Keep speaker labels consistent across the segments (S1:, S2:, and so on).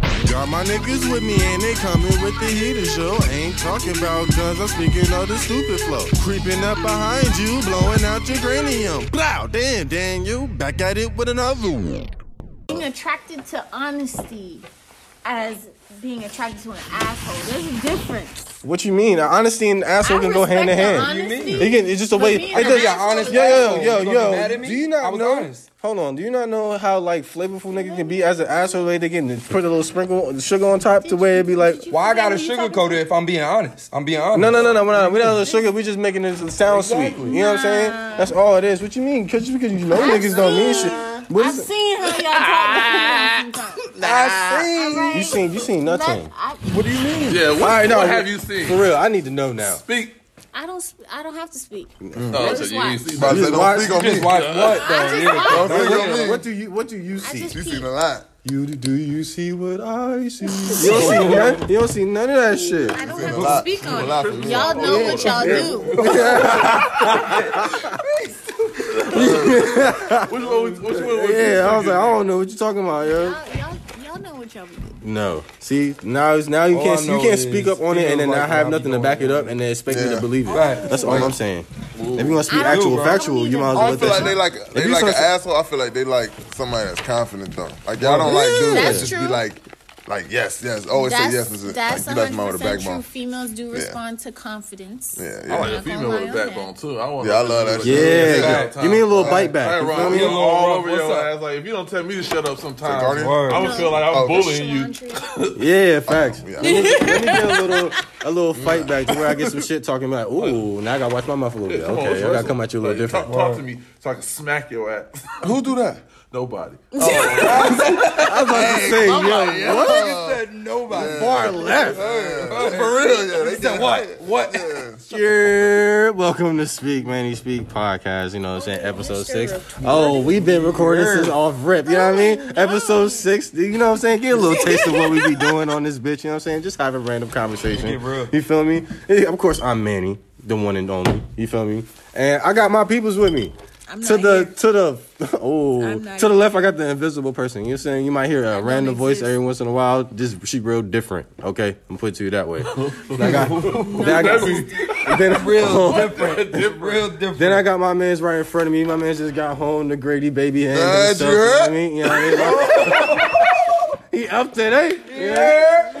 S1: Got my niggas with me and they coming with the heater show. Ain't talking about guns, I'm speaking of the stupid flow. Creeping up behind you, blowing out your cranium. Blow, damn, Daniel, back at it with another one.
S2: being attracted to honesty as being attracted to an asshole. There's a difference.
S1: What you mean? Honesty and asshole
S2: I
S1: can go hand in
S2: respect
S1: hand.
S2: the honesty,
S1: It can, it's just a
S2: but
S1: way.
S2: being
S1: I
S2: an
S1: just, yeah,
S2: asshole
S1: honest.
S2: is
S1: Yo,
S2: like-
S1: yo,
S3: You
S1: yo,
S3: gonna
S1: yo.
S3: be mad at me?
S1: Do you
S3: I
S1: not
S3: was
S1: know?
S3: honest.
S1: Hold on. Do you not know how like flavorful niggas can be as an asshole? They can put a little sprinkle sugar on top to where it be like.
S2: Did you
S3: Why I
S2: forget
S3: gotta
S2: who you
S3: sugarcoat
S2: talking
S3: it if I'm being honest? I'm being honest.
S1: No, no, no, no. We're not. We're not a little sugar. We just making it sound
S3: Exactly.
S1: sweet. You know what I'm saying? That's all it is. What you mean? Cause because you know niggas don't mean shit.
S2: to?
S1: What
S2: I've
S1: is it?
S2: seen how y'all talk sometimes.
S3: I see.
S2: Right?
S1: You seen? You seen nothing?
S2: That- I,
S3: What do you mean?
S4: Yeah, what,
S1: All right, no.
S4: what have you seen?
S1: For real, I need to know now.
S4: Speak.
S2: I don't. sp- I don't have to speak.
S1: Mm.
S4: Oh, so
S2: just
S4: you
S2: watch.
S4: ain't seen
S5: But I
S4: nothing.
S5: said, don't speak on
S3: You
S5: me.
S3: just watch what though?
S2: just
S3: Yeah,
S2: watch.
S3: don't-
S5: Don't
S3: don't-
S5: speak on me.
S1: What do you? What do you
S2: I
S1: see?
S2: just
S5: You
S2: peep.
S5: seen a lot.
S1: You do you see what I see? You don't see none. You don't see none of that shit.
S2: I don't
S5: A
S2: have to
S5: lot.
S2: speak
S5: A
S2: on
S5: lot
S2: it.
S5: for me.
S2: Y'all know what y'all do.
S4: Which one? was- Which one? was you
S1: Yeah, I was like,
S4: thinking?
S1: I don't know what you're talking about, yo.
S2: Y'all, y'all, y'all know what y'all do.
S1: No. See, now it's- now you
S3: All
S1: can't
S3: I
S1: you
S3: know
S1: can't
S3: is
S1: speak up on
S3: people
S1: it and then
S3: like
S1: not have
S3: how I be
S1: nothing to
S3: doing
S1: back it
S3: it.
S1: up and then expect me
S5: Yeah.
S1: to believe it.
S3: Right.
S1: That's all I'm saying. If you want to
S2: I
S1: speak
S2: don't-
S1: actual
S3: bro.
S1: factual, you might as well
S5: I
S1: let
S5: feel
S1: that
S5: like they
S1: shit.
S5: like
S1: If
S5: they
S1: you
S5: like an
S1: some-
S5: asshole. I feel like they like somebody that's confident though. Like y'all don't like dudes that
S2: That's
S5: just
S2: true.
S5: be like, like yes, yes. Always say yes. Is it?
S2: that's
S5: Like, you like
S2: 100
S5: mine with a
S2: percent true.
S5: backbone.
S2: Females do respond to confidence.
S5: Yeah,
S4: I
S5: yeah.
S4: like a
S2: I'm not
S4: female
S2: gonna
S4: with a
S2: lie on
S4: backbone
S2: that.
S4: too. I want.
S5: Yeah, I love that shit.
S1: Yeah,
S3: Exactly.
S1: give me a little bite
S4: I
S1: back.
S4: ain't
S1: You feel
S4: wrong.
S1: me?
S4: You all over
S3: What's
S4: your
S3: up?
S4: ass. Like if you don't tell me to shut up, sometimes
S5: Guardian?
S4: I would
S2: No.
S4: feel like I'm
S5: Oh, okay.
S4: bullying you.
S2: Laundry.
S1: Yeah, facts.
S5: Yeah.
S1: Let, me, let me get a little a little fight back to where I get some shit talking about. Ooh, now I gotta watch my mouth a little bit.
S4: Come on,
S1: Okay, I
S4: it's
S1: gotta
S4: personal.
S1: come at you a little
S4: Like,
S1: different.
S4: Talk, talk to me so I can smack your ass.
S5: Who do that?
S4: Nobody.
S1: I was about to say, yo, what?
S3: Nigga said nobody.
S1: Far left.
S5: For real, yeah. They said
S3: What? What?
S1: Yeah, welcome to Speak Manny Speak podcast. You know what I'm saying? Episode
S2: sure
S1: six. Oh, we've been recording since off rip. You know what I mean? Episode six. You know what I'm saying? Get a little taste of what we be doing on this bitch. You know what I'm saying? Just having random conversation.
S3: Get real.
S1: You feel me? Yeah, Of course, I'm Manny, the one and only. You feel me? And I got my peoples with me.
S2: I'm
S1: to
S2: not
S1: the
S2: here.
S1: to the oh
S2: I'm
S1: to
S2: not
S1: the
S2: here.
S1: left, I got the invisible person. You know what I'm saying? You might hear a
S2: don't
S1: random voice
S2: exist.
S1: every once in a while. This she real different. Okay, I'm put it to you that way. Then I got- then I got- then- Oh.
S3: Real different. Real different.
S1: then I got my man's right in front of me. My man just got home, the Grady baby hand.
S5: That's
S1: himself, you know what
S5: right.
S1: I mean, you know what I mean? he up today.
S3: Yeah.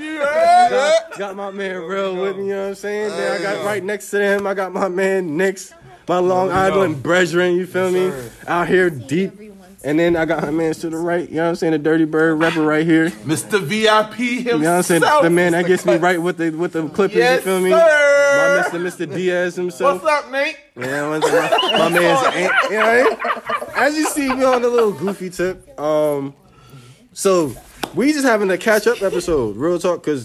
S1: Got, got my man real with me. You know what I'm saying? Then I got right next to him. I got my man Nix, my Long Island brethren. You feel me? Out here deep.
S2: Everyone's-
S1: And then I got my man to the right. You know what I'm saying? The Dirty Bird rapper right here. You
S4: Mr. VIP himself.
S1: know what I'm saying? The man that gets me right with the with the Clippers.
S4: Yes,
S1: you feel me?
S4: sir.
S1: My Mr. Mr. Diaz himself.
S4: What's up, Nate?
S1: Yeah, my, my, my man's aunt, you know what I mean? As you see, we on a little goofy tip. Um, so we just having a catch up episode, real talk, because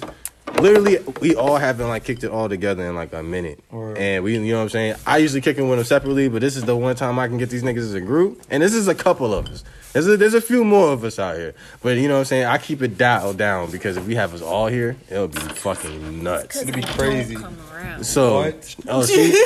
S1: literally we all haven't like kicked it all together in like a minute, and we, you know what I'm saying. I usually kick it with them separately, but this is the one time I can get these niggas as a group, and this is a couple of us. There's a, there's a few more of us out here, but you know what I'm saying. I keep it dialed down because if we have us all here, it'll be fucking nuts.
S3: It'd be
S2: Don't
S3: crazy.
S2: Come around.
S1: So,
S3: What?
S1: oh, see,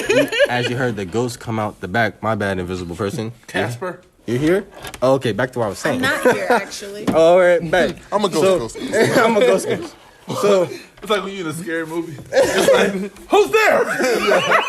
S1: as you heard, the ghost come out the back. My bad, invisible person.
S4: Casper.
S1: You here? Oh, okay, back to what I was saying.
S2: I'm not here actually.
S1: All right, back.
S5: I'm a ghost. ghost.
S1: I'm a ghost. ghost. So,
S4: It's like when you in a scary movie. It's like, who's there?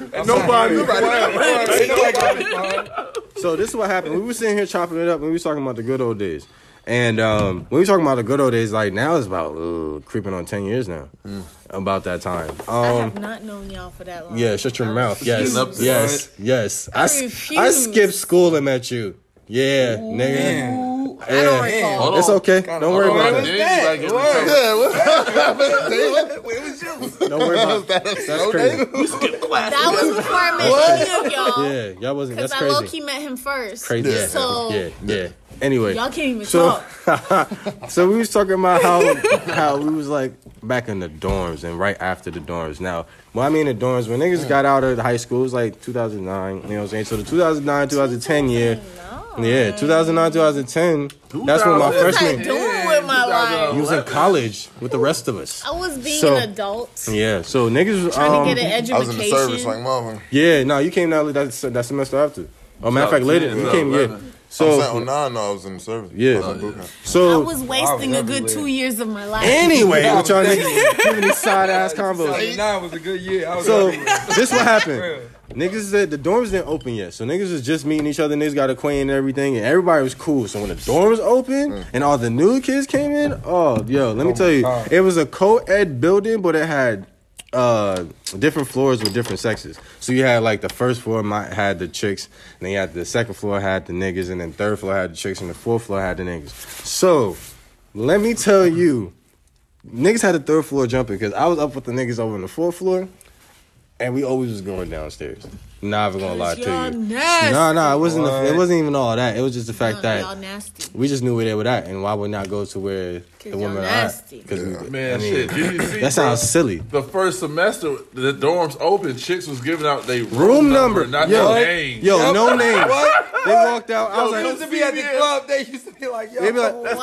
S4: Ain't nobody.
S3: Ain't nobody got it,
S1: so this is what happened. We were sitting here chopping it up, and we was talking about the good old days. And um, when we talking about the good old days, like now it's about uh, creeping on ten years now.
S4: Mm.
S1: About that time.
S2: I
S1: Um,
S2: have not known y'all for that long.
S1: yeah, shut your
S2: I
S1: mouth. Yes,
S2: refuse.
S4: up to
S1: yes, yes. I, s- I
S2: refuse.
S1: skipped school and met you. Yeah, nigga.
S2: Ooh, I
S1: Yeah.
S2: don't recall.
S4: Hold
S1: It's
S4: on.
S1: okay. Don't worry
S4: Right,
S1: about it.
S4: then you like, give me some-
S5: Yeah, what? David?
S1: Don't worry about it. That's crazy.
S2: That was before I met any of y'all.
S1: Yeah, y'all wasn't.
S2: Cause
S1: That's
S2: I low
S1: crazy.
S2: key met him first.
S1: Crazy. Yeah.
S2: So
S1: yeah. Yeah. Anyway.
S2: y'all can't even
S1: So-
S2: talk.
S1: so we was talking about how how we was like back in the dorms and right after the dorms. Now, well, I mean the dorms when niggas got out of high school it was like 2009. You know what I'm saying? So the 2009 2010 year.
S2: No.
S1: Yeah, 2009 2010. That's when my
S2: What was I
S1: freshman.
S2: doing with my life?
S1: He was in college with the rest of us.
S2: I was being
S1: So-
S2: an adult.
S1: Yeah. So niggas was,
S2: Trying
S1: um,
S2: to get an
S5: I
S2: education.
S5: was in the service like mother.
S1: Yeah, no, you came down that that semester after. Oh, matter of fact, later you
S4: 2010,
S1: came. Yeah.
S4: 2011.
S5: So,
S1: So
S5: I'm saying, oh, nah, no, I was in the service.
S1: Yeah.
S5: I was in boot camp.
S2: I
S1: so
S2: was wasting a good
S3: everywhere.
S2: two years of my life.
S1: anyway,
S3: Yeah, I
S1: we're
S3: was
S1: trying to
S3: definitely-
S1: niggas giving these side ass combos.
S3: 89 was a good year. I was
S1: So
S3: so,
S1: this what
S3: Real.
S1: happened. Niggas said the dorms didn't open yet, so niggas was just meeting each other. Niggas got acquainted and everything, and everybody was cool. So when the dorms opened and all the new kids came in, oh yo, let me tell you,
S3: God.
S1: it was a co-ed building, but it had uh different floors with different sexes. So you had like the first floor might had the chicks, and then you had the second floor had the niggas, and then third floor had the chicks, and the fourth floor had the niggas. So let me tell you, niggas had the third floor jumping because I was up with the niggas over on the fourth floor, and we always was going downstairs. Not even gonna lie to
S2: Y'all
S1: you.
S2: nasty.
S1: No, no, it wasn't. the- it wasn't even all that. It was just the fact that
S2: Y'all nasty.
S1: we just knew where they were at, and why would not go to where the
S2: y'all
S1: women are at?
S2: nasty.
S1: Because
S4: Man, shit. Did you see, bro?
S1: that sounds silly.
S4: The first semester, the dorms open. Chicks was giving out they
S1: Room number,
S4: not
S1: yo,
S4: their names.
S1: yo, no names. They walked out. I was
S4: Yo,
S1: like,
S3: used to be at the
S4: Yeah.
S3: club. They used to be like, yo,
S1: they be like,
S2: What?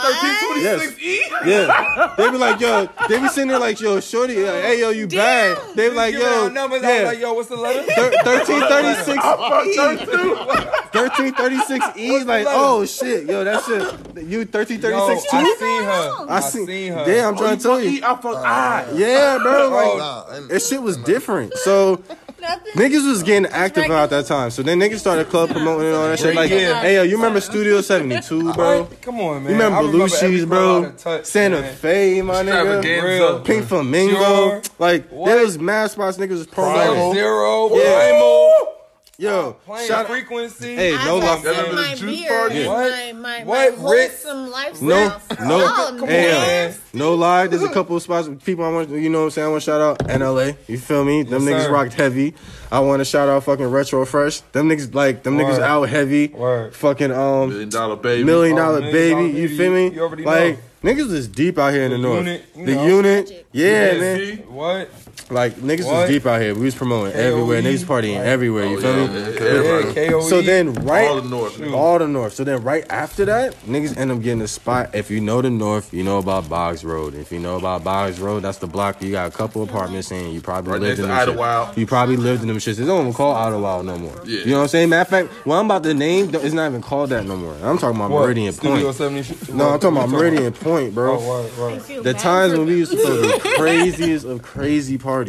S1: yes.
S4: E?
S1: Yeah, they be like, yo, they be sitting there like, yo, shorty, like, hey, yo, you bad. They be like,
S3: Give out
S1: yo,
S3: numbers. I was like,
S1: yeah,
S3: yo, what's the letter?
S1: thir- 1336, 1336E, like, oh shit, yo, that shit, you
S3: Yo,
S1: 1336
S3: I
S1: too?
S3: seen her.
S1: I
S3: I
S1: seen,
S3: seen her.
S1: damn, I'm trying to tell
S4: E,
S1: you,
S4: I fuck I.
S1: yeah, bro,
S5: Oh,
S1: like,
S5: nah, and-
S1: that shit was different. So
S2: Nothing.
S1: niggas was getting active about that time. So then niggas started club promoting and all that shit. Like,
S3: Yeah.
S1: hey, yo, you remember Studio 72, bro?
S3: Come on,
S1: You
S3: man.
S1: remember
S3: I every
S1: Belushi's,
S3: club I
S1: bro?
S3: done touched,
S1: Santa
S3: man.
S1: Fe, my nigga.
S4: Extravaganza.
S3: Real.
S1: Pink Flamingo.
S3: Sure.
S1: Like,
S3: What?
S1: there was mad spots niggas was
S3: Prime
S1: promoting.
S3: Zero.
S1: Yeah.
S3: Primal.
S1: Yo,
S3: Playing
S1: shout out.
S3: frequency.
S1: Hey,
S2: I
S1: no
S2: just
S1: lock.
S4: Y'all
S2: said
S4: remember
S2: my
S4: the juice
S2: beer
S4: party?
S2: and
S3: What?
S2: my, my,
S3: What,
S2: my
S3: Rick?
S2: wholesome
S1: No,
S2: lifestyle.
S1: no,
S2: Oh,
S1: hey, uh,
S2: man.
S1: yo, no lie. There's a couple of spots, people I want, you know what I'm saying. I want to shout out NLA. You feel me? Them
S3: Yes,
S1: niggas
S3: sir.
S1: rocked heavy. I want to shout out fucking Retro Fresh. Them niggas like them niggas
S3: Word.
S1: out heavy.
S3: Word.
S1: Fucking um,
S4: Million dollar baby.
S1: Million
S3: Oh,
S1: dollar
S3: million dollar
S1: baby, you
S3: baby,
S1: feel me?
S3: you already
S1: like niggas is deep out here in the,
S3: The
S1: north.
S3: unit, you
S1: the
S3: know.
S1: unit, yeah,
S4: Yeah,
S1: man.
S4: see?
S3: What?
S1: Like niggas
S3: What? E,
S1: was deep out here. We was promoting everywhere. Niggas partying everywhere. You
S4: Oh,
S1: feel me?
S4: yeah,
S3: Yeah, E.
S4: everybody.
S3: KOE.
S1: So then right
S4: All the north. nigga.
S1: all the north. So then right after that, niggas end up getting a spot. If you know the north, you know about Boggs Road. If you know about Boggs Road, that's the block you got a couple apartments in. You probably
S4: Right
S1: lived
S4: next
S1: in
S4: to
S1: them
S4: Idlewild.
S1: shits. You probably lived in them shits. They don't even call Idlewild no more.
S4: Yeah.
S1: You know what I'm saying? Matter of fact, well I'm about to name it's not even called that no more. I'm talking about
S3: What?
S1: Meridian Point.
S3: Studio 70.
S1: No, I'm talking about Meridian Point, bro.
S3: Oh, word, word.
S1: The times when we used to throw the craziest of crazy parties,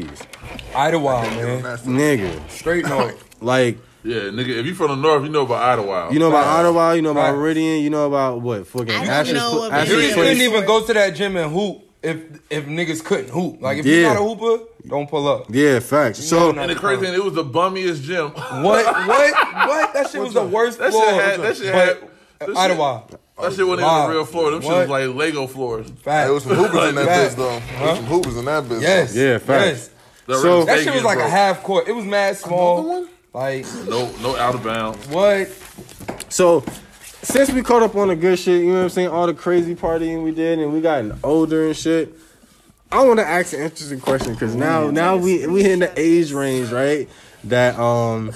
S3: Idlewild, man.
S1: nigga.
S3: Straight north.
S1: Like
S4: Yeah, nigga, if you from the north, you know about Idlewild.
S1: you know about Ottawa, you know about
S3: Right.
S1: Meridian, you know about what fucking
S2: I don't
S1: Ashes,
S2: know
S1: Pl-
S2: of
S1: Ashes
S3: You
S2: any of
S1: Place.
S3: couldn't even go to that gym and hoop if if niggas couldn't hoop. Like if you're
S1: Yeah.
S3: not a hooper, don't pull up.
S1: Yeah, facts. So
S3: No,
S4: And the crazy thing, it was the bummiest gym.
S3: What? What? What? That shit was the worst
S4: That
S3: floor.
S4: shit had. That shit had. that shit-
S3: but Ottawa.
S4: That shit wasn't even
S3: Wow.
S4: a real floor. Them shit
S3: What?
S4: was like Lego floors.
S3: Fact.
S5: There was some hoopers in that
S3: Fact.
S5: bitch, though. There was some hoopers in that bitch.
S3: Yes.
S1: Yeah, facts.
S4: The
S1: So-
S4: Ravens
S3: Yes. That
S4: Vegas,
S3: shit was like
S4: bro.
S3: a half court. It was mad small.
S5: Another one?
S3: Like
S4: No, no out of bounds.
S3: what?
S1: so since we caught up on the good shit, you know what I'm saying, all the crazy partying we did and we gotten older and shit. I want to ask an interesting question because now, now we we in the age range, right? That um,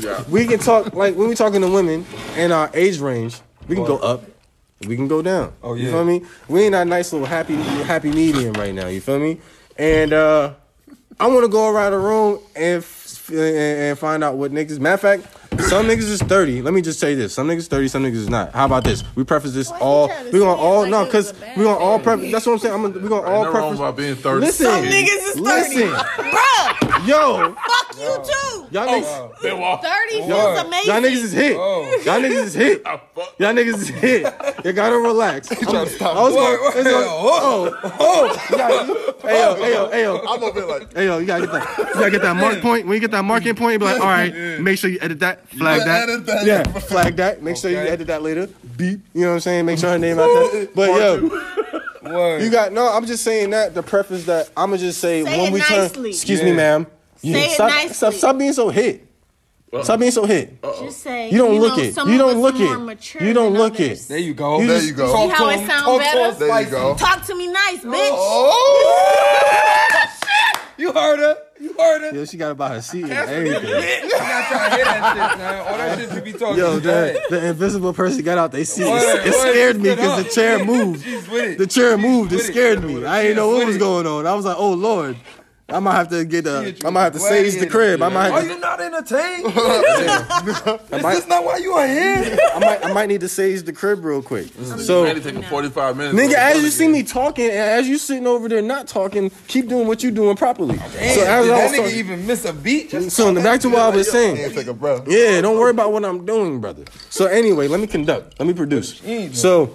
S4: Yeah.
S1: we can talk like when we talking to women in our age range, we can go up, we can go down.
S3: Oh,
S1: you
S3: yeah.
S1: feel me? We in that nice little happy happy medium right now. You feel me? And uh I want to go around the room and, f- and and find out what niggas. Matter of fact, some niggas is thirty. Let me just say this: some niggas thirty, some niggas is not. How about this? We preface this
S2: Why you
S1: all.
S2: trying to
S1: We gonna
S2: say it
S1: all
S2: like
S1: no,
S2: it was
S1: cause
S2: a bad
S1: we gonna all
S2: thing?
S1: preface. That's what I'm saying. I'm gonna, we gonna all
S4: Ain't nothing wrong
S1: preface.
S4: about being thirty.
S1: Listen,
S2: Some niggas is 30.
S1: listen,
S2: Bruh,
S1: yo,
S2: fuck you too.
S1: y'all
S4: Oh.
S1: niggas,
S4: They walk.
S2: 30
S3: Word.
S2: feels amazing.
S1: y'all niggas is hit.
S3: Oh.
S1: Y'all niggas is hit.
S4: I fuck.
S1: Y'all niggas is hit. You gotta relax. I'm- i was
S3: Wait,
S1: gonna-
S3: wait,
S1: it's gonna-
S3: oh.
S1: You gotta- Hey yo, hey yo, hey yo.
S5: I'm up there like,
S1: Hey yo, you gotta get that. You gotta get that mark point. When you get that marking point, you be like, all right, make sure you edit that, flag
S5: gotta
S1: that,
S5: edit that.
S1: yeah, flag that. Make sure you
S3: Okay.
S1: edit that later. Beep. You know what I'm saying? Make sure her name out there. But yo,
S3: Word.
S1: you got no. I'm just saying that the preface that I'ma just say,
S2: Say
S1: when
S2: it
S1: we turn.
S2: nicely.
S1: Excuse me,
S3: Yeah.
S1: ma'am. You
S2: Say it
S1: stop,
S2: nicely.
S1: Stop, stop being so hit. Stop being so hit.
S2: Just say,
S1: You don't look
S2: know,
S1: it.
S2: some
S1: You
S2: of
S1: don't
S2: us
S1: look
S2: are more
S1: it.
S2: mature
S1: You don't
S2: than
S1: look
S2: others.
S1: it.
S3: there you go.
S1: You
S5: there you go.
S2: how it sound better?
S5: There you go.
S2: Talk to me nice, bitch.
S3: You heard her. You heard her.
S1: Yo, she gotta buy her seat and everything.
S3: I'm not trying to hear that shit, man. All that shit you be talking.
S1: Yo,
S3: is bad.
S1: the, the invisible person got out they seat.
S3: Word,
S1: It, it
S3: word,
S1: scared me
S3: stood
S1: because the
S3: up.
S1: chair moved.
S3: She's with it.
S1: The chair moved. It
S3: with it.
S1: scared me. I
S3: She's
S1: didn't know what
S3: with
S1: was
S3: it.
S1: going on. I was like, oh lord. I might have to get a. I might have to
S3: Way
S1: sage the
S3: in.
S1: crib. I might.
S3: Are
S1: Have to,
S3: you not entertained? Is this not why you are here?
S1: I might. I might need to sage the crib real quick. So.
S4: Man, it take him 45 minutes.
S1: Nigga, as you see me talking and as you sitting over there not talking, keep doing what you doing properly. so
S3: Damn,
S1: as
S3: did
S1: I
S3: that
S1: was
S3: nigga
S1: talking,
S3: even miss a beat? Just
S1: so back to what I was
S5: Yeah,
S1: saying.
S5: take a breath.
S1: Yeah, don't worry about what I'm doing, brother. So anyway, let me conduct. Let me produce.
S3: Jesus.
S1: So,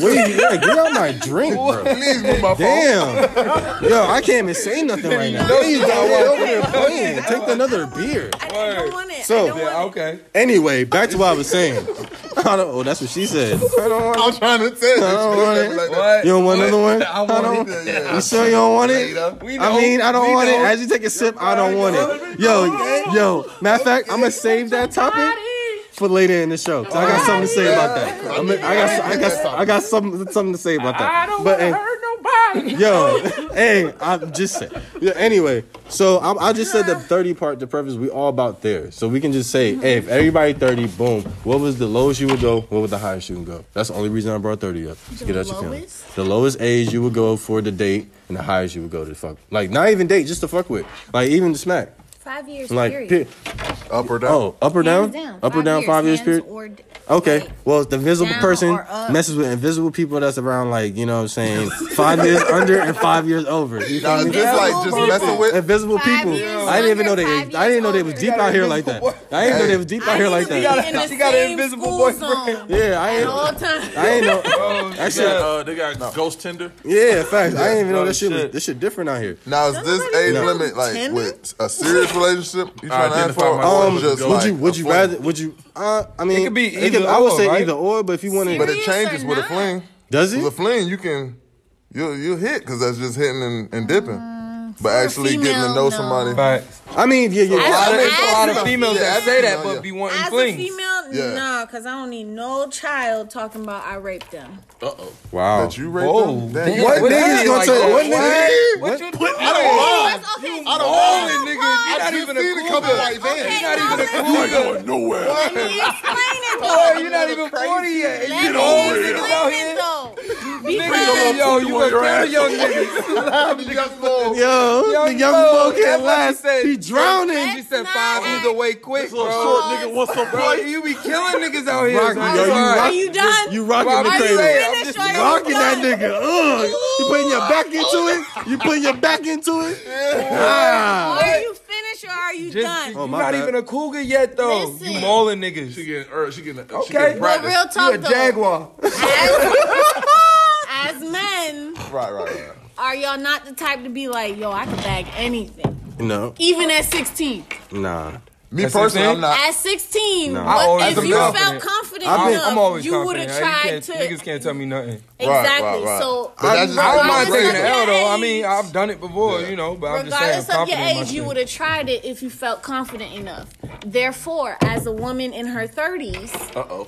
S1: wait, yeah, get out my drink, bro.
S5: Please move my phone.
S1: Damn, yo, I can't even say nothing right now. Please, y'all, while over there playing. Take another beer.
S2: I don't want it.
S1: So-
S2: I don't
S3: yeah,
S2: want
S3: okay.
S1: Anyway, back to what I was saying. I don't, oh, that's what she said. I don't want.
S5: I'm trying to tell you.
S1: don't want it.
S5: Like that.
S3: What?
S1: You don't want another one?
S3: I want
S1: don't-
S3: it.
S5: Yeah,
S1: You sure you don't want it?
S5: yeah.
S3: We know.
S1: I mean, I don't
S3: We
S1: want it.
S3: know.
S1: As you take a sip, I don't want it. Yo, yo. Matter of fact, I'm gonna save that topic for later in the show. 'cause I got something to say about that. I'm gonna- I got, I got, I got something, something to say about that. I don't but, wanna nobody. Yo, hey, I'm just saying. Yeah, anyway, so I'm, I just said the 30 part. The preface, we all about there, so we can just say, hey, if everybody 30, boom. What was the lowest you would go? What would the highest you would go? That's the only reason I brought 30 up. Just
S2: The
S1: get out your feelings.
S2: lowest?
S1: The lowest age you would go for the date, and the highest you would go to fuck. Like not even date, just to fuck with. Like even to smack.
S2: Five years
S1: Like
S2: period.
S1: pe-
S5: Up or down?
S1: oh, up or down,
S2: Hands down.
S1: up or down, five years
S2: hands
S1: period.
S2: or d-
S1: Okay.
S2: like,
S1: Well, the visible
S2: down
S1: person
S2: or up.
S1: messes with invisible people. That's around like you know what I'm saying five years under and five years over. You feel
S5: Now, is
S1: me?
S5: this like just messing with?
S1: Invisible
S2: Five
S1: people.
S2: years
S1: I didn't even know
S2: under,
S1: they.
S2: five
S1: I didn't know they was
S2: years over.
S1: deep out here like that. I didn't know they was deep out
S2: I
S1: here like
S2: need to
S1: that.
S2: be in the
S3: She got an
S2: same
S3: invisible
S2: school
S3: boyfriend.
S2: zone
S1: Yeah, I
S2: At
S1: ain't.
S2: all times.
S1: I ain't know.
S4: They
S1: Actually,
S4: got, uh, they got Ghost Tinder.
S1: yeah, facts. I didn't even know
S3: Oh,
S1: that shit. Was,
S3: shit.
S1: this shit different out here.
S5: Now is this
S2: nobody
S5: age
S2: know
S5: limit like
S2: Tinder?
S5: with a serious relationship? You trying to ask
S4: Identify
S5: for?
S4: myself
S5: Or
S1: Um,
S4: as
S5: just
S4: gay.
S5: like
S1: would you would
S5: a
S1: you
S5: fling?
S1: rather would you uh I mean
S3: could be either
S1: I would
S3: or,
S1: say
S3: right?
S1: either or but if you want
S5: But
S1: to
S2: Serious
S5: it changes
S2: or
S5: with a
S2: not?
S5: fling.
S1: does
S5: With a
S1: it
S5: fling, you can you'll you'll hit because that's just hitting and, and dipping. But actually getting to
S2: Mm, female,
S5: know
S2: no.
S5: somebody.
S3: Facts.
S1: I mean yeah yeah
S3: A lot of, it's a lot of
S2: As a-
S3: females
S5: yeah,
S3: that
S5: as a
S3: say that,
S5: female,
S3: but
S5: yeah.
S3: be wanting
S2: As a
S3: flings.
S2: female,
S5: Yeah.
S2: nah, cause I don't need no child talking about I raped them.
S4: Uh oh.
S1: wow
S5: That you raped
S3: Whoa.
S5: them? Damn, you
S1: What
S5: raped
S1: nigga's
S5: them?
S1: gonna
S5: Like,
S1: tell-
S5: oh,
S1: what nigga-
S3: What you doing?
S5: I don't lie.
S2: Okay,
S5: I don't
S3: Holy nigga,
S5: lie.
S3: you're
S5: I
S3: not
S5: just
S3: even a
S5: seen it
S3: cougar.
S5: coming like
S2: Okay,
S5: that.
S2: now
S3: You're not even
S2: let's-
S3: a cougar.
S5: nowhere.
S2: let me explain it
S3: Boy,
S2: though.
S3: you're not even 40 yet. and
S2: Let
S3: You
S2: me
S3: know
S2: explain
S3: niggas out
S2: it
S3: here.
S2: though.
S3: Nigga,
S2: Because
S3: yo, you a very young nigga.
S1: yo
S3: Young
S1: the young
S3: Bo,
S1: boy
S3: that's
S1: can't
S3: what she
S1: last
S3: said.
S1: he drowning
S3: She said five either way quick,
S4: Short
S3: bro.
S4: nigga wants some
S3: Bro,
S4: play.
S3: you be killing niggas out here.
S1: Rocky,
S3: son.
S1: yo, you
S3: Sorry.
S2: are
S1: rock-
S2: you done?
S1: you rocking
S3: Rob,
S1: the
S3: I'm
S1: cradle
S3: saying-
S2: Finish,
S3: I'm just
S2: or you
S1: rocking that
S2: done?
S1: nigga ugh you putting your back into it you putting your back into it ah
S2: Are you finished or are you
S3: Just-
S2: done?
S1: Oh,
S3: you
S1: my
S3: not
S1: bad.
S3: even a cougar yet, though. You
S2: Listen.
S3: mauling niggas.
S4: She getting, er, she getting, okay. she
S3: Okay.
S4: getting
S3: Well,
S2: But
S4: practice.
S2: real
S3: you a
S2: talk though,
S3: jaguar.
S2: as men,
S5: Right, right, right.
S2: are y'all not the type to be like, yo, I can bag anything,
S1: no
S2: even at 16?
S1: nah
S5: Me
S3: That's
S5: personally,
S3: the
S5: I'm
S3: thing.
S5: not.
S2: At 16,
S1: No.
S3: I
S2: what
S3: always
S2: if
S5: am
S2: you
S3: confident.
S2: felt confident
S1: I've been-
S2: enough,
S3: I'm always
S2: you would have
S3: confident. right?
S2: tried
S3: You
S2: to.
S3: can't- Niggas can't tell me nothing.
S2: Exactly.
S5: Right, right, right.
S2: So,
S5: But that's just-
S3: I don't
S5: I'm
S3: mind
S5: regardless
S3: taking the
S2: of
S3: L though.
S2: your
S3: I mean,
S2: age-
S3: I've done it before, you know. But I'm just saying, I'm
S2: Regardless of your
S3: confident in my
S2: age,
S3: shit.
S2: you would have tried it if you felt confident enough. Therefore, as a woman in her 30s,
S4: Uh oh.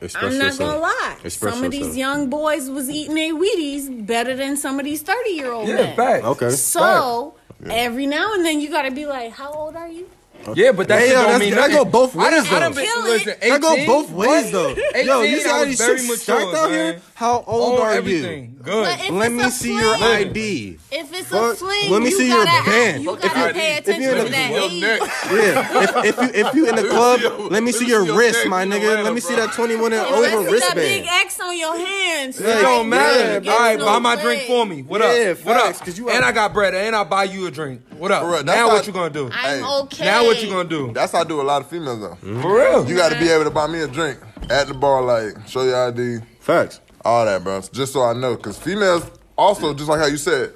S1: express
S2: I'm not
S1: yourself
S2: gonna lie.
S1: Express
S2: some of
S1: yourself.
S2: these young boys was eating their Wheaties better than some of these 30 year old
S3: Yeah,
S2: men.
S3: facts.
S1: okay
S2: So every now and then you gotta be like, how old are you?
S3: Yeah, but that
S1: Hey,
S3: shit
S1: yo,
S3: don't
S1: that's-
S3: mean
S1: that
S3: nothing.
S1: go both
S3: I done-
S1: ways,
S3: I done
S1: though.
S3: been-
S2: Kill it.
S3: listen, 18,
S1: That go both ways
S3: what?
S1: though. Yo,
S3: 18,
S1: you see
S3: I
S1: how
S3: was
S1: these
S3: very
S1: shits
S3: mature,
S1: stacked out here?
S3: man.
S1: How old
S3: Own
S1: are you?
S3: everything. Good.
S2: But if
S1: Let
S2: it's
S1: me
S2: a
S1: see
S2: fling,
S1: your ID.
S2: If it's a
S1: Fuck,
S2: fling,
S1: let me
S2: you
S1: see your
S2: gotta,
S1: band.
S2: You
S1: Fuck
S2: gotta
S1: if you-
S2: pay
S1: if you're
S2: attention
S1: in
S2: to
S1: a-
S2: that
S4: Your
S2: age.
S4: neck.
S1: Yeah. If, if you if you in the club, let me see your wrist, my nigga. Let me see that 21 and
S2: Unless
S1: over
S2: you got big
S1: wristband.
S2: X on your hands.
S1: Yeah,
S3: It
S1: Like,
S3: don't
S1: yeah,
S3: matter.
S1: get
S3: All right, buy my drink for me. What up?
S1: Yeah,
S3: what
S1: facts,
S3: up?
S1: 'cause you out-
S3: and I got bread, and I buy you a drink. What up?
S5: Bruh, that's
S3: now
S5: how-
S3: what you gonna do?
S2: I'm
S5: Hey,
S2: okay.
S3: Now what you gonna do?
S5: That's how I do a lot of females though.
S3: For real?
S5: You got to be able to buy me a drink at the bar, like show your ID,
S1: Facts.
S5: all that, bro. Just so I know, because females also, just like how you said,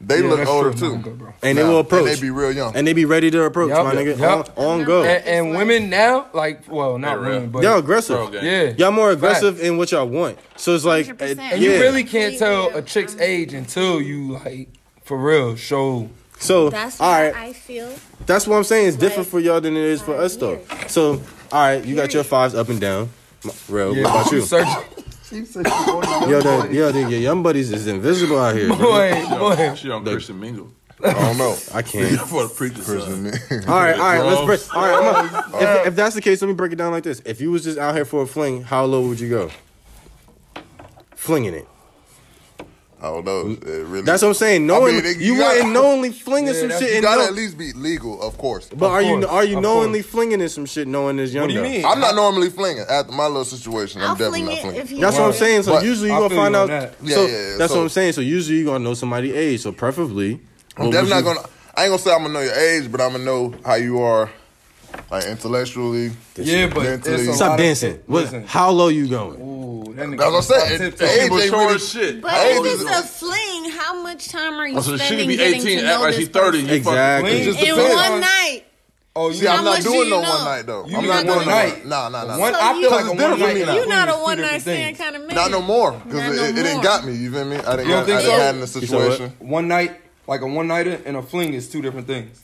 S5: they
S3: Yeah,
S5: look
S3: that's
S5: older
S3: true.
S5: too.
S1: And they
S5: Nah,
S1: will approach.
S5: And they be real young.
S1: And they be ready to approach,
S3: Yup,
S1: my nigga.
S3: yup.
S1: On, on go.
S3: and and women now, like, well, not
S4: For real.
S3: women, but
S1: Y'all
S4: Bro,
S1: aggressive.
S4: gang.
S3: yeah,
S1: Y'all more aggressive in what y'all want. So it's like,
S2: 100%.
S1: uh,
S2: And
S3: And you
S1: yeah.
S3: really can't tell
S2: Yeah.
S3: a chick's age until you like for real show.
S1: So
S2: That's
S1: all
S2: what
S1: right.
S2: I feel.
S1: That's what I'm saying. It's different
S2: Like,
S1: for y'all than it is for
S2: five
S1: us, though.
S2: years.
S1: So, all right, you got your fives up and down. M- Real,
S3: Yeah,
S1: what about you?
S3: Search,
S1: Yo, that, yo, the, your young buddies is invisible out here. bro.
S3: boy, boy.
S4: She on Christian Mingle.
S5: I don't know.
S1: I can't.
S4: For the preacher's son.
S1: All right, all right, let's
S4: Bro.
S1: break. All right, I'm gonna- if, if that's the case, let me break it down like this. If you was just out here for a fling, how low would you go? Flinging it.
S5: I don't know. Oh, It really,
S1: That's what I'm saying.
S5: I
S1: Knowing
S5: mean, they-
S1: you
S5: you gotta-
S1: wouldn't knowingly flinging
S3: Yeah,
S1: some
S3: that's-
S1: shit.
S5: you
S1: And
S5: gotta
S1: know-
S5: at least be legal, of course.
S1: but are you
S3: course,
S1: are you
S3: of
S1: knowingly flinging in some shit knowing this young?
S3: What do you
S1: guy?
S3: mean?
S5: I'm not normally flinging. After my little situation, I'm
S2: I'll
S5: definitely
S2: fling
S5: not
S2: it
S5: flinging.
S2: if you
S1: That's what I'm
S2: want.
S1: saying. So
S5: But-
S1: usually you
S3: I
S1: are gonna
S3: feel you
S1: find
S3: on
S1: out.
S3: that.
S5: Yeah,
S1: so
S5: yeah, yeah.
S1: that's
S5: So-
S1: what I'm saying. So usually you are gonna know somebody age. So preferably,
S5: I'm definitely not gonna. I ain't gonna say I'm gonna know your age, but I'm gonna know how you are, like intellectually.
S3: Yeah, but
S5: mentally.
S3: it's a lot
S5: Stop
S1: stop
S3: of-
S1: dancing. What?
S3: Listen.
S1: How low you going?
S3: Ooh, that nigga.
S5: That's what I'm saying.
S3: Top tip top.
S5: Hey, Age
S4: She
S5: ain't
S4: mature
S5: really-
S4: as shit.
S2: But
S5: Hey,
S2: if it's
S5: this-
S2: a fling, how much time are you
S4: Oh, so she
S2: spending
S4: could be
S2: getting
S4: 18
S2: to
S4: and
S2: know
S4: act like
S2: this
S4: she's 30.
S2: person?
S4: You fucking-
S1: Exactly.
S3: Clean.
S5: Just
S2: In
S5: depends.
S2: one night,
S3: Oh, you
S5: See,
S2: How
S5: I'm not
S2: much do
S5: doing
S2: you
S5: no
S2: know?
S5: one night though.
S3: You
S5: I'm
S3: not
S5: not doing
S3: doing
S5: no
S3: night.
S5: one- Nah, nah, nah.
S3: One,
S2: So
S3: I feel
S2: you-
S3: like a
S5: Cause
S3: one
S5: it's different
S3: night.
S5: for me
S3: out
S5: now.
S2: you're not
S3: is
S2: a
S3: two
S2: one night
S3: different
S2: stand
S3: things.
S2: kind of man.
S5: Not no more because
S2: Not
S5: it,
S2: no
S5: it, didn't
S2: more.
S5: got me. You feel me? I
S3: You
S5: didn't.
S3: don't
S5: Got, I
S3: think
S5: didn't
S3: so?
S5: had in the
S1: You said what?
S5: situation.
S3: One night, like a one nighter and a fling is two different things.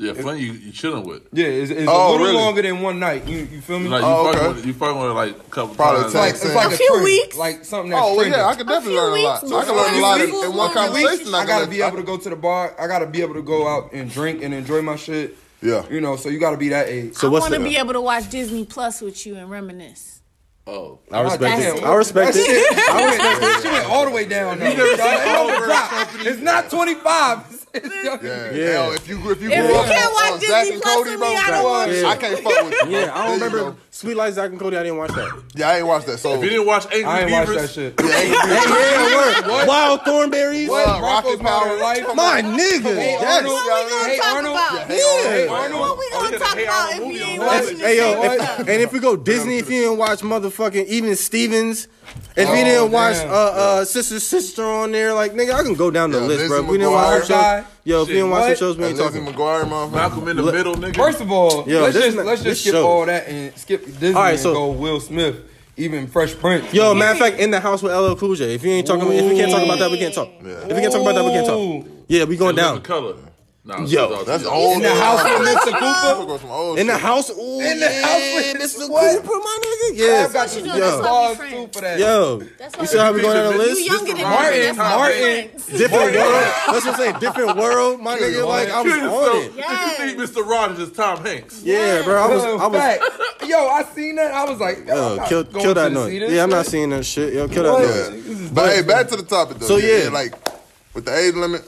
S4: Yeah, Flynn, you, you chilling with.
S3: Yeah, it's, it's a
S5: Oh,
S3: little
S5: really?
S3: longer than one night. You you feel me?
S4: Like, you,
S5: Oh,
S4: fucking
S5: okay.
S4: with, you fucking with it like a couple
S5: Probably
S3: it's
S4: times.
S3: like, it's like
S5: A
S3: a,
S2: few
S3: trend.
S2: weeks.
S3: like something that's
S5: Oh well, yeah, I
S3: trending.
S5: could
S2: A
S5: definitely
S2: few
S5: learn a lot.
S2: weeks
S5: I could learn a
S2: before
S5: lot in,
S2: you
S5: in
S2: leave.
S5: one conversation.
S3: I gotta
S5: can
S3: be
S5: learn-
S3: able to go to the bar. I gotta be able to go out and drink and enjoy my shit.
S5: Yeah.
S3: you know. So you gotta be that age.
S1: So
S2: I
S1: what's
S2: want to be
S1: the?
S2: able to watch Disney Plus with you and reminisce.
S4: Oh.
S1: I respect
S3: Damn,
S1: it. I respect
S3: that
S1: it.
S3: Shit, I went, that shit went all the way down. Now. Y'all, it dropped. It's not twenty five.
S5: Yeah.
S1: Yeah.
S5: Hell, if you if you
S2: If
S5: grew
S2: you
S5: up
S2: can't
S5: on-
S2: watch
S5: on
S2: Disney
S5: Zack and
S2: Plus
S5: Cody,
S2: with
S5: bro,
S2: me, I don't want
S1: you.
S5: I can't fuck with you. bro.
S1: Yeah, I don't
S5: There you
S1: remember
S5: go.
S1: Sweet Life Zach and Cody. I didn't watch that.
S5: Yeah, I ain't watched that. So
S4: If you didn't watch Angry
S3: I ain't watch
S4: Beavers,
S3: that shit.
S1: Yeah, word. Wild Thornberries.
S5: What?
S3: Broncos
S5: Rocket
S3: matter
S5: Power.
S3: life.
S1: My nigga.
S3: Hey,
S1: Yes.
S3: Arnold.
S2: What we gonna
S3: Hey,
S2: talk
S3: Arnold.
S2: about?
S1: Yeah.
S2: What we
S4: Oh, yeah,
S2: gonna talk
S4: hey,
S2: about
S4: Arnold
S2: if
S4: movie
S2: we ain't
S4: on
S2: watching
S4: Netflix.
S1: Hey yo,
S2: this
S1: if,
S2: shit?
S1: and if we go Disney, if you didn't watch motherfucking even Stevens, if
S5: Oh,
S1: you didn't watch uh,
S3: damn.
S1: uh Sister Sister on there, like nigga, I can go down the
S5: Yeah,
S1: list,
S5: Lizzie
S1: bro. If we didn't watch some
S3: McGuire.
S1: shows, yo, if you
S4: Shit,
S1: didn't watch some
S3: what?
S1: shows, we ain't
S5: And Lizzie
S1: talking.
S5: McGuire, motherfucker.
S4: Malcolm in the Middle, nigga.
S3: First of all,
S1: Yo,
S3: let's
S1: this
S3: just
S1: not-
S3: let's
S1: this
S3: just skip
S1: shows.
S3: all that and skip Disney
S1: All right, so-
S3: and go Will Smith, even Fresh Prince.
S1: Yo, matter of fact, in the house with LL Cool J. If you ain't talking, if we can't talk about that, we can't talk. If we can't talk about that, we can't talk.
S3: Ooh.
S1: Yeah, we going
S4: Living
S1: down
S4: color. Nah,
S1: Yo,
S4: shit's
S5: That's
S4: all-
S5: old.
S3: in the house with Mr. Cooper.
S5: Cooper. Some old
S1: in the
S5: shit.
S1: house. Ooh,
S3: In the house
S1: yeah,
S3: with-
S1: Mr.
S3: what?
S1: Cooper, my nigga.
S3: I've got
S1: Yeah,
S3: some
S2: you
S1: yo,
S2: know that's
S1: yo,
S2: all-
S3: bars
S2: Friends.
S3: too for that.
S1: yo.
S2: That's
S1: You
S2: why
S1: see how we going down the
S2: You
S1: list?
S2: younger than me.
S4: Martin,
S2: That's my
S3: Martin.
S2: friend.
S1: Different world. That's what I'm saying. Different world, my nigga. Like I was on it.
S4: so, You think Mr. Rogers is Tom Hanks?
S1: Yeah, bro. I was. I was.
S3: Fact. Yo, I seen that. I was like, yo, I'm
S1: Yo,
S3: not
S1: Uh, kill,
S3: going
S1: kill that
S3: to
S1: noise.
S3: see
S1: Yeah,
S3: this
S1: I'm not
S3: shit.
S1: seeing that shit. Yo, kill
S3: What?
S1: that
S5: Yeah.
S1: noise.
S5: But hey, back to the topic though.
S1: So, yeah.
S5: like with the age limit,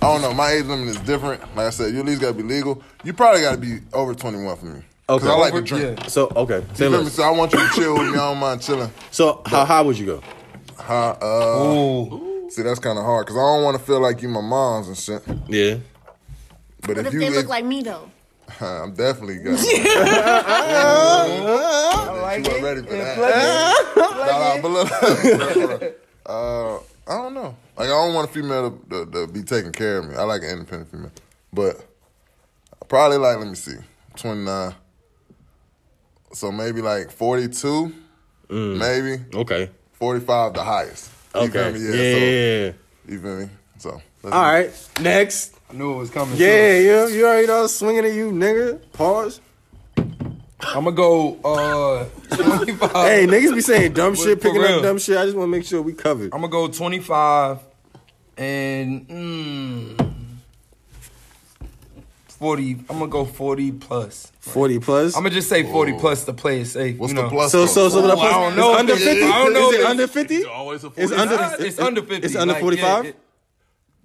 S5: I don't know. My age limit is different. Like I said, you at least gotta be legal. You probably gotta be over twenty one for me. Cause
S1: Okay.
S5: I like to
S3: Over-
S5: drink.
S3: yeah.
S1: So okay,
S5: You
S1: same
S5: feel me?
S1: list.
S5: So I want you to chill with me. I don't mind chilling.
S1: So how high would you go?
S5: Huh, uh,
S3: Ooh.
S5: see, that's kind of hard because I don't want to feel like you my mom's and shit.
S1: Yeah.
S5: But
S2: What
S5: if
S2: if
S5: you,
S2: they
S5: if,
S2: look like me though?
S5: I'm definitely got.
S3: I like
S5: you
S3: it.
S5: weren't ready for
S3: Yeah,
S5: that.
S3: plug it.
S5: Nah, nah, but look, uh, I don't know. Like I don't want a female to, to, to be taking care of me. I like an independent female, but probably like let me see, twenty nine. So maybe like forty two,
S1: Mm.
S5: maybe
S1: Okay.
S5: forty five, the highest. You
S1: Okay.
S5: feel me?
S1: Yeah.
S5: So,
S1: yeah, yeah.
S5: You feel me? So. that's-
S1: All right. Next.
S3: I knew it was coming.
S1: Yeah. You you already know I'm swinging at you, nigga. Pause.
S3: I'm gonna go. Uh, 25.
S1: Hey, niggas be saying dumb shit,
S3: for
S1: picking up
S3: real.
S1: dumb shit. I just want to make sure we covered.
S3: I'm gonna go 25 and mm, 40. I'm gonna go 40 plus.
S1: Forty plus.
S3: I'm gonna just say 40 plus to play it safe.
S5: What's
S3: you
S5: the
S3: know.
S5: plus?
S1: so so so
S5: though?
S1: the
S3: I
S1: plus
S3: don't
S1: is
S3: know.
S1: under
S3: Yeah,
S1: fifty.
S3: I don't know.
S1: Is it under fifty?
S4: It's always a
S1: It's under.
S3: It's, under 50.
S1: It's under
S3: like,
S1: forty five.
S3: yeah, it-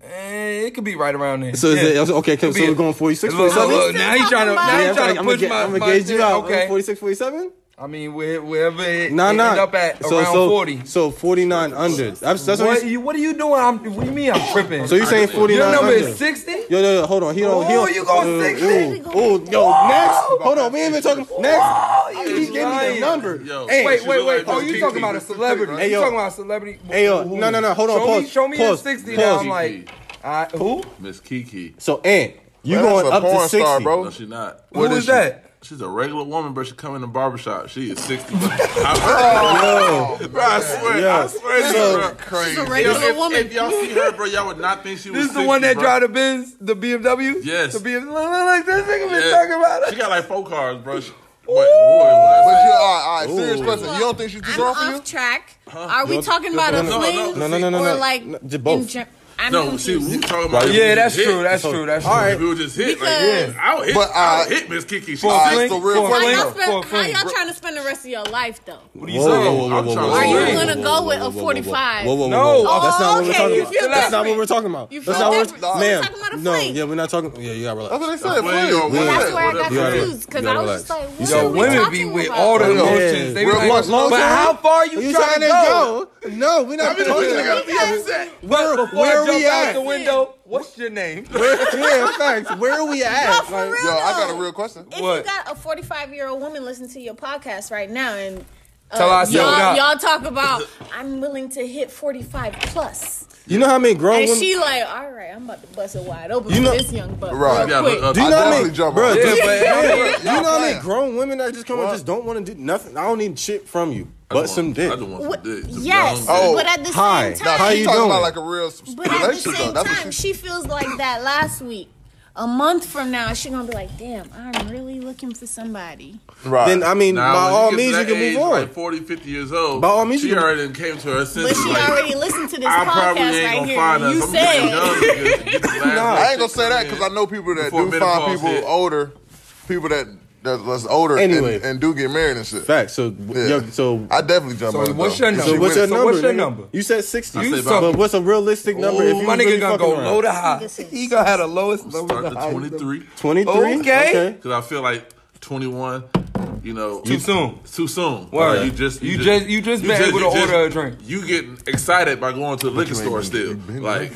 S3: eh, it could be right around there.
S1: So is
S3: yeah.
S1: it okay? okay
S3: Could
S1: so
S3: be
S1: we're
S3: it.
S1: going 46,
S3: Look, look,
S1: 47?
S3: look, now he's trying to, now
S2: Yeah,
S3: he's trying to
S1: I'm
S3: push
S1: gonna,
S3: my,
S1: I'm
S3: my
S1: gonna gauge
S3: shit.
S1: you out.
S3: Okay.
S1: 46, 47?
S3: I mean, where- wherever it,
S1: Nah,
S3: it
S1: nah.
S3: end up at
S1: so,
S3: around
S1: so,
S3: 40.
S1: So 49 under. That's, that's what
S3: What,
S1: you,
S3: you, what are you doing? I'm, what do you mean I'm tripping?
S1: so you're saying 49
S3: Your number
S1: under.
S3: is 60?
S1: Yo, yo, yo, hold on. He don't. he
S3: Oh,
S1: don't-
S3: you going
S1: uh,
S3: 60?
S1: ooh, ooh, yo, next. Hold on. We ain't even talking. Next.
S3: Oh, you
S1: He gave me the
S3: lying.
S1: number.
S4: Yo.
S1: Hey,
S3: Wait, wait, wait.
S4: Like,
S3: Oh, you
S4: Kiki.
S3: talking about a celebrity?
S1: Hey,
S3: you
S1: yo.
S3: talking about a celebrity?
S1: Hey, yo.
S3: Who?
S1: No, no, no. Hold on.
S3: Show
S1: Pause.
S3: Me, show me
S1: Pause.
S3: at sixty.
S1: Pause.
S3: Now I'm like, I, who?
S4: Miss Kiki.
S1: So, Ant, you
S5: That's
S1: going
S5: a
S1: up to
S5: porn
S1: 60.
S5: star,
S4: No,
S5: bro.
S4: she's not.
S3: Who is that?
S4: She's a regular woman, but she come in the barbershop. She is 60. I, bro, I swear,
S1: Yeah.
S4: I swear to
S1: So-
S4: you, bro.
S5: Crazy.
S2: She's a
S4: Yo,
S2: regular
S4: if,
S2: woman.
S4: if y'all see her, bro, y'all would not think she was
S3: This is the
S4: 60,
S3: one that
S4: bro.
S3: drive the Benz, the BMW.
S4: Yes.
S3: The BMW. Look, look, look, this nigga been
S4: Yeah.
S3: talking about
S4: She
S3: it.
S4: got like four cars, bro. She- But, boy, when
S5: But
S4: I-
S5: you, all right, all right, serious
S1: Ooh.
S5: question. You don't think she's too
S2: I'm
S5: strong for
S2: off
S5: you?
S2: track. Are we
S1: You're-
S2: talking about
S1: no,
S2: a
S1: no,
S4: no,
S2: fling
S4: no,
S1: no, no, no,
S2: or
S1: no.
S2: like
S1: No, just both.
S2: in gen- I'm
S4: No, see,
S2: confused.
S4: we were talking about if
S3: Yeah,
S4: we
S3: that's
S4: just hit.
S3: true. That's true. That's true.
S1: All right.
S4: If we were just hit, like,
S2: Because-
S4: I would hit,
S5: But,
S4: I would
S5: uh,
S4: hit Miss Kiki. She
S3: For
S5: All
S3: a
S5: right,
S4: said,
S3: fling,
S5: so real
S3: for a
S5: quick-
S2: how
S3: fling,
S2: y'all,
S3: for a
S2: spend, how
S3: fling.
S2: y'all trying to spend the rest of your life though?
S4: What do you say? I'm trying
S2: Are you
S4: to
S2: gonna
S4: swing.
S2: go with a 45?
S1: Whoa, whoa, whoa,
S3: No.
S1: whoa. That's not what
S2: Oh,
S1: we're
S2: okay,
S1: talking
S2: you
S1: about.
S2: feel
S1: That's not what
S2: different.
S1: we're talking about.
S2: You
S1: That's
S2: feel
S1: not what
S2: different.
S1: we're
S2: We're
S1: ma'am.
S2: talking about a
S1: No,
S2: fling.
S1: yeah, we're not talking. Yeah, you gotta relax.
S5: That's what they said.
S4: That's what you
S5: fling.
S4: gonna do.
S2: That's where I got
S4: You
S1: gotta-
S2: confused because I
S1: you
S2: was
S1: gotta
S2: just like, what
S3: Yo,
S2: are we
S3: women
S2: talking
S3: be
S2: about?
S3: with all the
S5: Yeah.
S3: emotions. They be
S5: Real
S3: like,
S5: quick,
S1: long
S3: but
S1: time.
S3: how far you,
S1: You
S3: trying, to go?
S1: No, we're not
S4: This
S1: talking
S4: nigga
S1: about.
S4: gonna be upset.
S3: But before
S1: where
S3: I
S1: we
S3: jump out
S1: at?
S3: the window, what's your name?
S1: Yeah, facts. Where are we
S2: No,
S1: at?
S2: for
S1: Like,
S2: real
S5: Yo, I got a
S2: though.
S5: real question.
S2: If
S3: What?
S2: you got a 45 year old woman listening to your podcast right now and uh,
S3: Tell her I said what
S2: y'all,
S3: up.
S2: y'all talk about, I'm willing to hit 45 plus.
S1: You know how many grown
S2: And
S1: women?
S2: she like, all right, I'm about to bust it wide open
S1: You
S2: for
S1: know-
S2: this young buck.
S5: Right.
S2: Real
S4: Yeah, but,
S2: quick.
S4: uh,
S1: do you
S5: I
S1: know how
S5: definitely
S1: many,
S5: jump
S1: bro?
S5: on
S1: Do
S5: it.
S1: you,
S3: Yeah, but-
S1: bro, do you know how many
S5: Yeah.
S1: grown women that just come and just don't want to do nothing? I don't need shit from you,
S4: I just
S1: but some
S4: want-
S1: dick.
S4: I just want some
S2: What-
S4: dick. Some
S2: yes,
S4: young dick.
S5: Oh,
S2: but at the same
S1: hi.
S2: time,
S5: Nah,
S1: How
S5: she
S1: you
S5: talking
S1: doing?
S5: about like a real s-
S2: But at the
S5: relationship though.
S2: same
S5: That's
S2: time,
S5: what she.
S2: she feels like that last week. A month from now, she gonna be like, "Damn, I'm really looking for somebody."
S5: Right.
S1: Then I mean,
S4: Now,
S1: by
S4: when
S1: all
S4: get to
S1: means, you
S4: that
S1: can
S4: age,
S1: move on.
S4: Like 40, 50 years old.
S1: By all means,
S4: she
S1: you can-
S4: already done came to her senses.
S2: But she
S4: like,
S2: already listened to this
S4: I
S2: podcast
S4: probably ain't
S2: right
S4: gonna
S2: here.
S4: find us.
S2: you
S4: I'm
S2: said,
S4: gonna get young. Get the last
S1: Nah.
S5: I
S4: shit
S5: ain't gonna say that
S4: come
S5: because
S4: in.
S5: I know people that
S4: Before
S5: do find
S4: menopause
S5: people
S4: hit.
S5: older, people that that that's older
S1: Anyway.
S5: and, and do get married and shit.
S1: Facts. So,
S5: Yeah.
S1: yo, so,
S5: I definitely jump
S3: So
S5: on it.
S3: what's
S5: though.
S3: your number?
S1: so what's your
S3: So
S1: number?
S3: what's your
S1: nigga?
S3: number?
S1: You said sixty,
S4: I say about-
S1: but what's a realistic number? if
S4: Ooh,
S1: you
S3: My
S1: was really
S3: nigga gonna
S1: fucking
S3: go
S1: around?
S3: low to high.
S2: This is-
S3: He gonna have the lowest number
S4: Start
S3: to
S4: to
S3: high.
S4: 23
S1: 23?
S3: Okay.
S4: because I feel like 21, you know.
S3: Too soon.
S4: It's too soon.
S3: Word.
S4: Like, you just
S3: You just- you just been able to order a drink.
S4: You getting excited by going to the liquor store still. Like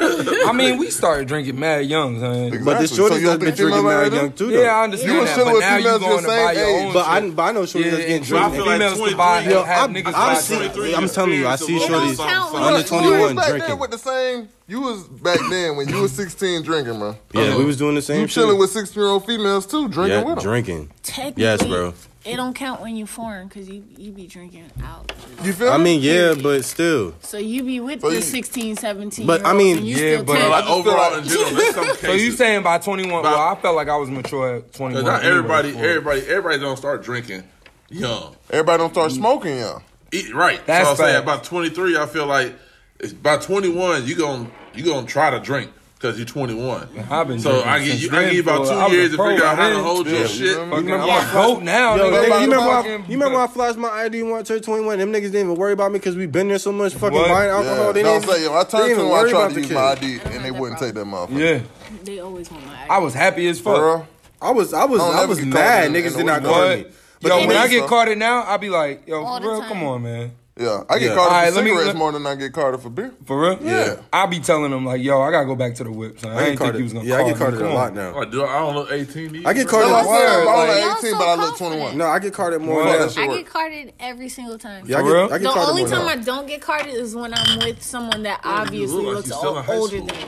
S3: I mean, we started drinking mad young, son.
S1: But this
S5: Exactly. So
S1: shorty
S5: you
S1: has
S5: don't
S1: been
S5: think females
S1: drinking
S5: are
S1: married
S5: like
S1: young
S5: that?
S1: too,
S3: Yeah, I
S1: though.
S3: understand
S5: You was
S3: that,
S5: chilling
S3: but
S5: with
S3: now you
S5: females your
S3: going to buy
S5: same
S3: your
S5: age.
S3: own
S1: But I,
S3: shit.
S1: but I know shorty
S3: Yeah,
S1: that's getting
S3: and I
S1: drunk.
S3: feel
S1: nigga.
S3: like Females to buy-
S1: Yo,
S3: have
S1: I'm,
S3: niggas
S1: I'm,
S3: buy
S1: see-
S3: drinks.
S1: I'm telling you, I see
S2: It don't
S1: shorties
S2: count.
S1: under
S2: Look,
S5: You was
S1: 21
S5: back
S1: drinking.
S5: Then with the same, you was back then when you was 16 drinking, bro.
S1: Yeah, we was doing the same
S5: You
S1: shit.
S5: chilling with 16 year old females too, drinking
S1: yeah,
S5: with them.
S1: drinking.
S2: technically,
S1: Yes, bro.
S2: It don't count when you foreign because you you be drinking out.
S5: You feel
S1: I
S5: me?
S1: mean, yeah, but still.
S2: So you be with
S5: But
S2: the
S5: you-
S2: 16, 17.
S1: But, I
S2: year olds
S1: mean-
S2: and you
S3: Yeah,
S2: still
S3: but
S2: technically-
S4: like
S5: just feel
S4: overall
S5: like-
S4: in general, there's some cases.
S3: So you saying by 21? Well, I felt like I was mature at 21.
S4: Cause not
S3: anyway,
S4: everybody,
S3: before.
S4: everybody, everybody don't start drinking young.
S5: Everybody don't start smoking, yeah.
S4: Eat, right.
S3: That's
S4: so I'm saying
S3: facts.
S4: by 23, I feel like it's by 21, you gon' you gonna try to drink because you're 21.
S3: I've been
S4: so
S3: drinking
S4: I give you
S3: since
S4: I give you
S3: then,
S4: about
S3: so I was
S4: two years
S3: a
S4: to
S3: pro
S4: figure out how to
S3: then.
S4: hold your
S5: Yeah,
S4: shit.
S5: you
S3: Fucking,
S5: remember-
S3: I'm a goat now.
S1: Yo,
S3: nigga.
S1: nigga,
S5: Everybody
S1: you remember, I,
S3: Fucking-
S1: you remember when I flashed my ID when I turned 21? Them niggas didn't even worry about me because we've been there so much fucking
S3: What?
S1: buying alcohol.
S5: yeah.
S1: They
S5: No, I'm
S1: didn't,
S5: saying, yo, I
S1: they didn't
S5: turned
S1: even
S5: 21,
S1: worry
S5: I tried
S1: about
S5: to
S1: the
S5: use
S1: kid.
S5: my ID, and they
S2: that
S5: wouldn't take that motherfucker.
S3: Yeah,
S2: they always want my.
S3: I was happy as fuck.
S5: For real?
S1: I was, I was,
S5: I don't
S1: I
S5: ever
S1: was
S5: get
S1: mad
S5: caught in- in
S1: niggas
S5: the
S1: did not
S5: window.
S1: call
S3: But
S1: me. But
S3: yo,
S1: then
S3: when I
S1: niggas-
S3: get carded now, I be like, yo,
S2: All
S3: for
S2: the
S3: real,
S2: time.
S3: come on, man,
S5: Yeah, I get
S1: Yeah.
S5: carded
S3: All right,
S5: for
S3: let me-
S5: cigarettes
S3: let-
S5: more than I get carded for beer.
S3: for real.
S5: Yeah.
S3: I be telling them like, yo, I gotta go back to the whip. Son. I,
S1: I get
S3: ain't think you was
S1: carded.
S3: gonna.
S1: Yeah, I get
S3: call me.
S1: carded
S3: Come
S1: a
S3: on.
S1: lot now.
S4: I, do, I don't know, 18 years.
S1: I get
S5: That's
S1: carded
S5: what
S1: a lot.
S5: I said. I'm
S3: like-
S5: only 18, but I look 21.
S1: No, I get carded more.
S3: Word.
S1: than
S5: That
S1: that.
S5: shit
S2: I
S5: work.
S2: get carded every single time.
S1: Yeah, I
S3: For real?
S1: get, I get
S2: the
S1: carded
S2: only
S1: more
S2: time
S1: now.
S2: I don't get carded is when I'm with someone that
S4: you
S2: obviously
S4: look like
S2: looks
S4: you still in high
S2: o- older
S4: school.
S2: than me.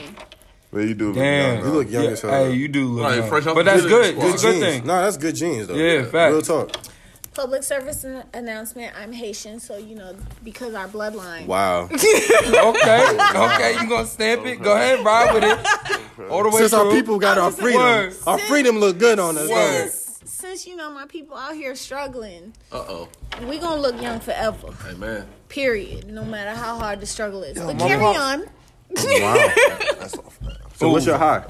S5: Yeah, you do look
S3: Damn.
S5: young,
S1: You
S5: though.
S1: look young as hell.
S3: Hey, you do look
S4: Like,
S3: young.
S4: fresh off
S3: but
S4: the
S3: that's
S4: killing
S3: good.
S4: squad.
S3: It's a good
S1: jeans.
S3: thing.
S1: No, that's good jeans though.
S3: Yeah, fact.
S1: Real talk.
S2: Public service an- announcement: I'm Haitian, so you know because our bloodline.
S1: Wow.
S3: Okay, okay, you gonna stamp it? Go ahead, ride with it. All the way
S1: Since
S3: through.
S1: our people got
S2: I
S1: our
S2: was just-
S1: freedom,
S3: Word.
S1: our
S2: Since-
S1: freedom look good on us. don't it?
S2: Since, since you know my people out here struggling,
S4: Uh oh.
S2: we gonna look young forever.
S4: Hey, man.
S2: Period. No matter how hard the struggle is. but
S5: my
S2: carry
S5: pops-
S2: on.
S1: Wow.
S5: That's off.
S1: So what's your high?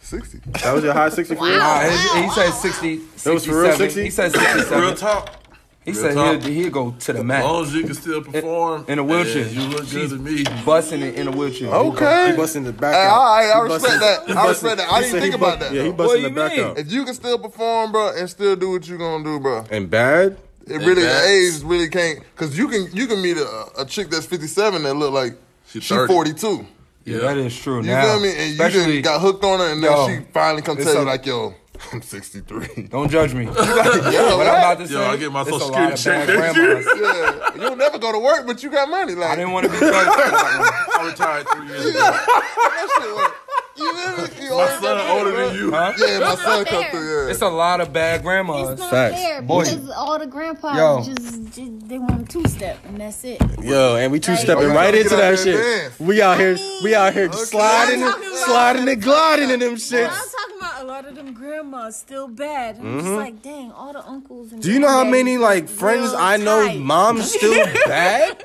S5: 60.
S1: That was your high 64?
S3: Nah, he, he said 60,
S1: It was for real,
S3: 67.
S1: 60?
S3: He said
S4: Real
S3: 67.
S4: talk.
S3: He
S4: Real
S3: said
S4: talk.
S3: he'll, he'll go to the
S4: As
S3: mat.
S4: long as you can still perform
S3: in a wheelchair.
S4: and You look good
S3: She's-
S4: to me.
S3: Busting it in a wheelchair.
S1: Oh.
S5: Okay.
S1: He busting the back
S5: Hey,
S1: out.
S5: all right, I
S1: He
S5: respect
S1: busting-
S5: that.
S1: he
S5: I
S1: busting-
S5: respect that. I
S1: he
S5: didn't
S1: said
S5: think
S1: he
S5: about
S1: bu-
S5: that,
S1: Yeah, he
S5: though.
S1: busting
S3: What
S1: the
S3: you
S1: back
S3: mean?
S1: out.
S5: If you can still perform, bro, and still do what you gonna do, bro,
S1: And bad?
S5: it really
S4: that's-
S5: the age really can't. Cause you can you can meet a, a chick that's fifty seven that look like
S4: She
S5: she
S4: 30.
S5: forty two.
S3: Yeah,
S4: Yeah.
S3: that is true.
S5: You
S3: now,
S5: feel me? And you
S3: especially-
S5: just got hooked on her, and then
S3: Yo,
S5: she finally come
S3: it's
S5: tell you
S3: a-
S5: like, yo, I'm sixty three.
S3: Don't judge me. what
S5: yeah,
S3: I'm
S5: what?
S3: about to say.
S4: Yo, I get my
S3: it's
S4: Social
S3: a lot of
S4: Security
S3: bad
S4: check next
S3: grandmas.
S5: yeah, you'll never go to work, but you got money. Like
S3: I didn't want to be judged.
S4: I retired three years ago.
S5: that shit. Like, you feel me?
S4: My
S5: You always
S4: son
S5: got money,
S4: older
S5: bro.
S4: than you.
S5: Yeah, my son come
S2: fair.
S5: through. Yeah.
S3: It's a lot of bad
S2: It's
S3: grandmas.
S2: not
S1: Facts.
S2: fair
S3: Boy.
S2: because all the grandpas
S3: Yo.
S2: just, just they want two step and that's it.
S1: Yo, and we two stepping
S5: Like-
S1: right
S5: Get
S1: into
S5: out
S1: that
S5: there
S1: shit.
S5: dance.
S1: We out here, we out here sliding,
S2: I'm talking about-
S1: sliding and gliding in them
S2: I'm
S1: shits.
S2: talking about a lot of them grandmas still bad. I'm just like, dang, all the uncles and
S1: Do you know how many
S2: granddaddies
S1: like
S2: is
S1: friends
S2: real
S1: I know
S2: tight.
S1: mom's still bad?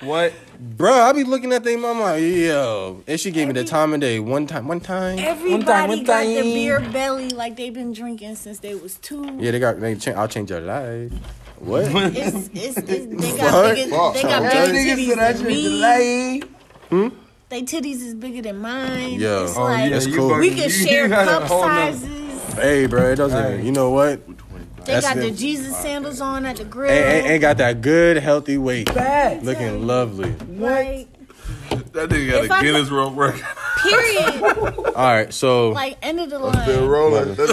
S4: What?
S1: Bro, I be looking at they mama. like, Yo, and she gave me the time of day one time, one time.
S2: Everybody
S4: one
S2: got
S4: time.
S2: the beer belly like they've been drinking since they was two.
S1: Yeah, they got. They change, I'll change your life. What?
S2: It's, it's, it's, they got bigger,
S5: Fuck.
S2: they got
S5: Fuck.
S2: bigger
S3: Niggas
S2: titties
S3: said I
S2: than
S3: drink the
S2: me.
S3: light.
S2: They titties is bigger than mine.
S1: Yeah.
S2: It's
S1: Oh,
S2: like,
S1: yeah. That's
S4: you
S1: cool.
S4: fucking-
S2: we
S4: you-
S2: can
S4: you
S2: share
S4: got a
S2: cup
S4: whole nother-
S2: sizes.
S1: hey, bro, it doesn't. You know what?
S2: They
S1: That's
S2: got the
S1: it.
S2: Jesus sandals on at the grill.
S1: Ain't, ain't, ain't got that good healthy weight.
S3: Facts.
S1: Looking lovely.
S2: like,
S4: That nigga
S2: If
S4: got
S2: I
S4: a Guinness
S2: look-
S4: World Record.
S2: period.
S1: All right, so
S2: like, end of the
S5: Still
S2: line.
S5: rolling. That's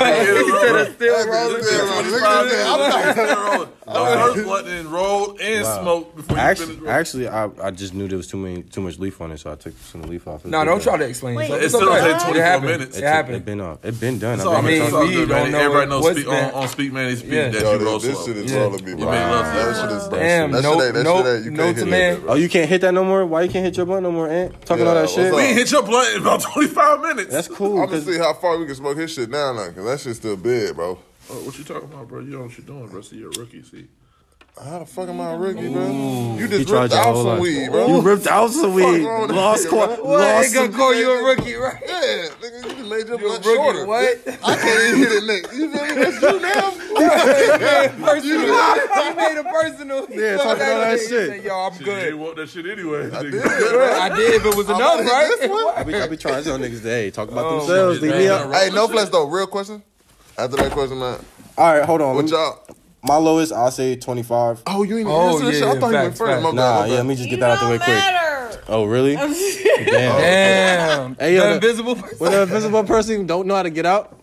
S5: rolling.
S4: Still
S5: rolling. Still rolling. Look at that. I'm
S4: rolling. Still rolling. The first one is rolled and
S1: Wow.
S4: smoked before you finish
S1: actually,
S4: rolling.
S1: actually, I, I just knew there was too many too much leaf on it, so I took some leaf off.
S3: No, don't try to explain.
S2: Wait.
S3: so
S2: It
S3: it's
S4: still
S3: okay.
S4: take 24
S3: happened.
S4: minutes.
S3: It
S4: It
S1: It
S3: happened.
S1: been off. It been done.
S4: It's
S1: I've
S4: all
S1: been
S4: good.
S1: here
S4: It's
S1: talking-
S4: all
S3: we
S4: good,
S3: don't
S4: man.
S3: know
S4: Everybody
S3: it.
S4: knows
S3: What's
S4: speak on,
S3: that?
S4: on speak man. He speak
S3: Yeah.
S4: that
S5: Yo,
S4: you
S5: this-
S4: roll
S5: this
S4: slow.
S5: shit is
S1: Yeah.
S5: rolling me.
S4: made
S5: wild.
S4: love to
S5: That
S4: that.
S5: shit is
S3: Damn,
S5: That
S3: no-
S5: shit ain't- that
S3: no-
S5: shit ain't- you
S3: no
S5: can't
S3: to
S5: hit
S3: man.
S5: that, bro.
S1: Oh, you can't hit that no more. Why you can't hit your blunt no more? Ant talking all
S5: Yeah,
S1: that
S5: what's
S1: shit.
S5: up?
S4: We ain't hit your blunt in about 25 minutes.
S1: That's cool.
S5: I'm gonna
S1: 'cause-
S5: see how far we can smoke his shit now, like, cause that shit's still big, bro.
S4: Oh, what you talking about, bro? You know what you doing, bro. See, you're a rookie. See,
S5: How the fuck am I a rookie, bro?
S1: He
S5: You just
S1: tried
S5: ripped
S1: your
S5: out
S1: whole
S5: some
S1: life.
S5: weed, bro.
S1: You ripped out some weed.
S5: wrong with that
S1: Lost
S5: nigga,
S1: qua-
S5: bro?
S3: What? They
S1: lost.
S3: gonna
S1: some-
S3: call you a rookie, right?
S5: Yeah, nigga, you just made your
S3: You a
S5: blood
S3: rookie?
S5: shorter.
S3: What?
S5: I can't even hit it, nigga. You feel me? That's you now.
S3: Personal. You made a personal.
S1: Yeah, talking all that
S3: He
S1: shit.
S3: said, Yo, I'm
S4: Shit, you
S3: good.
S4: ain't want that shit anyway.
S5: I did.
S4: nigga.
S5: bro.
S3: I did if it was
S5: I'm
S3: enough,
S5: gonna hit this
S3: right?
S5: one.
S1: I be, I be trying to tell niggas today. Talk about
S3: Oh,
S1: themselves. Leave me up.
S4: Man,
S5: Hey, no flex though. Real question. After that question, man.
S1: All right, hold on.
S5: What
S1: Let me-
S5: y'all?
S1: My lowest, I'll say twenty five.
S5: Oh, you ain't even
S3: Oh,
S5: answer this
S3: yeah,
S5: shit. I thought you went
S3: facts,
S5: first. My
S3: facts.
S5: bad,
S1: Nah,
S5: my
S1: yeah. Let
S5: bad.
S1: me just get that out the way quick.
S2: matter.
S1: Oh, really? Damn.
S3: Damn.
S1: Hey, yo,
S3: the
S1: the-
S3: invisible person.
S1: When an invisible person don't know how to get out.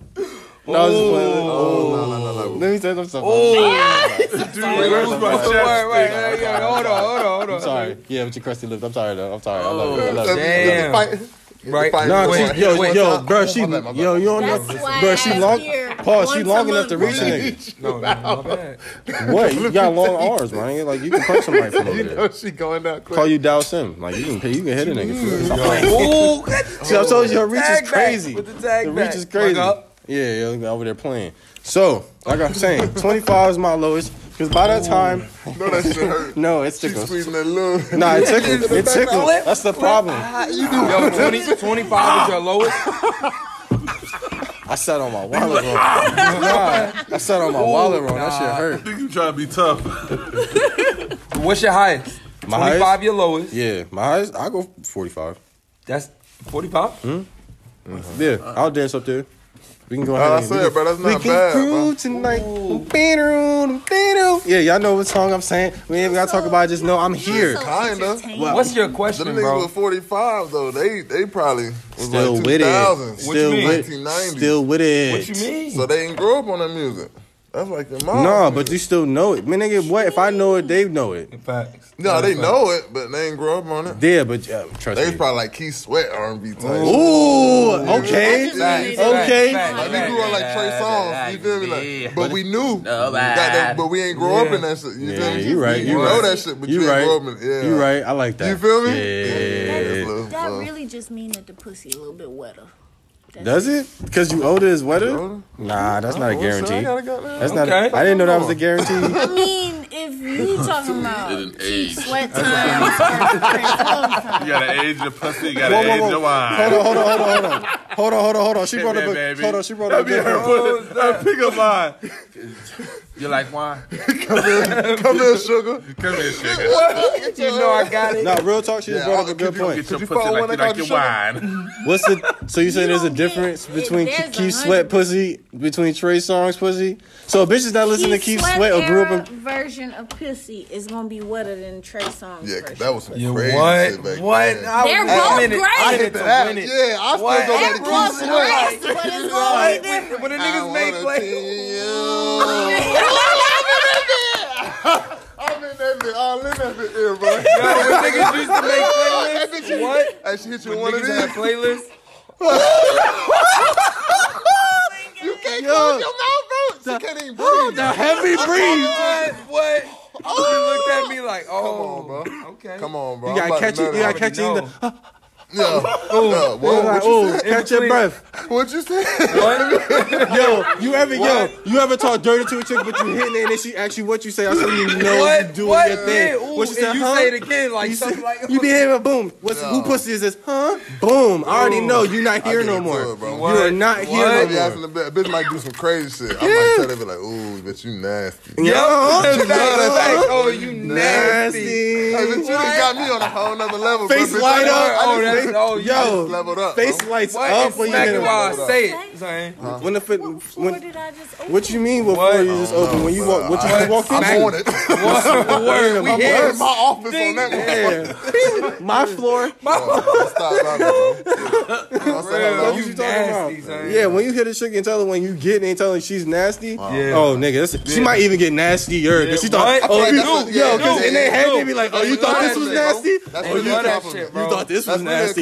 S1: No, I was just playing.
S5: Oh, no, no, no, no.
S1: Let me say something. Oh,
S4: Dude, where's my
S3: Don't worry,
S4: chest?
S3: right, right, yeah, Hold on, hold on, hold on.
S1: I'm sorry. Yeah, with your crusty lips. I'm sorry though. I'm sorry. I love it. I love
S5: Let
S1: it.
S5: me-
S3: Damn.
S5: let me fight. Let me
S3: Right.
S5: fight.
S1: Nah,
S5: Come
S1: she,
S5: on,
S1: yo,
S5: hit it
S1: yo,
S5: one
S1: bro,
S5: time.
S1: she,
S5: My bad, my bad.
S1: yo, you don't know,
S2: That's why
S1: bro, she
S2: I
S1: long,
S2: appear
S1: pause, she
S2: once
S1: long
S2: a
S1: enough to
S2: month.
S1: reach a nigga.
S3: No, no, my bad.
S1: What? You got long arms, man. Like you can punch somebody from over
S5: You know
S1: there.
S5: she going out quick.
S1: Call you Dow Sim. Like you can, you can hit a nigga. For this.
S3: Ooh,
S1: See, I told you her reach
S3: Tag
S1: is
S3: back.
S1: crazy.
S3: With the tag
S1: reach
S3: back.
S1: is crazy.
S3: Fuck
S1: Yeah,
S3: up.
S1: yeah, look over there playing. So, like I'm saying, 25 is my lowest. Cause by that time,
S5: No, that shit hurt.
S1: no, it's
S5: She's
S1: tickles.
S5: squeezing that little.
S1: Nah, it tickles. It tickles. That's the problem.
S3: Yo, 20, 25 is your lowest?
S1: I sat on my wallet wrong. Nah, I sat on my wallet wrong. That shit
S3: nah.
S1: hurt.
S4: Think you trying to be tough?
S3: What's your highest?
S1: My
S3: 25
S1: highest?
S3: your lowest.
S1: Yeah, my highest, I go 45.
S3: That's 45?
S5: Mm.
S1: Yeah, I'll dance up there. We can go ahead.
S5: I
S1: and-
S5: said,
S1: we can-
S5: bro, that's
S1: we
S5: not
S1: can
S5: bad,
S1: cruise
S5: bro.
S1: tonight. Beetroom, beetroom. Yeah, y'all know what song I'm saying. We ain't gotta talk about. it. Just know I'm here.
S2: So
S5: Kinda.
S2: entertaining.
S1: Well,
S3: What's your
S5: The
S3: question,
S5: niggas
S3: bro?
S5: with 45 though, they they probably was
S1: Still
S5: like
S1: with
S5: 2000s.
S1: it. Still
S3: mean?
S1: with.
S5: 1990s.
S1: Still with it.
S3: What you mean?
S5: So they ain't grow up on that music. That's like your mom.
S1: No, but you still know it, man. Nigga, what if I know it? They know it.
S3: Facts.
S5: no, they know it, but they ain't grow up on it.
S1: Yeah, but uh, trust
S5: They was
S1: me.
S5: probably like Keith Sweat R&B type.
S1: Ooh,
S2: I
S1: okay.
S2: just really
S3: Facts,
S2: don't-
S1: Okay.
S3: facts,
S5: Like
S3: facts,
S5: we grew up like Trey Songz, you feel me? Like, but we knew, that, that- but we ain't grow up in that shit. You
S1: Yeah,
S5: feel me?
S1: you right, you
S5: know
S1: right.
S5: that shit, but
S1: You
S5: you, ain't
S1: right.
S5: grow up in it. Yeah.
S1: You right. I like that.
S5: You feel me?
S1: Yeah. Eh.
S5: That's little-
S2: That
S5: little-
S2: really just means that the pussy a little bit wetter. That's
S1: Does it? Because you older is wetter?
S5: older?
S1: Nah, that's not a
S5: Oh, shit, I
S1: guarantee.
S5: gotta go there.
S1: That's not. I
S3: Okay.
S1: I didn't know that was a guarantee.
S2: I mean, if you talking about
S4: Didn't age.
S2: sweat time,
S4: You gotta age your pussy. You gotta
S1: Whoa, whoa,
S4: age
S1: whoa.
S4: your wine.
S1: Hold on, hold on, hold on, hold on. Hold on, hold on, hold on. She
S4: Hey,
S1: wrote a
S4: man,
S1: book.
S4: baby.
S1: Hold on, she wrote a
S4: That'd be her
S1: book.
S4: put that pickup line. You like wine?
S5: Come here, sugar.
S4: Come here, sugar.
S3: You know I got it.
S1: Nah, real talk. She just
S5: Yeah,
S1: brought up
S5: I'll-
S1: a good
S5: could you
S1: point.
S4: Get your
S5: you
S4: pussy
S5: follow
S4: like
S5: one
S4: you
S5: that
S4: like your
S5: got
S4: wine.
S1: What's the? So you say
S2: You
S1: there's a
S2: don't get-
S1: difference
S2: if
S1: between
S2: there's
S1: Ke-
S2: a
S1: Keith
S2: hundred-
S1: Sweat pussy between Trey Songz pussy? So bitches that listen to Keith Sweat or grew up in
S2: version of pussy is gonna be wetter than Trey Songz.
S5: Yeah, 'cause
S2: version.
S5: that was some
S3: You
S5: crazy
S3: what?
S5: shit back
S3: What?
S5: then.
S3: I
S2: They're
S3: was-
S2: both
S3: I did it- I
S2: great.
S3: did it to
S5: That-
S3: win it.
S5: Yeah, I still
S3: What?
S5: go back
S2: They're
S5: to
S2: both
S5: Keith
S2: great,
S5: Sweat.
S2: but it's gonna be different.
S3: When the
S5: I
S3: niggas
S5: wanna
S3: make play.
S5: see you. I'm in that bit. I'm in that bit, yeah, bro.
S3: Yo, when niggas used to make playlists. What?
S5: Hey, she hit you
S3: When
S5: with one of
S3: niggas had
S5: these.
S3: playlists.
S5: You can't close your mouth, bro. She can't even breathe.
S1: the heavy breeze.
S3: What? What? You looked at me like,
S5: Come on,
S3: oh,
S5: bro.
S3: okay.
S5: Come on, bro.
S1: You
S5: I'm
S1: gotta
S5: about
S1: catch
S5: to
S1: it. You gotta
S5: nut.
S1: catch it. in
S3: know.
S1: the-
S5: Yeah. yeah. Whoa,
S1: Like,
S5: what you
S1: oh,
S5: said?
S1: catch your breath.
S5: What you said?
S1: Yo, you ever yo, you ever talk dirty to a chick, but you hitting it and then she asks you what you say? I said you know you
S3: What?
S1: doing
S3: What?
S1: your thing.
S3: Yeah, ooh,
S1: what
S3: and you say it again, like
S1: you
S3: something
S1: said-
S3: like-
S1: you be hearing boom. What's who
S5: No.
S1: pussy is this? Huh? Boom. I already know you're not here
S5: get
S1: no
S5: into
S1: more.
S5: it, bro.
S1: you
S5: What?
S1: are not here
S5: I
S1: no
S5: be
S1: more.
S5: asking the bitch, bitch might do some crazy shit. I might tell her, be like, ooh, bitch, you nasty.
S1: Yo,
S3: Back,
S1: yo,
S3: back. Oh, you nasty.
S1: nasty.
S5: Hey, bitch, you done got me on a whole nother level. bro.
S1: Face
S5: Bitch,
S1: light
S5: I-
S1: up.
S5: I
S3: Oh,
S5: just-
S3: that's oh, you
S5: I just
S1: Yo,
S5: leveled up.
S1: face
S5: bro.
S1: lights
S3: What?
S1: up
S3: Up
S1: when you
S3: smack
S1: hit
S3: it
S1: it.
S3: while
S5: Hold
S3: I
S5: up.
S3: say it. Son.
S1: When the foot,
S2: What floor
S1: when,
S2: did I just open?
S1: what you mean? What
S3: What?
S1: floor you just open? When you walk, what you
S5: I-
S1: just walk in?
S5: I'm on it.
S3: Word, word. We
S1: I'm
S5: I'm
S3: here.
S5: in my office
S3: Ding.
S5: on that one.
S1: Yeah. My floor.
S5: Stop, stop, bro. I said hello.
S1: What
S3: You
S1: you talking about?
S3: nasty, son.
S1: Yeah, when you hit a chick and tell her when you get and tell her she's nasty,
S3: Yeah.
S1: oh nigga, that's, she might even get nastier because she
S3: Yeah,
S1: thought,
S3: what?
S1: oh,
S5: I
S1: you,
S5: thought that's
S1: yo,
S5: what-
S1: because
S5: yeah,
S1: in their
S5: yeah,
S1: head
S3: yeah.
S1: they be like, oh, you
S5: That's
S1: thought
S5: really
S1: this was
S5: a compliment,
S1: nasty?
S5: bro. That's
S1: Oh,
S5: really
S1: you
S5: a
S3: love that
S1: thought,
S5: compliment,
S3: shit,
S5: bro.
S1: you thought this was
S5: That's really a
S1: nasty?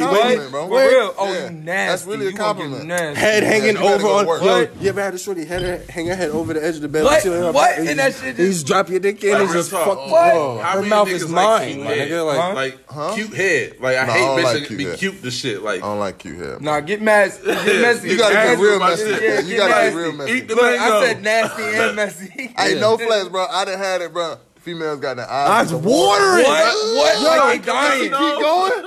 S1: What?
S5: compliment.
S3: What?
S5: Wait,
S3: For
S5: bro.
S3: real? Oh,
S5: Yeah.
S3: you nasty.
S5: That's really a
S3: You gonna get
S5: compliment.
S3: nasty.
S1: Head hanging
S5: you better
S1: over
S5: go
S1: on.
S5: work.
S1: Yo,
S3: What?
S1: you ever had a shorty head hang her head over the edge of the bed?
S3: What?
S1: like, she like,
S3: What?
S1: oh,
S3: And that shit
S1: you
S3: just-
S1: just drop your dick in and
S4: Real
S1: just
S4: talk.
S1: fuck.
S3: What?
S1: Oh,
S4: How
S1: Her
S4: many
S1: mouth
S4: niggas
S1: is
S4: like
S1: mine,
S4: cute
S1: my
S4: head?
S1: nigga. Like,
S4: Like cute head. Like I
S5: Nah, I
S4: hate
S5: don't
S4: bitches
S5: like
S4: that
S5: cute
S4: be
S5: head.
S4: cute to shit. Like
S5: I don't like you here.
S3: Nah, get messy. Get messy.
S5: You gotta get
S3: Nasty.
S5: real
S4: about
S5: messy.
S4: shit.
S3: Yeah,
S5: you
S3: get
S5: gotta
S3: nasty.
S5: get real messy.
S4: eat the
S3: Look, I
S4: mango.
S3: said nasty and messy.
S5: Ain't no flesh, bro. I done had it, bro. Females got their
S1: eyes
S5: eyes.
S1: watering.
S3: What? What? Like, they dying.
S5: Keep going.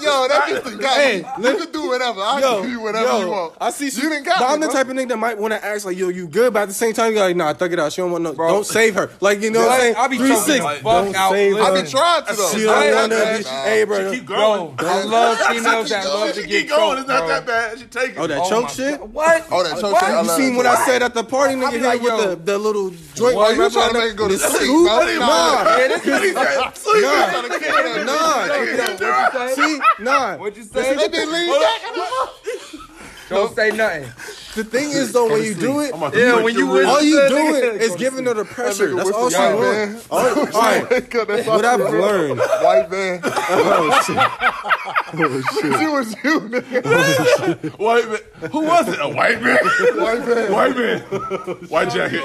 S5: Yo, that just done got
S1: Hey,
S5: me. You can do whatever. I
S1: Yo,
S5: can do whatever
S1: yo,
S5: you want.
S1: I see. She,
S5: You done got
S1: but
S5: me,
S1: I'm the
S5: bro.
S1: type of nigga that might want to ask like, yo, you good? But at the same time, you're like, nah, thug it out. She don't want no. Don't save her. Like you know what I'm
S3: Like,
S1: saying?
S3: I be
S1: Three
S3: choking
S1: six.
S4: the fuck
S1: Don't
S3: out.
S1: save
S3: Listen.
S5: I
S1: her.
S5: been trying to though.
S1: She
S5: I
S1: don't
S5: ain't
S1: want
S5: got
S1: to be.
S5: that.
S1: Hey, bro.
S4: keep
S3: Bro,
S4: going.
S3: I love females that
S5: going.
S3: love
S5: She
S3: to get
S4: Keep going. It's
S3: choked.
S4: not
S3: bro.
S4: that bad. She take it.
S1: Oh, that
S3: Oh
S1: choke
S3: my
S1: shit.
S3: God. What?
S5: Oh, that choke
S3: What?
S5: shit, I
S1: You
S5: love
S1: seen
S5: it.
S1: what I said at the party,
S3: I
S1: nigga?
S3: be
S1: Here
S3: like,
S1: with
S3: yo.
S1: the, the little joint.
S5: Why you
S1: wrapped
S5: trying to
S1: around
S5: make it go to
S1: the
S5: sleep,
S1: scoop?
S5: bro?
S1: Nah,
S5: Nah.
S3: Yeah, this is
S1: nah,
S5: Nah.
S1: nah. See, nah.
S3: What'd you
S1: That's-
S3: say?
S5: They been leaning back.
S3: Don't say nothing.
S1: The thing is, though, when you do it,
S3: Yeah, when you win,
S1: all you
S3: that
S1: doing
S3: nigga-
S1: is giving her the pressure. That's all she
S5: Y'all,
S1: wants. All all right. What I've learned.
S5: White man.
S1: Oh, shit. Oh,
S5: She was you, nigga.
S4: White man. Who was it? A white man.
S5: White man.
S4: White man. White jacket.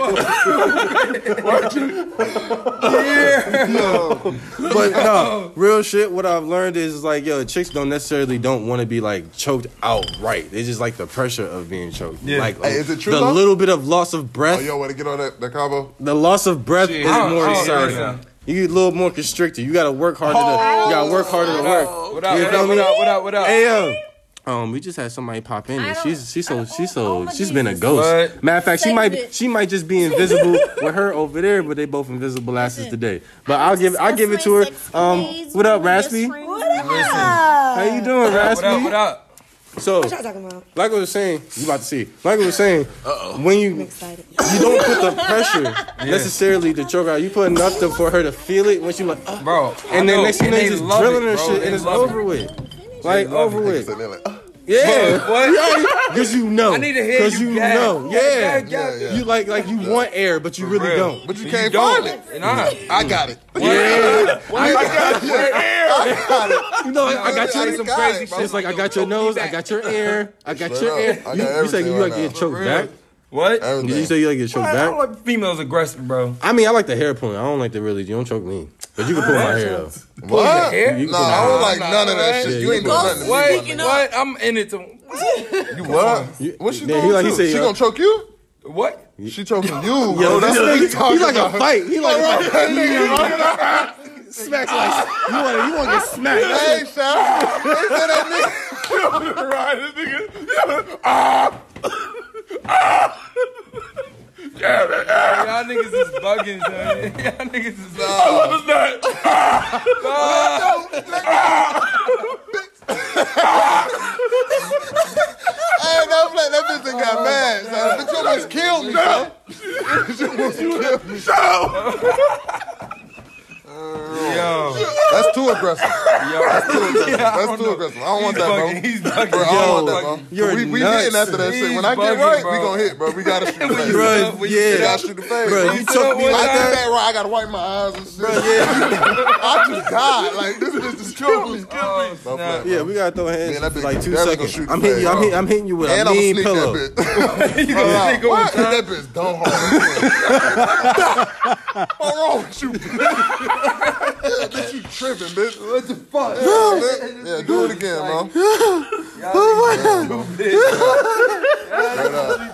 S1: But no, real shit. What I've learned is like, yo, chicks don't necessarily don't want to be like choked outright. They just like the pressure of being choked. Yeah. Like
S5: Hey, is it true,
S1: the
S5: though?
S1: little bit of loss of breath.
S5: Oh, yo, want to get on that, that combo?
S1: The loss of breath is
S3: I don't-
S1: more
S3: I don't
S1: exciting.
S3: think so.
S1: You get a little more constricted. You gotta work harder. to, you gotta work harder to
S5: Oh,
S1: work.
S3: What up?
S1: You
S3: What
S1: feel
S3: up?
S1: me?
S3: What up? What up? What up?
S1: Hey yo. Um, we just had somebody pop in.
S2: I
S1: And
S2: don't-
S1: she's she's so
S2: I-
S1: she's
S2: all- all
S1: so
S2: my
S1: she's been a
S2: business
S1: ghost.
S3: is-
S1: Matter of fact, she
S2: Save
S1: might
S2: it.
S1: she might just be invisible with her over there, but they both invisible asses today. But I'll give I'll give it to her. Um, what up, Raspy? How you doing,
S3: What up? What
S1: Raspy?
S3: up?
S1: So,
S6: What y'all talking about?
S1: like I was saying, you about to see. Like I was saying, when you
S6: I'm excited.
S1: you don't put the pressure necessarily to choke her out. You put enough to, for her to feel it once you like, uh,
S3: Bro. I
S1: and then
S3: know.
S1: next thing you know,
S3: they
S1: you just
S3: love
S1: drilling
S3: it,
S1: her
S3: bro.
S1: shit,
S3: They
S1: and it's
S3: love it.
S1: over with. Like
S3: love
S1: over with,
S5: So they're like, oh,
S1: yeah.
S3: What?
S1: Cause you know,
S3: I need to hear
S1: cause
S3: you
S1: you
S3: gag.
S1: know,
S3: Yeah,
S1: yeah.
S3: gag, gag,
S5: Yeah, yeah.
S1: You like like you want air, but you really
S3: real.
S1: don't.
S5: but you can't
S3: Don't.
S5: find it.
S3: And I.
S5: I got it.
S1: Yeah,
S5: I got it.
S1: you know, I, I got
S5: I
S1: your.
S5: got
S3: some
S5: it,
S3: crazy
S5: bro.
S3: shit.
S1: It's like I got your nose, I got your air, I got your
S5: Straight
S1: air.
S5: up. I
S1: You,
S5: got
S1: you say
S5: everything
S1: you like
S5: right
S1: get
S5: now.
S1: choked
S3: For
S1: back?
S3: real.
S1: Did you
S3: What?
S1: say
S5: Everything.
S1: you like get choked
S3: Man, I don't
S1: back?
S3: like females aggressive, bro.
S1: I mean, I like the hair point. I don't like the really. You don't choke me, but you can pull my hair though.
S3: You
S5: What?
S3: can
S5: Nah,
S3: put
S5: I
S3: your
S5: don't
S3: hair
S5: like
S3: up.
S5: none of that
S3: Yeah,
S1: you
S5: shit. You ain't
S1: can
S5: doing
S1: put
S5: nothing.
S3: What?
S2: Speaking up.
S3: What? I'm in it to.
S5: You what? What she
S1: Yeah, he
S5: going
S1: like
S5: to?
S1: he said,
S5: she
S1: yo.
S5: gonna choke you?
S3: What?
S5: She choking you.
S1: Yo,
S5: bro.
S1: this
S5: That's what you
S1: nigga,
S5: talking
S1: he like a
S5: about.
S1: fight. He like a
S5: That nigga,
S1: smacks like you want you want to get smacked.
S5: hey, shout. They said that nigga.
S4: right, this nigga. Yeah. Ah. Ah. Yeah, that
S3: Y'all
S4: ah.
S3: niggas is bugging, son. Y'all niggas is bugging.
S4: I love his nut.
S5: I ain't no play. That bitch done got mad. So bitch, you almost killed me. son.
S4: Shut up.
S3: Yo,
S5: That's too
S3: yo,
S5: aggressive. That's too aggressive. I don't want that, bro.
S3: bugging. He's bugging.
S5: Bro, I don't want that,
S3: Yo,
S5: bro.
S1: you're
S5: we we
S1: nuts.
S5: hitting after that shit. When I get
S3: He's
S5: right,
S3: bugging,
S5: we
S3: bro.
S5: gonna hit, bro. We gotta shoot the face.
S3: Bro,
S1: Bruh,
S5: We
S3: When you sit
S1: yeah,
S5: gotta shoot the face.
S1: Bruh,
S5: bro.
S1: you
S5: I
S1: choked me
S5: did
S1: like that.
S5: that right. I gotta wipe my eyes and shit. I just died. Like this bitch just killed me.
S3: Oh,
S5: flag. Throw a flag.
S1: Yeah, we gotta throw hands
S5: Man, that
S1: for
S5: bitch
S1: like two
S5: definitely gonna
S1: seconds.
S5: shoot
S1: I'm
S5: the
S1: hitting you.
S5: flag,
S1: I'm, hit,
S5: yo.
S1: I'm hitting you with a
S5: And I'm gonna
S1: mean
S5: sneak
S1: pillow.
S5: that bitch.
S3: You gonna sneak
S5: Why
S3: on
S5: is
S3: time?
S5: that bitch dumb hard? What's wrong with you? yeah, bitch, you tripping, bitch.
S3: What the fuck?
S5: Yeah, yeah, do it again, man.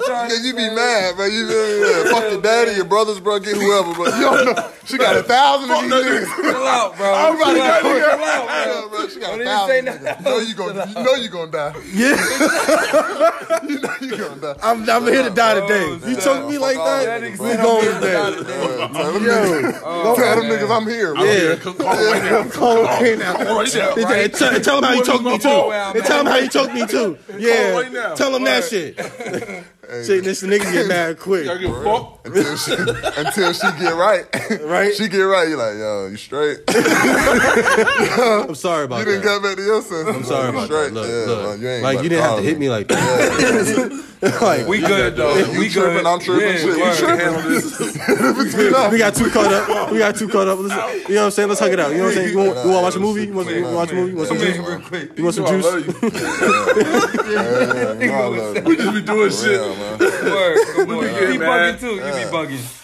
S5: Yeah, you be mad, man. You yeah, yeah. fuck your daddy, your brothers, bro, get whoever, bro. You don't know. She got a thousand of these niggas.
S3: Chill out, bro. I'm
S5: about to
S3: out,
S5: go.
S3: Chill out, bro.
S5: Yeah, bro, she got
S3: Don't
S5: a
S3: even say
S5: thousand. niggas. You know you gonna, you know you gonna die. you know you gonna die.
S1: I'm, I'm here to die today.
S5: Oh,
S1: you
S5: nah,
S1: took me
S5: fuck
S1: like
S5: all
S1: that,
S5: that
S1: we
S5: niggas.
S1: going today.
S5: Yeah, tell them
S1: Yo, Oh,
S5: niggas, tell them niggas I'm here. Bro.
S1: yeah.
S4: Come on, right now.
S1: Call right now.
S4: Come on, right now.
S1: They tell- Tell, tell him how you
S4: What
S1: choked
S4: is my
S1: me
S4: ball
S1: too.
S3: out,
S1: They tell him how you choked me too. Yeah,
S4: right now.
S1: tell him that shit. Shit, this nigga get mad quick.
S4: Y'all get fucked.
S5: Until she, until she get right,
S1: Right?
S5: She get right. You like, yo, you straight.
S1: I'm sorry about
S5: You didn't
S1: that.
S5: come back to your senses. I'm
S1: Sorry about that. Look, look.
S5: you ain't
S1: like
S5: about
S1: you didn't have
S5: call
S1: to hit me like that. like
S3: We good though.
S5: You
S3: we
S5: tripping,
S3: good.
S5: I'm tripping,
S3: Yeah,
S5: shit, you
S3: word.
S5: tripping.
S3: Handle this.
S1: we got too caught up. We got too caught up. Listen, you know what I'm saying? Let's hug it out. You know what I'm saying? You want, you want to watch a movie? You want to watch a movie? You want some
S3: Come
S1: juice?
S3: here real quick.
S1: You want some
S4: You know I
S1: juice?
S4: love you.
S5: Yeah, you know I love you.
S4: We just be doing shit.
S5: Yeah, man.
S3: Word. Come on. You be
S4: man.
S3: bugging too. You be bugging.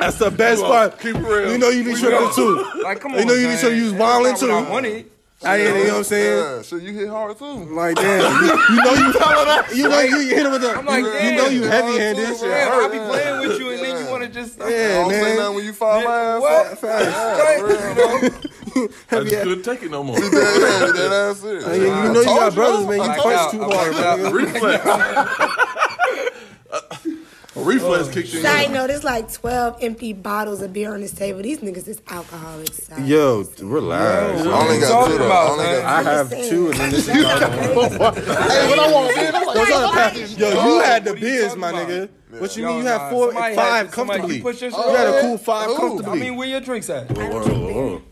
S1: That's the best part.
S4: Keep it real.
S1: You know you be tripping too.
S3: Like, come on.
S1: You know you be
S3: man.
S1: tripping. You was wilding
S3: That's not what I
S1: too.
S3: wanted.
S1: I hear you. You know what I'm saying?
S5: Yeah, shit, you hit hard too.
S1: Like damn, you, you know you You know you hit him with the.
S3: I'm like,
S1: you, you
S3: damn.
S1: know you heavy
S5: This
S1: handed.
S5: shit
S3: Damn, I be
S5: hurt.
S3: playing with you and then you want to just.
S1: Yeah,
S5: Don't say nothing
S1: man.
S5: when you fall my ass.
S3: What?
S5: off.
S3: Right? You know?
S4: I just couldn't take it no more.
S5: Beat that, yeah, beat that ass serious.
S1: Hey, you know you got brothers, man.
S5: I
S1: You
S5: told
S1: punch
S3: you.
S1: too
S3: I
S1: hard,
S3: blacked out.
S1: nigga.
S4: Reflex. A reflex kicked in.
S6: Side note, it's like 12 empty bottles of beer on this table. These niggas is alcoholics. so-
S1: Yo, relax.
S5: I only got
S3: Talking
S5: two though.
S3: about,
S5: I only
S3: man.
S5: got
S1: I have two, and then this is
S5: two. Hey, what I want, man? I'm like,
S1: Those are the pack- Yo, you
S5: Oh,
S1: had the
S3: what are you
S1: beers,
S3: talking
S1: my
S3: about?
S1: nigga. What you
S3: Yo,
S1: mean? You had
S3: nah,
S1: four,
S3: somebody
S1: five
S3: had- somebody-
S1: comfortably.
S3: you push your shit
S1: You had a
S3: up.
S1: cool five
S5: Ooh, I
S3: I
S1: comfortably.
S3: mean, where your drinks at?
S6: Word,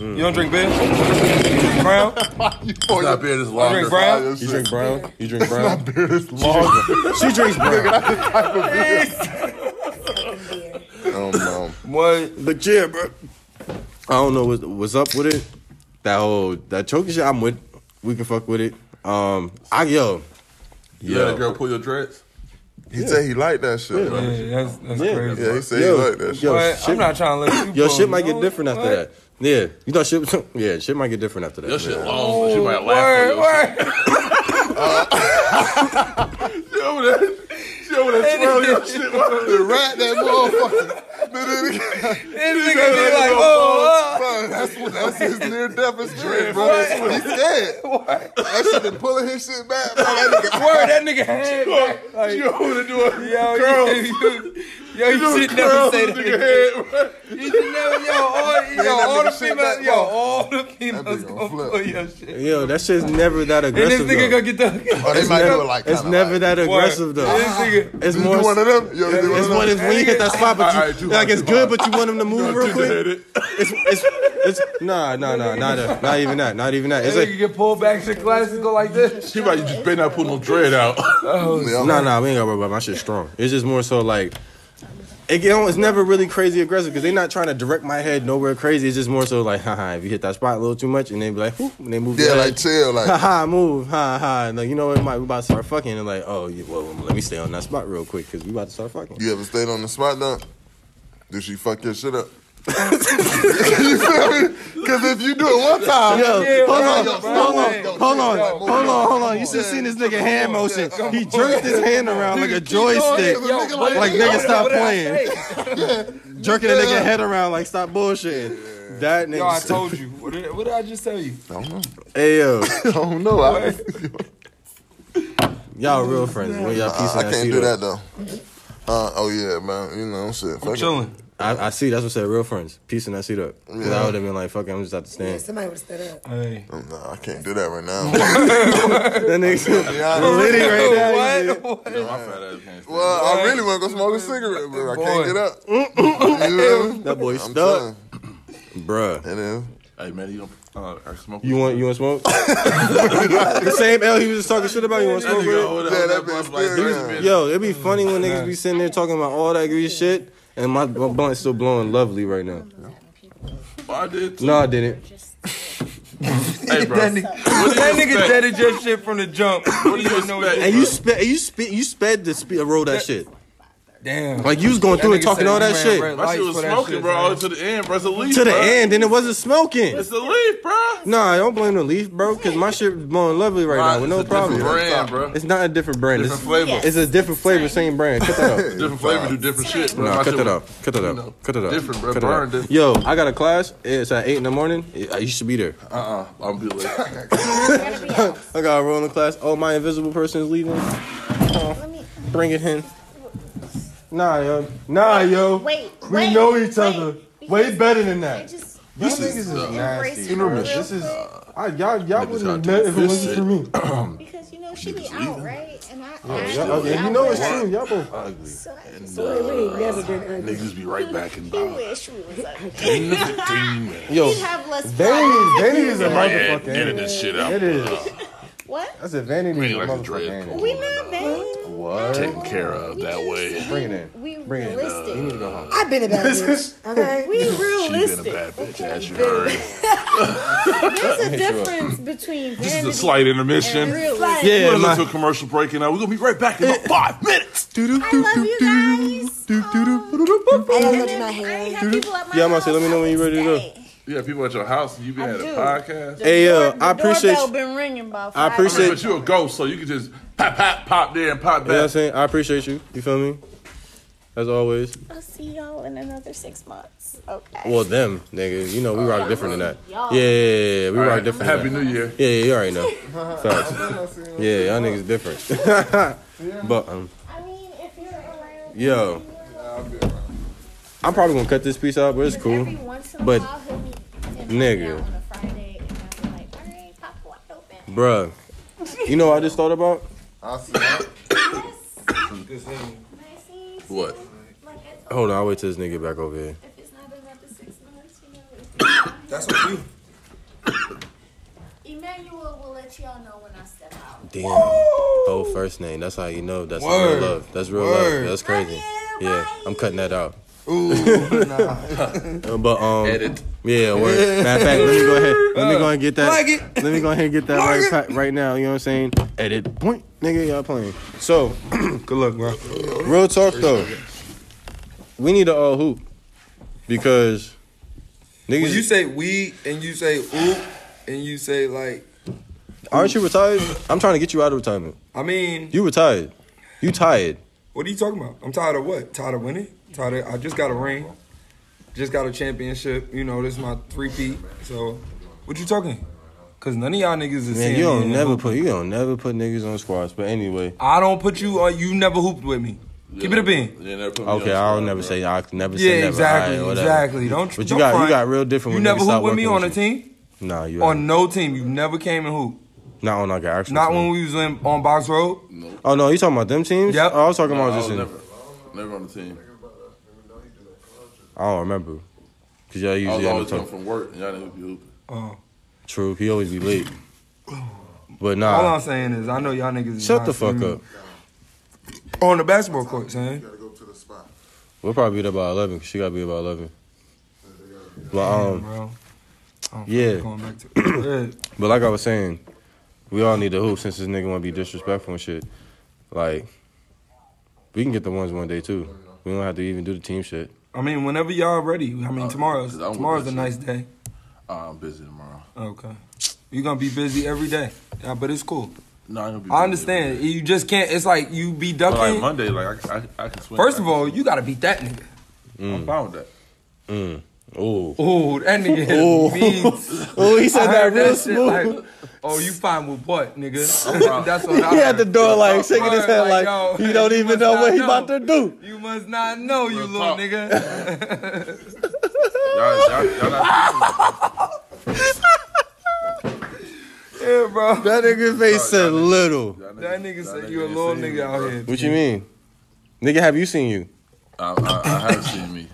S3: You don't drink beer?
S1: Mm.
S3: Brown?
S5: you pour your
S4: That beer is
S5: I
S4: long.
S3: Drink
S5: drink
S3: brown?
S5: brown. You
S1: brown. You drink brown.
S5: beer is long.
S1: She drinks brown.
S6: beer.
S5: Um, um,
S3: What?
S1: But yeah, bro. I don't know what, what's up with it. That whole that choking shit. I'm with. We can fuck with it. Um, I yo.
S4: You let a girl pull your dreads.
S5: he said he liked that shit.
S3: Yeah,
S5: man.
S3: that's, that's
S1: Yeah.
S3: crazy.
S5: Yeah, he said
S1: Yo,
S5: he liked that shit.
S1: yo,
S3: But
S1: shit-
S3: I'm not trying to let you.
S1: Your
S3: bro,
S1: shit might
S3: you
S1: get
S3: know?
S1: different after
S3: What?
S1: that. Yeah, you know shit. Yeah, shit might get different after that.
S4: Your shit
S1: Yeah.
S4: long. so She might
S3: Oh, Word,
S4: laugh.
S3: word.
S4: at your shit. She over there. She over there twirling your shit.
S5: The rat that motherfucker.
S3: This nigga be like, oh,
S5: Bro, that's, that's his near death experience, bro. He's scared. That shit been pulling his shit back, bro. That nigga
S3: uh, word, that nigga head. back.
S4: Like, you over there doing
S3: Yo,
S4: curls.
S3: you, you, yo, you,
S4: doing
S3: should never
S4: curls
S3: say
S4: with
S3: that.
S4: nigga head, bro.
S3: You should never, yo, all, yo,
S5: that
S3: all the
S5: nigga shit
S3: females,
S5: back,
S3: yo,
S5: bro.
S3: all the females
S5: nigga gonna
S3: gonna
S5: flip.
S3: pull your shit.
S1: Yo, that shit's never that
S3: And this
S1: aggressive.
S3: nigga
S1: though.
S3: gonna get the.
S5: Oh, they might do it like
S1: It's
S5: kinda
S1: never
S5: like,
S1: that aggressive though.
S3: This nigga.
S1: It's
S5: You
S1: more.
S5: do one of them? You ever do one
S1: It's
S5: of them?
S1: one is when you hit that spot, but you,
S4: All right, too
S1: like
S4: hard,
S1: it's
S4: too
S1: good, but you want him to move real quick.
S4: Two-headed.
S1: It's it's it's nah nah nah not that not even that not even that. It's
S3: This nigga
S1: like
S3: get pulled back, shit glasses go like this.
S4: She might just better not pull no dread out.
S5: Yeah.
S1: nah nah we ain't got to worry about it. my shit strong. It's just more so like it you know, it's never really crazy aggressive because they're not trying to direct my head nowhere crazy. It's just more so like haha if you hit that spot a little too much and they be like whoop and they move
S5: Yeah,
S1: their
S5: like
S1: head.
S5: chill, like
S1: haha move ha ha and like you know what Mike, we about to start fucking and like oh yeah, well let me stay on that spot real quick because we about to start fucking.
S5: you ever stayed on the spot though? Did she fuck your shit up? you feel me? Cause if you do it one time,
S1: Yo,
S3: Yeah,
S1: hold
S3: bro,
S1: on,
S3: yo, bro.
S1: hold on,
S5: Yo,
S1: hold on,
S5: yo,
S1: hold on, hold on. You
S5: yo,
S1: should have
S5: yo,
S1: seen this
S5: yo,
S1: nigga hand
S5: yo,
S1: motion.
S5: yo,
S1: He jerked his hand around like a joystick,
S5: yo, yo,
S1: like
S5: yo,
S1: nigga stop
S3: What did I say?
S1: playing, jerking the nigga head around like stop bullshitting. That
S3: Yo, I
S1: nigga.
S3: told you. What did, what did I just tell you?
S5: I don't know.
S1: Hey yo,
S5: I don't know. I,
S1: y'all real friends. When y'all peace
S5: I
S1: and
S5: can't do that though. Uh, oh yeah, man. You know, shit. Fuck it.
S3: Chilling.
S1: I, I see. That's what I said. Real friends. Peace and I see that. Cause I would have been like, fuck it, I'm just out to
S6: Yeah,
S1: stand.
S6: somebody would have stood up.
S3: Hey.
S5: Nah, I can't do that right now.
S1: that nigga.
S5: Yeah,
S1: Liddy right now. he said.
S3: What? What?
S5: Well, I really want to go smoke a cigarette, but I
S3: Boy.
S5: can't get up. You know?
S1: That boy
S5: I'm
S1: mm. stuck,
S5: telling
S1: bruh.
S5: you, it is.
S4: Hey man, you don't uh, smoke.
S1: You want you want smoke? the same L he was just talking shit about. You want
S4: That
S1: smoke? with?
S4: nigga over there,
S5: Yeah,
S4: that
S5: that bitch
S4: bitch like,
S5: still
S4: this
S5: around.
S4: bitch.
S1: Yo, it'd be funny when niggas be sitting there talking about all that greasy shit, and my, my blunt's still blowing lovely right now.
S4: I did.
S1: No, I didn't.
S4: Hey, bro.
S3: That nigga, that nigga deaded your shit from the jump. What
S4: do you expect?
S1: And you sped, you sped, you sped the speed, roll that shit.
S3: Damn.
S1: Like you was going through and
S3: nigga
S1: talking
S3: said
S1: all
S3: he
S1: that
S3: ran
S1: shit
S3: red
S4: My shit
S3: lights
S4: was
S3: for that
S4: smoking,
S3: shit,
S4: bro, all
S3: man.
S4: the way to the end, bro. It's a leaf.
S1: to the
S4: bro.
S1: end, and it wasn't smoking.
S4: It's a leaf, bro.
S1: Nah, I don't blame the leaf, bro, because my shit is blowing lovely right now with no
S4: it's a different
S1: problem.
S4: Brand, bro.
S1: It's not a different brand.
S4: Different
S1: it's,
S4: flavor.
S2: Yeah.
S1: it's a different flavor, same brand. Cut that out.
S4: Different flavor do different shit, bro.
S1: Nah,
S4: My
S1: cut
S4: shit
S1: that
S4: was-
S1: out. Cut that out.
S4: know,
S1: cut it out.
S4: different, bro.
S1: Cut it out.
S4: Burn different.
S1: Yo, I got a class. It's at eight in the morning. I- You should be there.
S4: Uh-uh. I'll be late.
S2: Gotta be out.
S1: I got a rolling class. Oh, my invisible person is leaving.
S2: Let me-
S1: Bring it in. Nah, yo. Nah, yo.
S2: Wait,
S1: We
S2: wait,
S1: know each
S2: wait,
S1: other
S2: because
S1: way better than
S2: I
S1: that.
S2: just
S1: Y'all niggas is
S2: embrace
S1: nasty.
S2: her real
S1: This is.
S2: quick
S1: I, y'all y'all
S4: Niggas
S1: wouldn't have
S4: out
S1: met
S4: doing
S1: if it
S4: this
S1: wasn't for me.
S2: because you know she be out, right? And I, I
S1: Y'all-
S2: be
S1: okay,
S2: out
S1: you know it's
S2: with her,
S1: true. Y'all both.
S4: Ugly.
S2: so I just
S6: Boy, we ain't never been ugly.
S4: Niggas be right back in
S1: uh,
S2: He
S4: bounds.
S2: wish we was ugly.
S4: In the 15 minutes.
S1: Yo,
S2: He'd have less
S1: Vanity,
S2: fun.
S1: Vanity is a
S4: Yeah,
S1: motherfucking.
S4: get
S1: animal.
S4: this shit out.
S1: It is.
S2: What?
S1: That's a vanity is a
S4: Really like a dread
S1: motherfucking. animal.
S2: We not bad.
S1: What?
S4: Taken care of that way.
S1: Bring it in.
S2: We
S1: Bring it in. uh,
S2: realistic.
S6: I've been a bad bitch. Okay.
S2: we
S4: She been a
S2: realistic.
S4: bad bitch, as you heard.
S2: There's a difference between
S4: This is a
S2: vanity
S4: slight
S2: and
S4: intermission.
S2: realistic.
S1: Yeah,
S4: We're gonna
S1: my-
S4: listen to a commercial break, and uh, we're gonna be right back in about five minutes.
S2: I love you guys. Um,
S6: I
S2: and
S6: looked
S2: if
S6: my
S2: I
S6: hair.
S2: ain't have people at my
S1: Yeah, I'm about to say,
S2: house,
S1: let me know
S2: I
S1: when you
S2: would
S1: ready to
S2: stay.
S4: Yeah, people at your house, and you be
S2: I
S4: at a
S2: do.
S4: podcast.
S1: Hey, yo,
S2: The
S1: I appreciate.
S2: doorbell
S1: You.
S2: been ringing about
S1: I
S2: five
S1: appreciate-
S2: times.
S4: But you a ghost, so you can just pop, pop, pop there and pop
S1: You know what I'm
S4: back.
S1: saying? I appreciate you. You feel me? As always.
S2: I'll see y'all in another six months. Okay.
S1: Well, them, nigga. You know, we rock different than that. Yeah,
S2: Y'all.
S1: yeah, yeah, yeah. We
S4: All
S1: rock
S4: right,
S1: different. than
S4: Happy
S1: that.
S4: New Year.
S1: Yeah, yeah, you already know. Facts. Yeah, y'all niggas different. but, um,
S2: I mean, if you're around,
S1: yo. I'm probably gonna cut this piece out, but it's cool.
S2: Every once in a
S1: But,
S2: while, he'll be in
S1: nigga.
S2: nigga. on a Friday, and I'll be like, all right, pop one open.
S1: Bruh. You know what I just thought about?
S5: I see that.
S2: Yes. Nice.
S4: What?
S2: Like I told
S1: Hold on, I'll wait till this nigga back over here.
S2: if it's not been up to six months, you know. That's on you. Emmanuel will let y'all know when I step out.
S1: Damn. Oh, first name. That's how you know. That's
S3: Word.
S1: real love. That's real love.
S3: Word.
S1: That's crazy. Yeah, I'm cutting that out.
S3: Ooh, nah.
S1: Uh, But um,
S4: Edit.
S1: yeah. Word. Matter of fact, let me go ahead. Let me go ahead and get that.
S3: Like it.
S1: Let me go ahead and get that
S3: Like
S1: right,
S3: it.
S1: pa- right now. You know what I'm saying? Edit. Point, nigga. Y'all playing. So, good luck, bro. Real talk though. We need to all hoop because
S3: When
S1: niggas.
S3: you say we and you say ooh and you say like,
S1: aren't you retired? I'm trying to get you out of retirement.
S3: I mean,
S1: You retired. You tired.
S3: what are you talking about? I'm tired of what? Tired of winning? Tired of? I just got a ring, just got a championship. You know, this is my three P. So, what you talking? Cause none of y'all niggas is
S1: Man,
S3: saying
S1: you don't never put you don't never put niggas on squads. But anyway,
S3: I don't put you on. You never hooped with me. Keep it a bean.
S4: Yeah, never put me
S1: okay,
S4: on
S1: I'll
S4: spot,
S1: never
S4: bro.
S1: say I can never
S3: Yeah,
S1: say never.
S3: exactly,
S1: Alright, whatever.
S3: exactly. Don't.
S1: But you
S3: don't
S1: got
S3: front.
S1: you got real different.
S3: You
S1: when
S3: never
S1: niggas stop
S3: hooped with me
S1: working
S3: on a
S1: you.
S3: team.
S1: Nah, you
S3: On
S1: on
S3: no team, you never came and hoop.
S1: not on like an actual.
S3: Not
S1: team.
S3: when we was in, on Box Road.
S1: Oh no, you talking about them teams?
S3: Yep.
S1: Oh, I was talking
S4: No, I
S1: about
S4: was
S1: just. In,
S4: never, never on the team.
S5: uh,
S1: I don't remember. Cause y'all
S4: I was
S1: usually end up
S4: always coming
S1: talking.
S4: from work, and y'all didn't be hooping.
S3: Uh,
S1: True, he always be late. But
S3: All
S1: nah,
S3: I'm saying is, I know y'all niggas. is
S1: shut
S3: not
S1: the fuck
S3: feeling
S1: up.
S3: me. On the basketball court, son.
S5: Gotta go to the spot.
S1: We'll probably be there by eleven. 'cause she gotta be about eleven. But
S3: Damn,
S1: um,
S3: bro. I'm
S1: yeah.
S3: Going back to Yeah.
S1: but like I was saying, we all need to hoop since this nigga wanna be disrespectful and shit. Like, we can get the ones one day too. We don't have to even do the team shit.
S3: I mean, whenever y'all ready. I mean, tomorrow's
S4: Cause I would
S3: tomorrow's a
S4: miss
S3: nice day.
S4: Uh, I'm busy tomorrow.
S3: Okay. You're gonna be busy every day, Yeah, but it's cool.
S4: No, I'm gonna be busy
S3: I understand.
S4: every day.
S3: You just can't. It's like you be
S4: But like
S3: ducking.
S4: Monday, like I, I, I can swing.
S3: First
S4: I
S3: of
S4: can
S3: all,
S4: swing.
S3: you gotta beat that nigga.
S1: Mm.
S4: I'm fine with that.
S1: Oh.
S3: Oh, that nigga is
S1: Ooh.
S3: mean.
S1: Oh, he
S3: I
S1: said
S3: heard
S1: that real
S3: shit,
S1: smooth.
S3: like, oh, you fine with what, nigga?
S4: fine.
S3: That's what I
S1: he at the
S3: heard.
S1: door, like
S3: I'm
S1: shaking his
S3: fine,
S1: head, like,
S3: yo,
S1: he don't
S3: you
S1: even
S3: must
S1: know
S3: not
S1: what he about to do.
S3: You must not know, you
S4: Real
S3: little
S4: talk.
S3: nigga.
S4: Y'all, y'all, y'all
S3: Ah!
S4: not
S3: Yeah, bro.
S1: That nigga face said little.
S4: y'all niggas-
S3: That nigga
S4: y'all
S3: said
S4: niggas
S3: you a
S4: ain't
S3: little
S4: seen me,
S3: nigga out
S4: bro.
S3: here.
S1: What you mean, nigga? Have you seen you?
S4: I, I, I haven't seen me.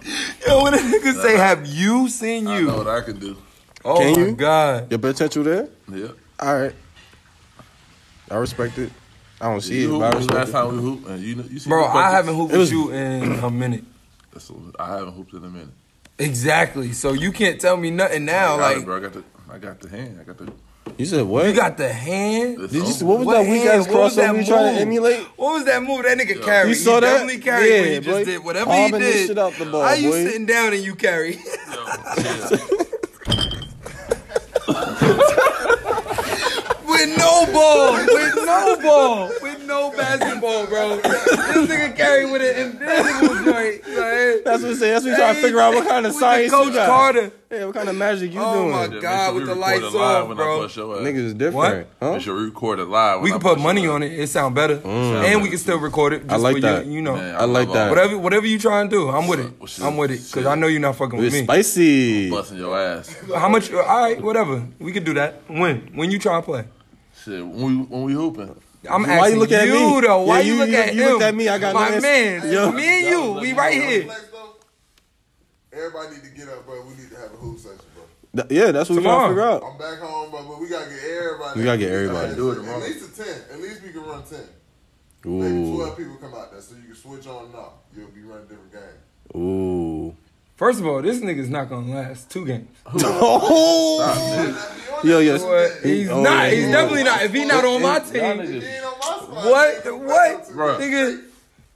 S3: Yo, when a nigga say, have you seen
S4: I know
S3: you?
S4: what I can do.
S3: Oh
S1: Can
S3: my
S1: you?
S3: god.
S1: Your potential there?
S4: Yeah.
S1: All right. I respect it. I don't see
S4: you
S1: it,
S4: hooped
S1: but I
S4: when was the
S1: respect it.
S4: last time we hooped, and you, know- you see
S3: Bro,
S4: me
S3: I
S4: practice.
S3: haven't hooped
S1: It was-
S3: with you in a minute.
S4: That's- I haven't hooped in a minute.
S3: Exactly. So you can't tell me nothing now.
S4: I got it,
S3: Like
S4: bro, I got the, I got the hand. I got the.
S1: You said what?
S3: You got the hand.
S4: the
S1: Did you see
S4: thumb.
S1: what was that weak ass
S3: hand? What was that
S1: crossover you trying to
S3: move?
S1: emulate?
S3: What was that move that nigga carried?
S1: You saw
S3: he
S1: that?
S3: definitely carried what
S1: Yeah,
S3: he
S1: boy.
S3: just did. Whatever
S1: Carving
S3: he
S1: this
S3: did.
S1: shit out the ball,
S3: how you
S1: boy.
S3: sitting down and you carry? With no ball, with no ball, with no basketball, bro. This nigga carried with an invisible joint. Like,
S1: That's what I'm saying. That's what you trying to figure out what kind of
S3: with the
S1: science
S3: Coach
S1: you got.
S3: Carter.
S1: Yeah, what kind of magic you
S3: Oh
S1: doing?
S3: my
S4: Yeah, make
S3: God,
S4: sure
S3: with
S4: we
S3: the
S4: record
S3: lights
S4: it live
S3: off,
S4: when
S3: bro.
S4: I bust your ass.
S1: Niggas is different,
S4: Make
S1: huh?
S4: sure we record it live.
S3: We can put money on it. It sound better, and we can still record it. Just
S1: Mm. I like
S3: for
S1: that.
S3: You, you know,
S4: Man,
S1: I like that.
S3: whatever whatever you trying to do, I'm with
S4: Well,
S3: it.
S4: shit.
S3: I'm with it because
S4: Shit.
S3: I know you're not fucking with
S1: It's
S3: me.
S1: spicy.
S4: Busting your ass.
S3: How much? All right, whatever. We could do that. When? When you try to play?
S4: Shit, when we when we hooping.
S3: I'm
S1: Why you
S3: asking
S1: look at me?
S3: though. Why
S1: Yeah,
S3: you,
S1: you-
S3: look
S1: you-
S3: at
S1: you
S3: him?
S1: looked at me, I got
S3: my
S1: no
S3: man.
S1: answer. Yo.
S3: Me and you, we right here.
S5: Everybody need to get up, bro. We need to have a hoop session, bro.
S1: Th- Yeah, that's what we gotta
S3: Tomorrow.
S1: figure out.
S5: I'm back home, bro, but we gotta get everybody.
S1: We gotta get everybody.
S5: Do it tomorrow. At least a ten. At least we can run ten. Maybe
S1: Ooh,
S5: twelve people come out there, so you can switch on and off. You'll be running different games.
S1: ooh.
S3: First of all, this nigga's not gonna last two games.
S1: Oh, yo, yo.
S3: But he's
S1: Oh,
S3: not.
S1: yeah.
S3: He's definitely not. If he not on my
S4: Y'all
S3: team,
S4: niggas-
S3: what? What,
S4: Bruh.
S3: nigga?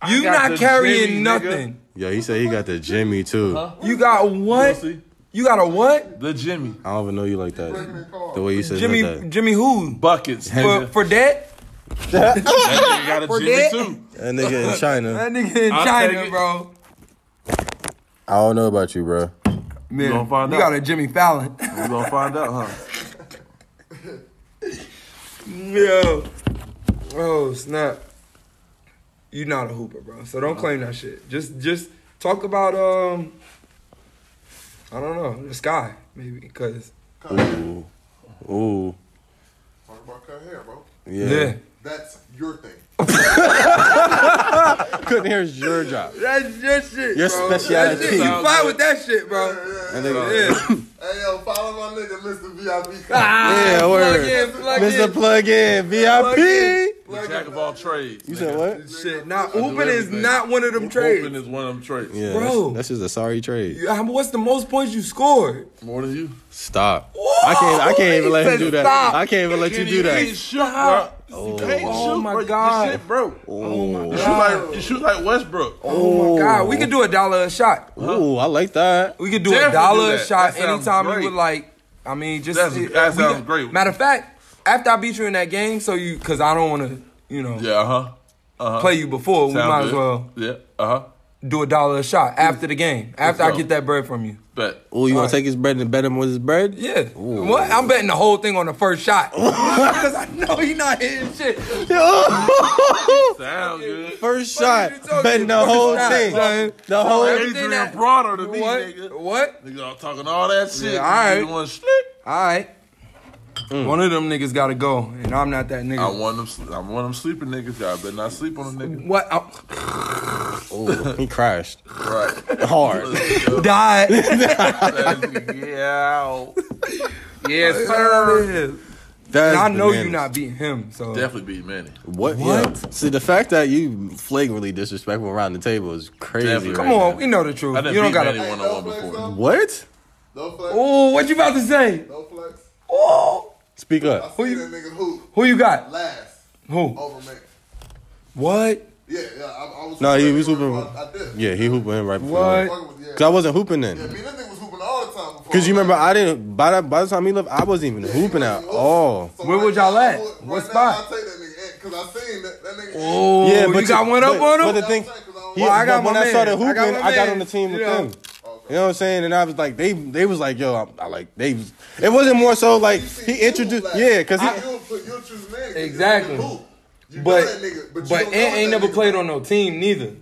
S3: You
S4: got
S3: not
S4: the
S3: carrying
S4: Jimmy, nigga.
S3: nothing.
S1: Yo, he said he got the Jimmy too.
S3: You got what?
S4: Pussy.
S3: You got a what?
S4: The Jimmy.
S1: I don't even know you like that. The way you said
S3: Jimmy
S1: that.
S3: Jimmy who?
S4: Buckets.
S3: For
S4: nigga.
S3: for that?
S4: That nigga got a
S3: for
S4: Jimmy
S3: that?
S4: too.
S1: That nigga in China.
S3: That nigga in
S4: I'll take
S3: China,
S4: it.
S3: bro.
S1: I don't know about you, bro.
S3: Man,
S4: gonna find
S3: you
S4: out.
S3: got a Jimmy Fallon.
S4: We gonna find out, huh?
S3: Yo. Oh, snap. You not a hooper, bro. So don't claim that shit. Just just talk about um I don't know, the sky, maybe. Cause
S1: Ooh, ooh.
S5: Talk about cut hair, bro.
S1: Yeah.
S3: yeah.
S5: That's your thing.
S1: Couldn't hear your job.
S3: That's your shit.
S1: Your
S3: bro.
S1: speciality.
S3: That shit, You fine with that shit, bro.
S5: Yeah,
S1: That
S5: yeah,
S1: nigga.
S3: Yeah.
S5: yeah. Hey, yo, follow my nigga, Mr. VIP.
S1: Yeah,
S3: plug
S1: word.
S3: in, plug in.
S1: Mr. Plug In
S3: Plug in.
S1: VIP.
S4: Jack of all trades.
S1: You
S4: nigga.
S1: said what?
S3: Shit. Now
S4: do
S3: hooping is
S4: everything.
S3: not one of them
S4: Hooping
S3: trades.
S4: is one of them traits.
S1: Yeah,
S3: Bro.
S1: That's, that's just a sorry trade.
S3: Yeah, What's the most points you scored?
S4: More than you.
S1: Stop. I can't. I can't even
S3: He
S1: let
S3: said
S1: him do that.
S3: stop.
S1: I can't even let you do
S4: can't
S1: that.
S4: shoot, bro.
S1: Oh.
S4: You can't shoot,
S3: Oh, my
S4: bro.
S3: God.
S4: Your shit broke.
S1: Oh,
S4: You shoot like you shoot like Westbrook.
S3: Oh my god, we could do a dollar a shot.
S1: ooh, I like that.
S3: We could do a
S4: Definitely
S3: dollar
S4: do
S3: a
S4: that.
S3: shot
S4: That sounds
S3: anytime
S4: great.
S3: you would like. I mean, just
S4: That's-
S3: it-
S4: that
S3: we
S4: sounds
S3: could-
S4: great.
S3: Matter of fact, after I beat you in that game, so you because I don't want to, you know,
S4: Yeah, uh huh. Uh huh.
S3: play you before. we might as well
S4: Yeah, uh huh.
S3: do a dollar a shot after the game. After I
S4: go.
S3: get that bread from you.
S4: Bet.
S1: Ooh, you want
S3: Alright.
S1: to take his bread and bet him with his bread?
S3: Yeah. What? I'm betting the whole thing on the first shot because I know he not hitting shit.
S4: Sound good.
S1: First
S3: Fuck
S1: shot,
S3: you talking?
S1: betting the
S3: First
S1: whole
S3: shot,
S1: thing.
S3: son.
S1: The whole.
S3: Everything
S4: Adrian
S3: that-
S4: Bronner to me,
S3: What?
S4: nigga.
S3: What?
S4: Nigga, all talking all that shit.
S3: Yeah, all
S4: You
S3: right.
S4: want slick?
S3: All right. One of them niggas got to go, and I'm not that
S4: Mm. I
S3: nigga.
S4: want them. sl- I want them sleeping niggas. Y'all better not sleep on a nigga.
S3: What? I
S1: Ooh, he crashed
S4: Right.
S1: hard.
S3: died.
S4: yeah.
S3: yes, sir.
S1: That's
S3: And I know you
S1: bananas.
S3: not beating him, so
S4: Definitely beat Manny.
S1: What?
S3: What?
S1: Yeah. See, the fact that you flagrantly disrespectful around the table is crazy.
S4: Definitely.
S1: Right
S3: come on,
S1: now.
S3: we know the truth.
S4: I
S3: You don't
S4: done beat Manny
S3: gotta.
S4: one on one before.
S1: What?
S5: No flex.
S3: Oh, what you about to say?
S5: No flex.
S3: Oh,
S1: Speak
S5: I
S1: up.
S5: see
S3: you-
S5: that nigga hoop
S3: who you got?
S5: last
S3: Who?
S5: over me.
S3: What?
S5: Yeah, yeah. I, I was.
S1: No, he was hooping.
S5: I did.
S1: Yeah, he hooping him right before.
S3: What?
S5: Fucking with-
S1: Cause I wasn't hooping then.
S5: Yeah, me and that nigga was hooping all the time before.
S1: Cause you remember I didn't. By the by the time he left, I wasn't even hooping at all.
S5: So
S3: Where was y'all
S5: now,
S3: at?
S5: I would-
S3: What
S5: right now,
S3: spot?
S5: I'll take that nigga at, cause I seen that, that nigga.
S3: Oh,
S1: Yeah,
S3: you
S1: but
S3: got
S1: you-
S3: one up
S1: but-
S3: on
S1: but
S3: him.
S1: the thing, he,
S3: Well, I got
S1: but
S3: my
S1: when I
S3: man.
S1: started
S3: I got
S1: hooping, I
S3: my
S1: got,
S3: man.
S1: on the team with
S3: You know.
S1: them. You know what I'm saying? And I was like, they they was like, yo, I, I like they. Was, it wasn't more so like he introduced, yeah, cause he.
S5: you'll, put, you'll choose man. 'cause
S3: Exactly.
S5: You, know that nigga, but,
S3: But
S5: you
S3: but Ant
S5: don't know what
S3: ain't
S5: that
S3: never
S5: nigga
S3: played
S5: like.
S3: on no team neither.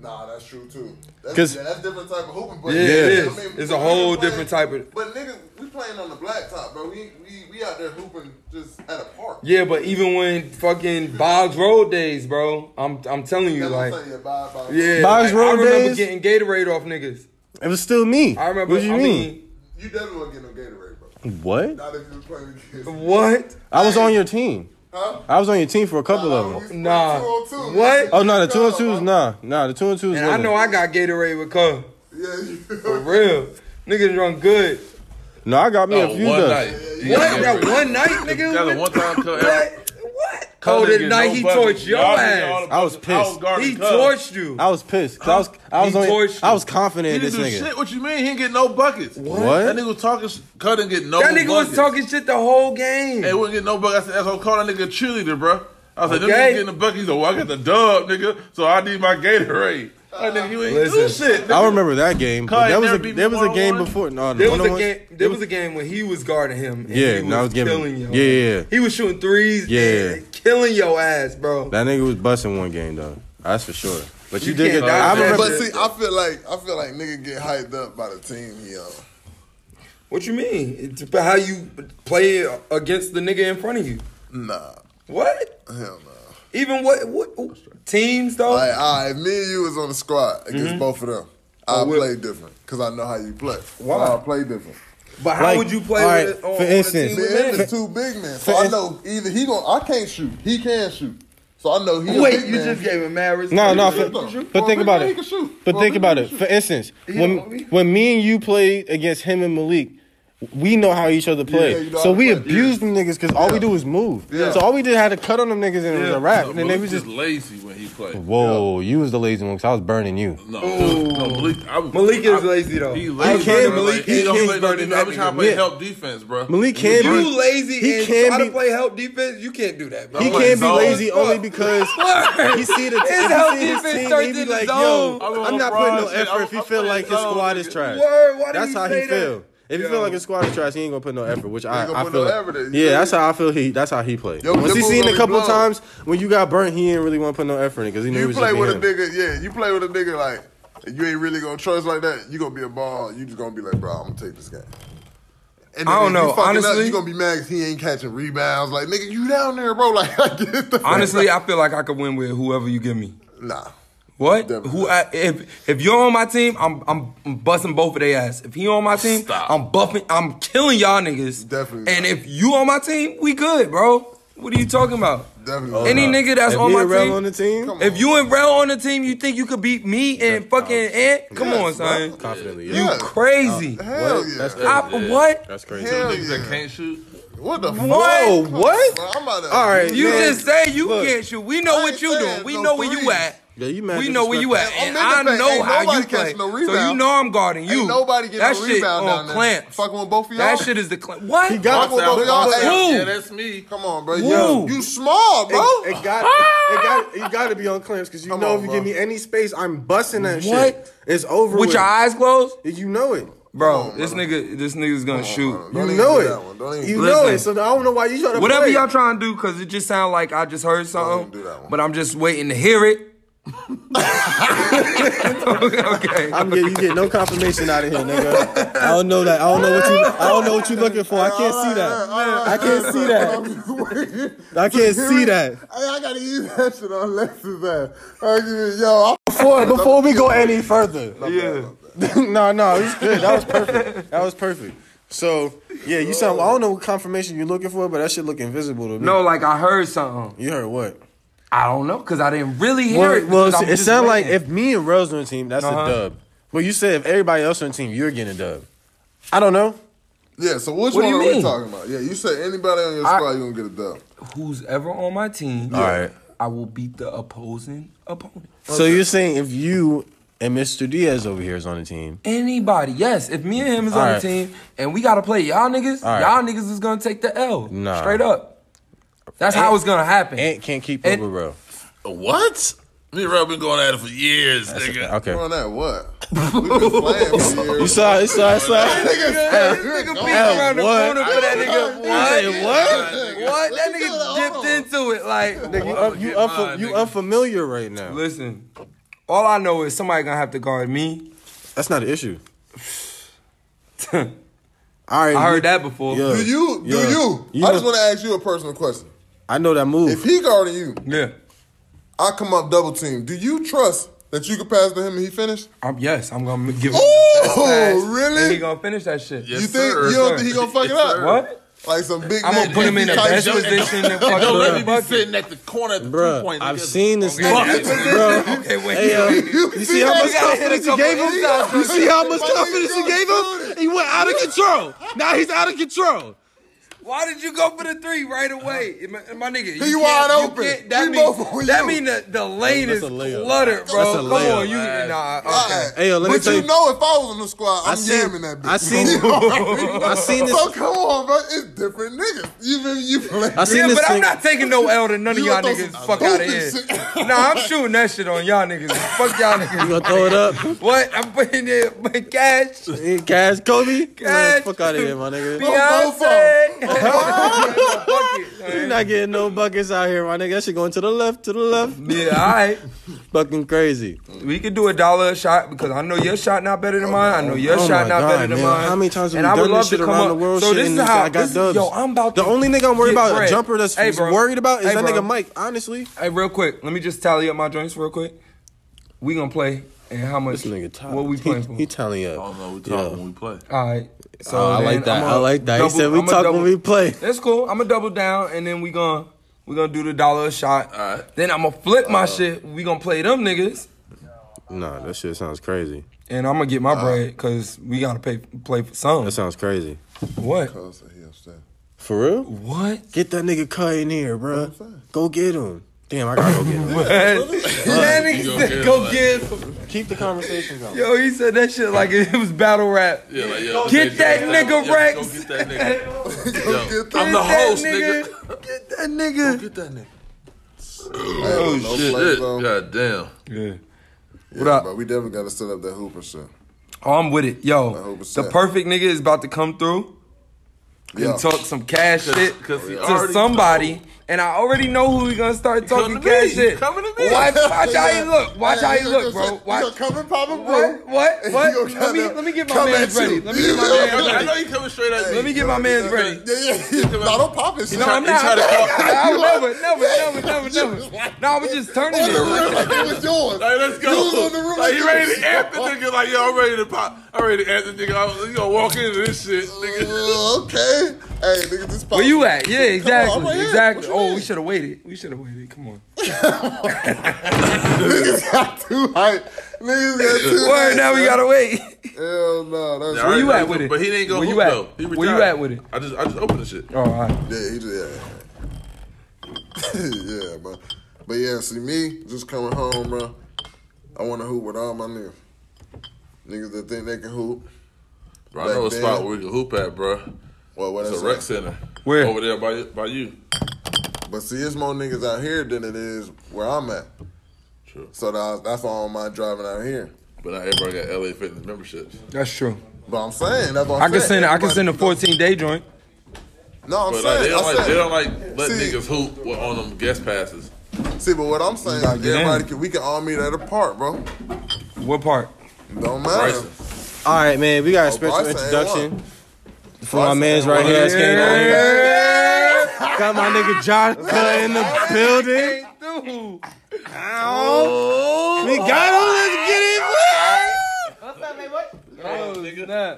S5: Nah, that's true too. That's,
S1: 'Cause-
S5: yeah, that's different type of hooping. But
S3: Yeah, it is.
S5: I mean,
S3: It's
S5: but
S3: a whole
S5: we playing-
S3: different type of-
S5: But nigga, we playing on the blacktop, bro. We we we out there hooping just at a park.
S3: Yeah, but even when fucking Boggs Road days, bro, I'm I'm telling you,
S5: That's what I'm
S3: like,
S5: saying, yeah, bye, bye.
S3: yeah,
S1: Boggs
S3: like, I
S1: Road
S3: remember
S1: days?
S3: getting Gatorade off niggas.
S1: It was still me.
S3: I remember.
S1: What you
S3: I
S1: mean?
S5: You definitely won't get no Gatorade, bro.
S1: What?
S5: Not if you're playing against.
S3: mean, what?
S1: I was on your team.
S5: Huh?
S1: I was on your team for a couple
S5: Uh, we
S1: of them.
S5: split
S3: Nah.
S5: 202.
S3: What?
S1: Oh no, the two and twos,
S5: Huh?
S1: nah, nah, the two and twos.
S3: And I know I got Gatorade with Cub.
S5: Yeah, you
S3: For real. Niggas drunk good.
S1: No, I got me
S4: No,
S1: a few
S4: Oh, one
S1: done.
S4: night. You
S3: What?
S4: gotta
S3: That
S4: get-
S3: one night, nigga?
S4: That's a
S3: What?
S4: one-time cut.
S3: What? What?
S4: Cousins
S3: Oh, the
S4: get
S3: night
S4: no
S3: he
S4: budget.
S3: torched your
S4: Y'all be all
S3: ass.
S4: about
S1: I was
S4: the
S1: pissed.
S4: house garden
S3: He
S4: cousins.
S3: torched you.
S1: I was pissed. 'cause I was I was
S3: He
S1: on,
S3: torched you.
S1: I was confident
S4: He
S1: in this
S4: didn't do
S1: nigga.
S4: shit. What you mean? He didn't get no buckets.
S1: What?
S4: That nigga was talking. sh- Cut and get no.
S3: That nigga was
S4: buckets.
S3: talking shit the whole game.
S4: Hey, wouldn't get no buckets. I said, that's what I called that nigga a cheerleader, bro. I was like, them
S3: Okay.
S4: niggas getting the bucket. He's like, well, I got the dub, nigga, so I need my Gatorade. That nigga, you ain't
S3: Listen.
S4: do shit. Nigga.
S1: I remember that game. But
S4: Kai
S1: that was
S4: never
S1: a,
S4: beat me
S1: there was a game
S4: one-on-one?
S1: before. No,
S3: There
S1: no,
S3: was
S1: no
S3: a game. There was a game when he was guarding him. and
S1: Yeah,
S3: he
S1: and I was giving-
S3: killing your
S1: yeah, yeah, yeah.
S3: ass. He was shooting threes.
S1: Yeah.
S3: and killing your ass, bro.
S1: That nigga was busting one game though. That's for sure. But you,
S3: You
S1: did
S3: can't
S1: get. I
S3: dodge that
S1: remember.
S5: But see, I feel like I feel like nigga get hyped up by the team he on.
S3: What you mean? It's about how you play against the nigga in front of you.
S5: Nah,
S3: What?
S5: hell no.
S3: Even what? What teams though?
S5: Like, all right, if me and you was on the squad against
S3: Mm-hmm.
S5: both of them. I
S3: Oh,
S5: will
S3: what-
S5: play different because I know how you play.
S3: Why?
S5: I play different.
S3: but how
S1: like,
S3: would you play
S1: all right,
S3: with, on,
S1: for
S3: on
S1: instance,
S3: a team with
S5: Man,
S3: men?
S5: it's two big men, so
S1: for
S5: I
S1: ins-
S5: know either he gon' I can't shoot, he can shoot, so I know he. a
S3: Wait,
S5: big
S3: you
S5: man.
S3: just gave him marriage.
S1: No, no,
S5: can
S1: for-
S5: shoot.
S1: but
S5: For
S1: think
S5: a big
S1: about
S5: man, he
S1: it.
S5: can shoot.
S1: But
S5: For a
S1: think
S5: big
S1: about
S5: man,
S1: it.
S5: he
S1: For instance, when
S3: don't be-
S1: when me and you played against him and Malik, we know how each other play.
S5: Yeah, you know how
S1: so
S5: to
S1: we
S5: play.
S1: abused them niggas because all we do is move.
S5: Yeah.
S1: So all we did had to cut on them niggas and it was
S3: Yeah.
S1: a wrap.
S4: No,
S1: and they
S4: Malik
S1: was
S4: was
S1: just
S4: lazy when he played.
S1: whoa, you was the lazy one because I was burning you.
S4: No, no Malik, I, was-
S3: Malik is
S4: I-
S3: lazy, though.
S4: He
S3: I
S4: lazy.
S1: can't-
S4: bro.
S1: Malik-
S4: Like,
S1: he
S4: he don't
S1: can't
S4: play
S1: burn
S4: no defense. I be
S1: that
S4: trying
S1: nigga.
S4: to play
S1: Yeah.
S4: help defense, bro.
S1: Malik can
S3: You
S1: be,
S3: lazy
S1: He
S3: and
S1: can
S3: try
S1: be-
S3: to play help defense. You can't do that, bro.
S1: he
S4: I'm
S1: can
S4: like,
S1: be
S4: zone.
S1: lazy only because he see the
S3: His
S1: if he
S3: health
S1: see his
S3: defense
S1: team.
S3: starts
S1: He be
S3: in the
S1: like, yo,
S3: zone.
S4: I'm on
S1: I'm not putting no
S4: LeBron shit.
S1: effort if
S4: I'm-
S1: he feel
S4: I'm playing
S1: like his
S4: zone,
S1: squad is
S4: nigga.
S1: trash.
S3: Word, why did
S1: That's
S3: he
S1: how he
S3: say that?
S1: feel. If he
S3: Yo.
S1: feel like his squad is trash, he ain't gonna put no effort. Which I,
S5: gonna
S1: I
S5: put
S1: feel.
S5: no effort in.
S1: yeah,
S5: Yeah.
S1: that's how I feel. He that's how he played.
S5: Yo,
S1: Once he
S5: Jimbo's
S1: seen a
S5: gonna be
S1: couple
S5: blown.
S1: times when you got burnt, he didn't really want to put no effort in because he knew he
S5: You
S1: was
S5: play
S1: just
S5: with a
S1: being him.
S5: nigga, yeah. You play with a nigga like you ain't really gonna trust like that. You gonna be a ball. You just gonna be like, bro, I'm gonna take this game. And
S3: I don't
S5: if
S3: know,
S5: you fucking
S3: honestly-
S5: up, you gonna be mad 'cause he ain't catching rebounds. Like nigga, you down there, bro. Like I get the
S3: Honestly, I feel like I could win with whoever you give me.
S5: nah.
S3: What?
S5: Definitely.
S3: Who? I, if if you're on my team, I'm I'm, I'm busting both of their ass. If he on my team,
S4: Stop.
S3: I'm buffing. I'm killing y'all niggas.
S5: Definitely
S3: And
S5: not.
S3: if you on my team, we good, bro. What are you talking about?
S5: Definitely not.
S3: Any
S5: Oh, no.
S3: nigga that's
S1: If
S3: on
S1: he
S3: my
S1: a rel
S3: team.
S1: on the team,
S5: Come on.
S3: if you and Rel on the team, you think you could beat me and fucking Ant? Come
S5: Yes,
S3: on, son.
S5: bro.
S1: confidently.
S5: You-
S1: Yeah.
S5: Yeah. Oh,
S3: Crazy.
S5: Hell
S1: What?
S5: yeah.
S1: That's crazy.
S3: I, What?
S1: That's crazy.
S5: Hell
S4: Niggas
S5: yeah.
S4: that can't shoot.
S5: What the
S3: What?
S1: Whoa,
S5: fuck?
S1: what?
S5: Bro, I'm about to,
S1: All right.
S3: You
S1: Man,
S3: just say you
S1: look,
S3: can't shoot. We know
S5: I
S3: what
S5: ain't
S3: you doing.
S5: saying
S3: We
S5: no
S3: know where you
S5: threes.
S3: at.
S1: Yeah, you mad
S3: we know where you at.
S5: disrespectful.
S3: And
S5: I'm in
S3: I
S5: the paint.
S3: know
S5: Ain't
S3: how you
S5: nobody
S3: play.
S5: catching no
S3: so you
S5: rebound.
S3: know I'm guarding you.
S5: Ain't nobody getting
S3: that
S5: a
S3: shit
S5: rebound
S3: on
S5: down there.
S3: clamps.
S5: Fucking with both of y'all.
S3: That shit is the clamp. What?
S1: He got-
S5: Fuck with both of y'all.
S4: Outside,
S5: Hey,
S3: Who?
S4: Yeah, that's me.
S5: Come on, bro.
S3: Who?
S5: You, you small, bro.
S1: It, it got, it got, you got to be on clamps because you
S5: Come
S1: know
S5: on,
S1: if you
S5: bro.
S1: give me any space, I'm busting that shit.
S3: What?
S1: It's over.
S3: With
S1: with.
S3: your eyes closed,
S1: you know it.
S3: bro.
S5: on,
S3: this
S5: brother.
S3: nigga, this nigga's gonna shoot.
S5: Don't
S1: You
S5: even
S1: know
S5: do that one. Don't
S1: it.
S5: even
S1: You
S5: do
S1: know
S3: that.
S1: it. So I don't know why you trying to
S3: Whatever
S1: play.
S3: y'all trying to do, cause it just sound like I just heard something.
S5: do that one.
S3: But I'm just waiting to hear it. okay.
S1: I'm getting, you get no confirmation out of here, nigga. I don't know that. I don't know what you. I don't know what you looking for. I can't see that. I can't see that.
S5: that.
S1: I can't see that.
S5: Hey, I gotta use that shit on Lex's ass. Argument, yo, I'm
S1: Before before we go any further,
S3: Yeah.
S1: no, no, it was good. That was perfect. That was perfect. So yeah, you sound. I don't know what confirmation you're looking for, but that shit look invisible to me.
S3: No, like I heard something.
S1: you heard what?
S3: I don't know, cause I didn't really hear
S1: Well,
S3: it.
S1: well
S3: because
S1: it,
S3: I'm just
S1: sounds like
S3: waiting.
S1: if me and Rose on the team, that's
S3: Uh-huh.
S1: a dub. But you said if everybody else on the team, you're getting a dub. I don't know.
S5: Yeah, so which
S3: What do
S5: one
S3: you
S5: are we
S3: mean?
S5: talking about? Yeah, you said anybody on your
S3: I-
S5: squad, you gonna get a dub.
S3: who's ever on my team,
S1: All right.
S3: I will beat the opposing opponent.
S1: So you're saying if you and Mr. Diaz over here is on the team,
S3: Anybody, yes. If me and him is
S1: All
S3: on
S1: right.
S3: the team and we gotta play y'all niggas,
S1: All right.
S3: y'all niggas is gonna take the L.
S1: Nah.
S3: Straight up. That's how
S1: Ant-
S3: it's gonna happen.
S1: Ant can't keep
S3: Ant-
S1: up with Ro.
S4: What? Me and Rob been going at it for years, nigga.
S1: Okay.
S5: Bro, that what? We've been playing for years.
S1: You saw, you saw, you saw.
S3: This nigga peeked around the
S1: what?
S3: corner for that nigga.
S1: You said what?
S3: What? That
S5: Hold
S3: nigga
S5: on.
S3: dipped into it like.
S1: You, up, you, unfa- you unfamiliar right now.
S3: Listen, all I know is somebody gonna have to guard me.
S1: That's not an issue.
S3: I
S1: All right.
S3: heard that before.
S1: Yeah.
S5: Do you? Do
S1: Yeah.
S5: you?
S1: You
S5: I
S1: know-
S5: just want to ask you a personal question.
S1: I know that
S5: If
S1: move.
S5: he guarding you,
S3: Yeah.
S5: I come up double team. Do you trust that you can pass to him and he finish?
S3: I'm, yes, I'm gonna give him.
S5: Oh,
S3: the best pass,
S5: really?
S3: And he gonna finish that shit.
S5: you think you don't think he gonna fuck it up?
S3: What?
S5: like some big.
S3: I'm gonna
S5: man
S3: put him in the
S5: type
S3: best
S5: shit.
S3: position to fuck
S4: Don't let
S3: the
S4: me be
S3: bucket.
S4: sitting at the corner at the two
S1: Bruh,
S4: point.
S1: I've
S4: nigga.
S1: seen this nigga. Bro,
S3: Okay, wait.
S1: hey, yo, you see how much
S3: You gotta hit
S1: confidence
S3: a
S1: he
S3: couple
S1: gave him?
S3: shots.
S1: You see how much
S5: My nigga
S1: confidence he
S5: going
S1: gave him? He went out of control. Now he's out of control.
S3: Why did you go for the three right away, my, my nigga?
S5: He
S3: can't-
S5: wide
S3: you
S5: open.
S3: can't- That
S5: He both on
S3: means that
S5: you.
S3: mean the, the lane
S1: That's
S3: is
S1: a layup.
S3: cluttered, bro.
S1: That's a
S3: Come
S1: layup.
S3: on, you nah. Okay.
S5: Alright.
S1: Hey, yo, let me
S5: but
S1: tell
S5: you
S1: you-
S5: know, if I was on the squad, I'm
S1: I seen-
S5: yamming that bitch.
S1: I seen- I seen this.
S5: So come on, bro. It's different niggas. Even if you play.
S1: I seen
S3: Yeah,
S1: this
S3: but I'm
S1: thing.
S3: not taking no L to none of
S5: You
S3: y'all
S5: gonna
S3: niggas.
S5: throw some
S3: Fuck out of here.
S5: stupid
S3: Nah, I'm shooting that shit on y'all niggas. Fuck y'all niggas.
S1: You gonna throw it up?
S3: What? I'm putting it my cash.
S1: Hey, Cash, Kobe? Man,
S3: Cash.
S1: fuck out of here, my nigga.
S3: Beyonce.
S1: You're
S3: Fuck it.
S1: not getting no buckets out here, my nigga. That shit going to the left, to the left.
S3: Yeah, all right.
S1: Fucking crazy.
S3: We could do a dollar a shot because I know your shot not better than mine. I know your
S1: Oh my
S3: shot not
S1: God,
S3: better than
S1: man.
S3: mine.
S1: How many times have
S3: And
S1: we
S3: I would
S1: done this
S3: love to
S1: shit
S3: come
S1: around
S3: up-
S1: the world?
S3: So
S1: shit,
S3: this
S1: and
S3: is
S1: this
S3: how
S1: guy got
S3: this,
S1: dubs.
S3: Yo, I'm about
S1: the
S3: to
S1: only nigga I'm worried
S3: get
S1: about
S3: bread.
S1: a jumper that's
S3: Hey, bro.
S1: worried about is
S3: Hey,
S1: that
S3: bro.
S1: nigga Mike. Honestly,
S3: Hey, real quick, let me just tally up my joints real quick. We gonna play and how much?
S1: this nigga top.
S3: What we playing for?
S1: He, he telling you.
S4: Oh no, we
S1: Yeah.
S4: talk when we play.
S3: All right. Uh, So
S1: Oh, I
S3: then
S1: like that.
S3: I'ma
S1: I like that. He
S3: double-
S1: said we
S3: I'ma
S1: talk
S3: double-
S1: when we play.
S3: That's cool. I'm gonna double down, and then we gonna we gonna do the dollar a shot.
S4: All right.
S3: Then I'm gonna flip
S4: Uh-huh.
S3: my shit. We gonna play them niggas,
S1: Nah, that shit sounds crazy.
S3: and I'm gonna get
S4: Uh-huh.
S3: my bread because we gotta pay play for some.
S1: That sounds crazy.
S3: What?
S5: Oh, so he upset.
S1: For real?
S3: What?
S1: Get that nigga cut in here, bruh. Go get him. Damn, I gotta go get him.
S3: that nigga
S4: go
S3: said,
S4: get
S3: go
S4: him,
S3: get.
S1: Keep the conversation going.
S3: Yo, he said that shit like it was battle rap.
S4: Yeah, like, yo,
S3: Get that nigga,
S4: yo,
S3: Rex.
S4: Go get that nigga. Yo,
S5: Get
S3: Get
S4: I'm the
S5: that
S3: that
S4: host, nigga.
S3: Get that nigga.
S4: Get that nigga.
S5: Oh, no
S4: Shit,
S5: play,
S4: shit.
S5: bro.
S4: God damn.
S3: Yeah.
S5: Yeah,
S3: up?
S5: But we definitely got to set up that Hooper shit.
S3: Oh, I'm with it, yo.
S5: 100%.
S3: The perfect nigga is about to come through.
S5: Yeah.
S3: and talk some cash shit
S4: 'cause he
S3: to
S4: already
S3: somebody, and I already know who we gonna start talking
S4: Coming to me.
S3: cash shit.
S4: Coming to me.
S3: Watch, watch how he look. Watch
S5: Hey,
S3: how he
S5: you
S3: look,
S5: just
S3: bro.
S5: said- you
S3: Watch.
S5: gonna Come and pop a
S3: What?
S5: bro.
S3: What?
S5: You
S3: What?
S5: gonna
S3: Let me
S5: come
S3: let me get my
S5: come
S3: man's
S5: at you.
S3: ready. Let me get my man's
S5: You gonna-
S4: I know
S3: ready.
S4: you coming straight at me.
S3: Let me get my man's ready.
S5: Yeah, yeah. yeah. No, don't pop his shit.
S3: No, I'm
S4: He
S3: not.
S4: tried to call-
S3: I would never, never, never, never, never. No, I'm just turning
S5: on
S3: it.
S5: the real like it was yours.
S4: Hey, let's go.
S5: You was on the real
S4: like,
S5: like
S4: he
S5: it
S4: ready
S5: was
S4: to amp the nigga. Like, yo, I'm ready to pop. I'm ready to amp the nigga. I'm, you gonna walk into this shit, nigga.
S5: Uh, okay. Hey, nigga, this pop.
S3: Where you at? Yeah, exactly,
S5: right here.
S3: exactly.
S5: What you
S3: Oh, we
S5: mean?
S3: should have waited. We should have waited. Come on.
S5: Niggas got too hype. Niggas got too
S3: Word,
S5: hype,
S3: now we
S5: bro.
S3: gotta wait.
S5: Hell no, that's
S4: All
S3: you
S4: now
S3: at
S4: he's
S3: with
S4: gonna-
S3: it?
S4: But he ain't gonna
S3: Where you
S4: hoop,
S3: at?
S4: though. He
S3: Where you
S4: retired.
S3: at with it?
S4: I just, I just opened the shit.
S3: Oh, all right.
S5: Yeah, he just, yeah. yeah, bro. But yeah, see me, just coming home, bro. I want to hoop with all my niggas. Niggas that think they can hoop.
S4: Bro, I know a
S5: Back
S4: spot
S5: then.
S4: where we can hoop at, bro.
S5: Well, what
S4: It's
S5: I
S4: a
S5: say.
S4: rec center.
S3: Where?
S4: Over there by by you.
S5: But see, it's more niggas out here than it is where I'm at.
S4: True.
S5: So that, that's why I don't mind driving out here.
S4: But not everybody got LA Fitness memberships.
S3: That's true.
S5: But I'm saying, that's what
S3: I
S5: I'm
S3: can
S5: saying.
S3: send. I can send a
S5: Everybody-
S3: 14 day joint.
S5: No,
S4: But like,
S5: I'm
S4: they
S5: saying.
S4: don't
S5: I'm
S4: like, they
S5: saying
S4: don't like let
S5: See-
S4: niggas hoop with- on them guest passes.
S5: see, but what I'm saying is
S3: gotta get in.
S5: everybody can, we can all meet at a park, bro.
S3: What part?
S5: Don't matter.
S4: Bryson.
S1: All right, man. We got a special
S5: Bryson ain't
S1: introduction
S5: one.
S1: for my
S5: Bryson
S1: man's
S5: ain't
S1: right
S5: one.
S1: here. that's came on here.
S3: Yeah.
S1: Got my nigga Josh Cut in the building.
S3: Dude.
S1: We got him. Let's get it.
S3: Oh, nigga.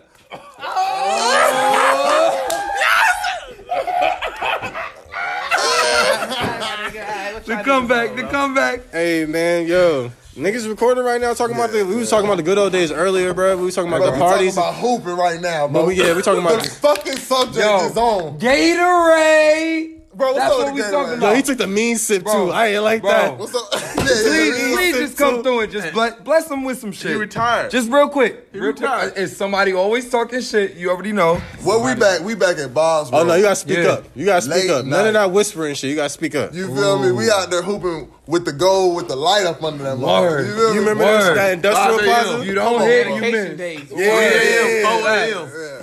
S3: The comeback, the comeback.
S1: Hey man, yo, niggas recording right now. Talking about the we was talking about the good old days earlier, bro. We was talking about
S5: Bro,
S1: the
S5: we
S1: parties.
S5: talking about hooping right now, bro.
S1: But we- yeah, we talking about-
S5: the fucking subject
S3: Yo.
S5: is on.
S3: Gatorade.
S5: Bro, what's
S3: That's
S5: up
S3: what
S5: with
S3: we
S5: Gatorade?
S3: talking
S1: Yo,
S3: about.
S1: he took the mean sip
S3: Bro,
S1: too. I ain't like
S3: bro.
S1: that.
S5: What's up? yeah, yeah,
S3: Please,
S5: yeah.
S3: please just come through and just bless, bless them with some shit.
S4: He retired.
S3: Just real quick. Real quick.
S4: retired.
S3: Is somebody always talking shit? You already know.
S5: Well, we back. We back at Bob's.
S1: Oh
S5: bro.
S1: no, you gotta speak
S3: Yeah.
S1: up. You gotta speak
S5: Late
S1: up. None of
S5: night.
S1: that whispering shit. You gotta speak up.
S5: You feel me? We out there hooping with the gold, with the light up under that
S3: Word.
S5: mother. You feel
S1: You
S5: me?
S1: remember
S3: Word.
S1: that, that industrial
S4: Lotta
S1: plaza?
S4: you.
S3: You don't
S5: Come on,
S3: hear
S5: come
S3: you
S5: on.
S3: miss.
S7: days.
S4: Yeah,
S3: yeah,
S4: yeah,
S3: yeah.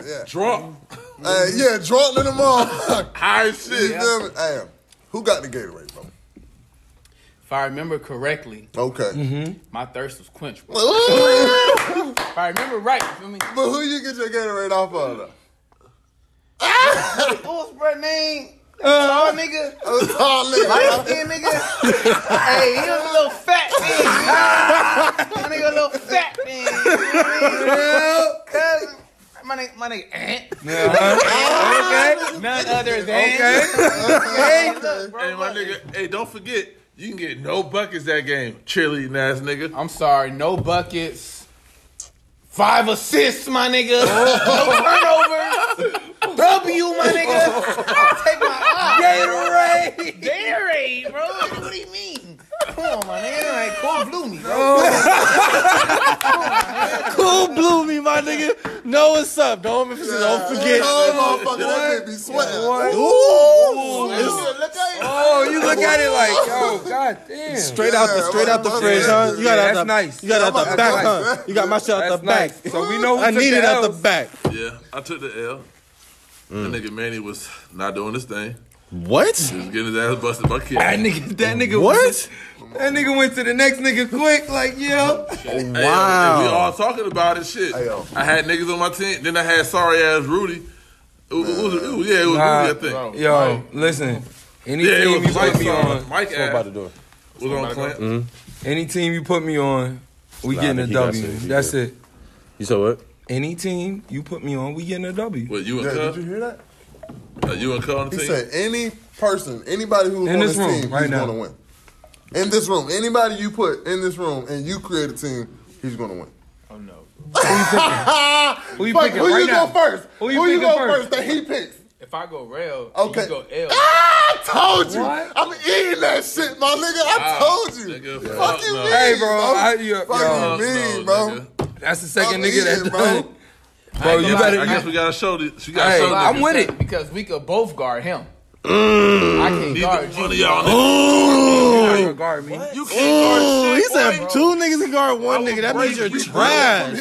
S5: Yeah, yeah.
S4: Drunk,
S5: Hey, yeah, drunk in the motherfucker.
S4: high as
S5: You
S4: shit.
S5: feel me? Hey, who got the Gatorade, bro?
S7: If I remember correctly,
S5: Okay.
S1: Mm-hmm.
S7: my thirst was quenched. Bro.
S5: Ooh,
S7: If I remember right, you feel me?
S5: but who you get your Gatorade off of? though?
S7: What was bro name? Tall nigga,
S5: Oh, tall
S7: light
S5: nigga.
S7: skin nigga. hey, he was a little fat man. My nigga, a little fat man. You know what I mean? Cuz my nigga, my nigga, Ant.
S3: Okay.
S7: None other than.
S3: Okay.
S7: Hey, look, bro,
S4: Hey, my
S7: look.
S4: nigga. Hey, don't forget, you can get no buckets that game. Cheerleading ass nigga.
S7: I'm sorry, no buckets. Five assists, my nigga. No turnovers. W, my nigga. I'll take my Gatorade. Gatorade, bro. Nigga, What do you mean? Come on, my nigga. Like, cool blue me, bro.
S1: Cool blew me, my nigga. Know what's up. Don't, don't forget.
S5: Oh, motherfucker, that bitch be sweating.
S1: Ooh,
S7: Look,
S1: it's
S7: look at it.
S3: Oh, you look at it like, yo, god damn.
S1: straight out the
S5: Yeah,
S1: straight out the
S5: well,
S1: fridge,
S5: yeah,
S1: huh? You got
S3: yeah,
S1: out
S3: that's
S1: the,
S3: nice.
S1: You got out the
S5: Yeah,
S1: back,
S5: that's
S1: huh?
S5: nice.
S1: You got my shit out
S3: That's
S1: the back.
S3: nice. So we know who
S1: I
S3: took
S1: need it out the
S3: L's.
S1: back.
S4: Yeah, I took the L. That nigga Manny was not doing his thing.
S1: What?
S4: He was getting his ass busted by kids.
S3: That nigga, that nigga,
S1: What?
S3: That nigga went to the next nigga quick, like yo.
S4: Hey, yo,
S1: Wow.
S4: and we all talking about it, shit.
S5: Hey, yo.
S4: I had niggas on my team. Then I had sorry ass Rudy. It was, it was- it was- yeah, it was Rudy, I think.
S3: yo, listen. Any team
S4: Yeah, it
S3: you
S4: was
S3: put
S4: Mike.
S3: me
S4: On.
S3: on,
S4: Mike
S1: About the
S4: ass
S1: door.
S4: was on Clint.
S1: Mm-hmm.
S3: any team you put me on, we
S1: Nah, I
S3: getting a
S1: think he got
S3: W.
S1: serious. He
S3: That's
S1: good.
S3: it.
S1: You said what?
S3: Any team you put me on, we getting a W.
S4: What you and
S5: Yeah, did you
S4: Cub?
S5: hear that?
S4: Uh, you and Cub on the
S5: He
S4: team?
S5: said any person, anybody who's
S3: In
S5: on
S3: this
S5: this,
S3: room,
S5: team,
S3: right
S5: he's
S3: now.
S5: gonna win. In this room, anybody you put in this room and you create a team, he's gonna win.
S4: Oh,
S3: Who you
S5: Fuck,
S3: picking
S5: who
S3: right
S5: you
S3: now?
S5: go first?
S3: Who you
S5: you
S3: picking
S5: go
S3: first?
S5: first? That he picks.
S7: If I go rail,
S5: Okay.
S7: you go L.
S5: Ah, I told you.
S3: What?
S5: I'm eating that shit, my nigga. I told you.
S4: Nigga,
S5: Fuck you,
S4: no.
S5: mean,
S3: Hey, bro, I- you-
S5: Fuck
S3: yo.
S5: you, mean,
S4: Fuck no,
S5: bro.
S4: nigga.
S3: That's the 2nd
S5: I'm
S3: nigga
S5: eating,
S3: that
S5: bro.
S3: done. it. Bro, you
S7: gonna
S3: better.
S4: I guess we gotta show this. We gotta
S3: Hey,
S4: show
S3: I'm
S4: niggas.
S3: with it.
S7: Because we could both guard him. I can't guard
S4: Neither
S7: you.
S4: one of y'all niggas.
S3: you gotta regard me.
S4: You can't
S1: Ooh,
S4: guard
S1: he
S4: shit.
S1: said two niggas can guard one nigga. That means you're
S4: break you.
S1: trash.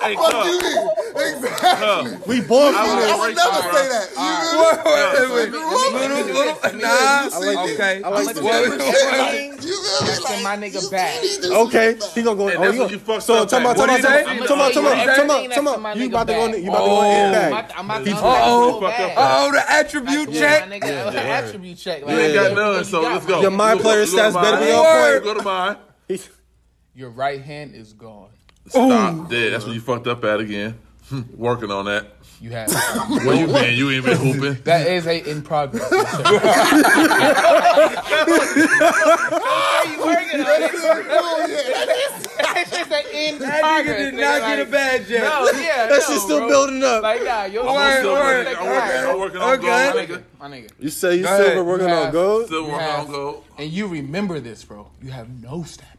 S4: Hey,
S5: Fuck you,
S4: Cub.
S5: nigga. Exactly.
S1: We born for
S5: I
S1: this.
S5: would never say that. You
S3: Wait, wait, wait, wait.
S5: feel me?
S3: Little, little, nah. Okay.
S1: I like
S5: You
S1: this.
S5: feel
S3: Wait, wait,
S5: me?
S3: wait.
S5: You feel me?
S7: Send my
S5: Like,
S7: nigga back.
S1: Okay, he gonna go.
S4: And
S1: oh,
S4: that's
S1: he
S4: what
S1: gonna-
S4: you fucked
S1: so
S4: up
S1: talking
S4: at.
S1: about,
S4: What
S1: talking
S3: did he
S1: about,
S3: say?
S1: talking about, talking about, talking
S7: Everything
S1: about,
S7: that's
S1: talking
S7: in my
S1: about. You
S7: nigga
S1: about to go?
S7: bag.
S1: in- You about to go in
S7: I'm
S1: back?
S7: about to- I'm about to
S4: He's-
S7: unpack
S4: Uh-oh.
S7: your bag.
S3: Oh, the attribute
S7: Yeah,
S3: check.
S7: my nigga, uh, attribute check. Like,
S4: You ain't got
S7: what
S4: none,
S7: you
S4: so
S7: got,
S4: let's
S7: bro?
S4: go.
S1: Your my
S4: You
S1: player
S4: go- you go
S1: stats better
S4: mine.
S1: be on
S4: Go to mine.
S7: Your right hand is gone.
S4: Stop. Dead. That's what you fucked up at again. Hmm, Working on that.
S7: You have
S4: Where you been? You ain't been hooping.
S7: that is a in progress. in
S3: That nigga did not get a badge yet.
S7: No, yeah,
S1: That
S7: no,
S1: shit's still
S7: bro.
S1: building up.
S7: Like, nah, your
S3: Word,
S4: I'm still
S3: word.
S4: working. I'm working. I'm working on
S3: Okay.
S4: gold,
S7: My
S4: nigga.
S7: nigga, my nigga.
S1: You say you
S3: Go ahead.
S1: silver working on
S7: Yeah.
S1: gold.
S4: Still working
S7: have-
S4: on gold.
S7: And you remember this, bro. You have no stamina.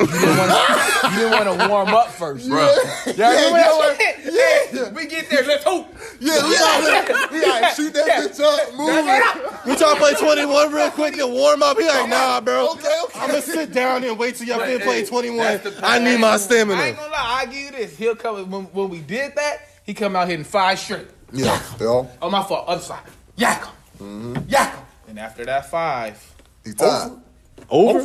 S7: You didn't wanna- you didn't want to warm up first. Bro.
S4: Bruh.
S7: Yeah, we get there. Let's hoop.
S5: Yeah, we all we all shoot that bitch up, move it.
S1: We trying to play 21 real quick and warm up. He like, nah, bro.
S5: Okay, okay.
S1: I'm gonna sit down and wait till y'all fin play 21.
S4: that's the
S1: I need my
S7: I ain't
S1: stamina.
S7: gonna lie. I give you this. He'll come when, when we did that. He come out hitting five straight.
S5: Yeah, yo,
S7: Oh my fault. Upside. Yak him. Yak him. And after that five,
S5: he tied.
S1: Over.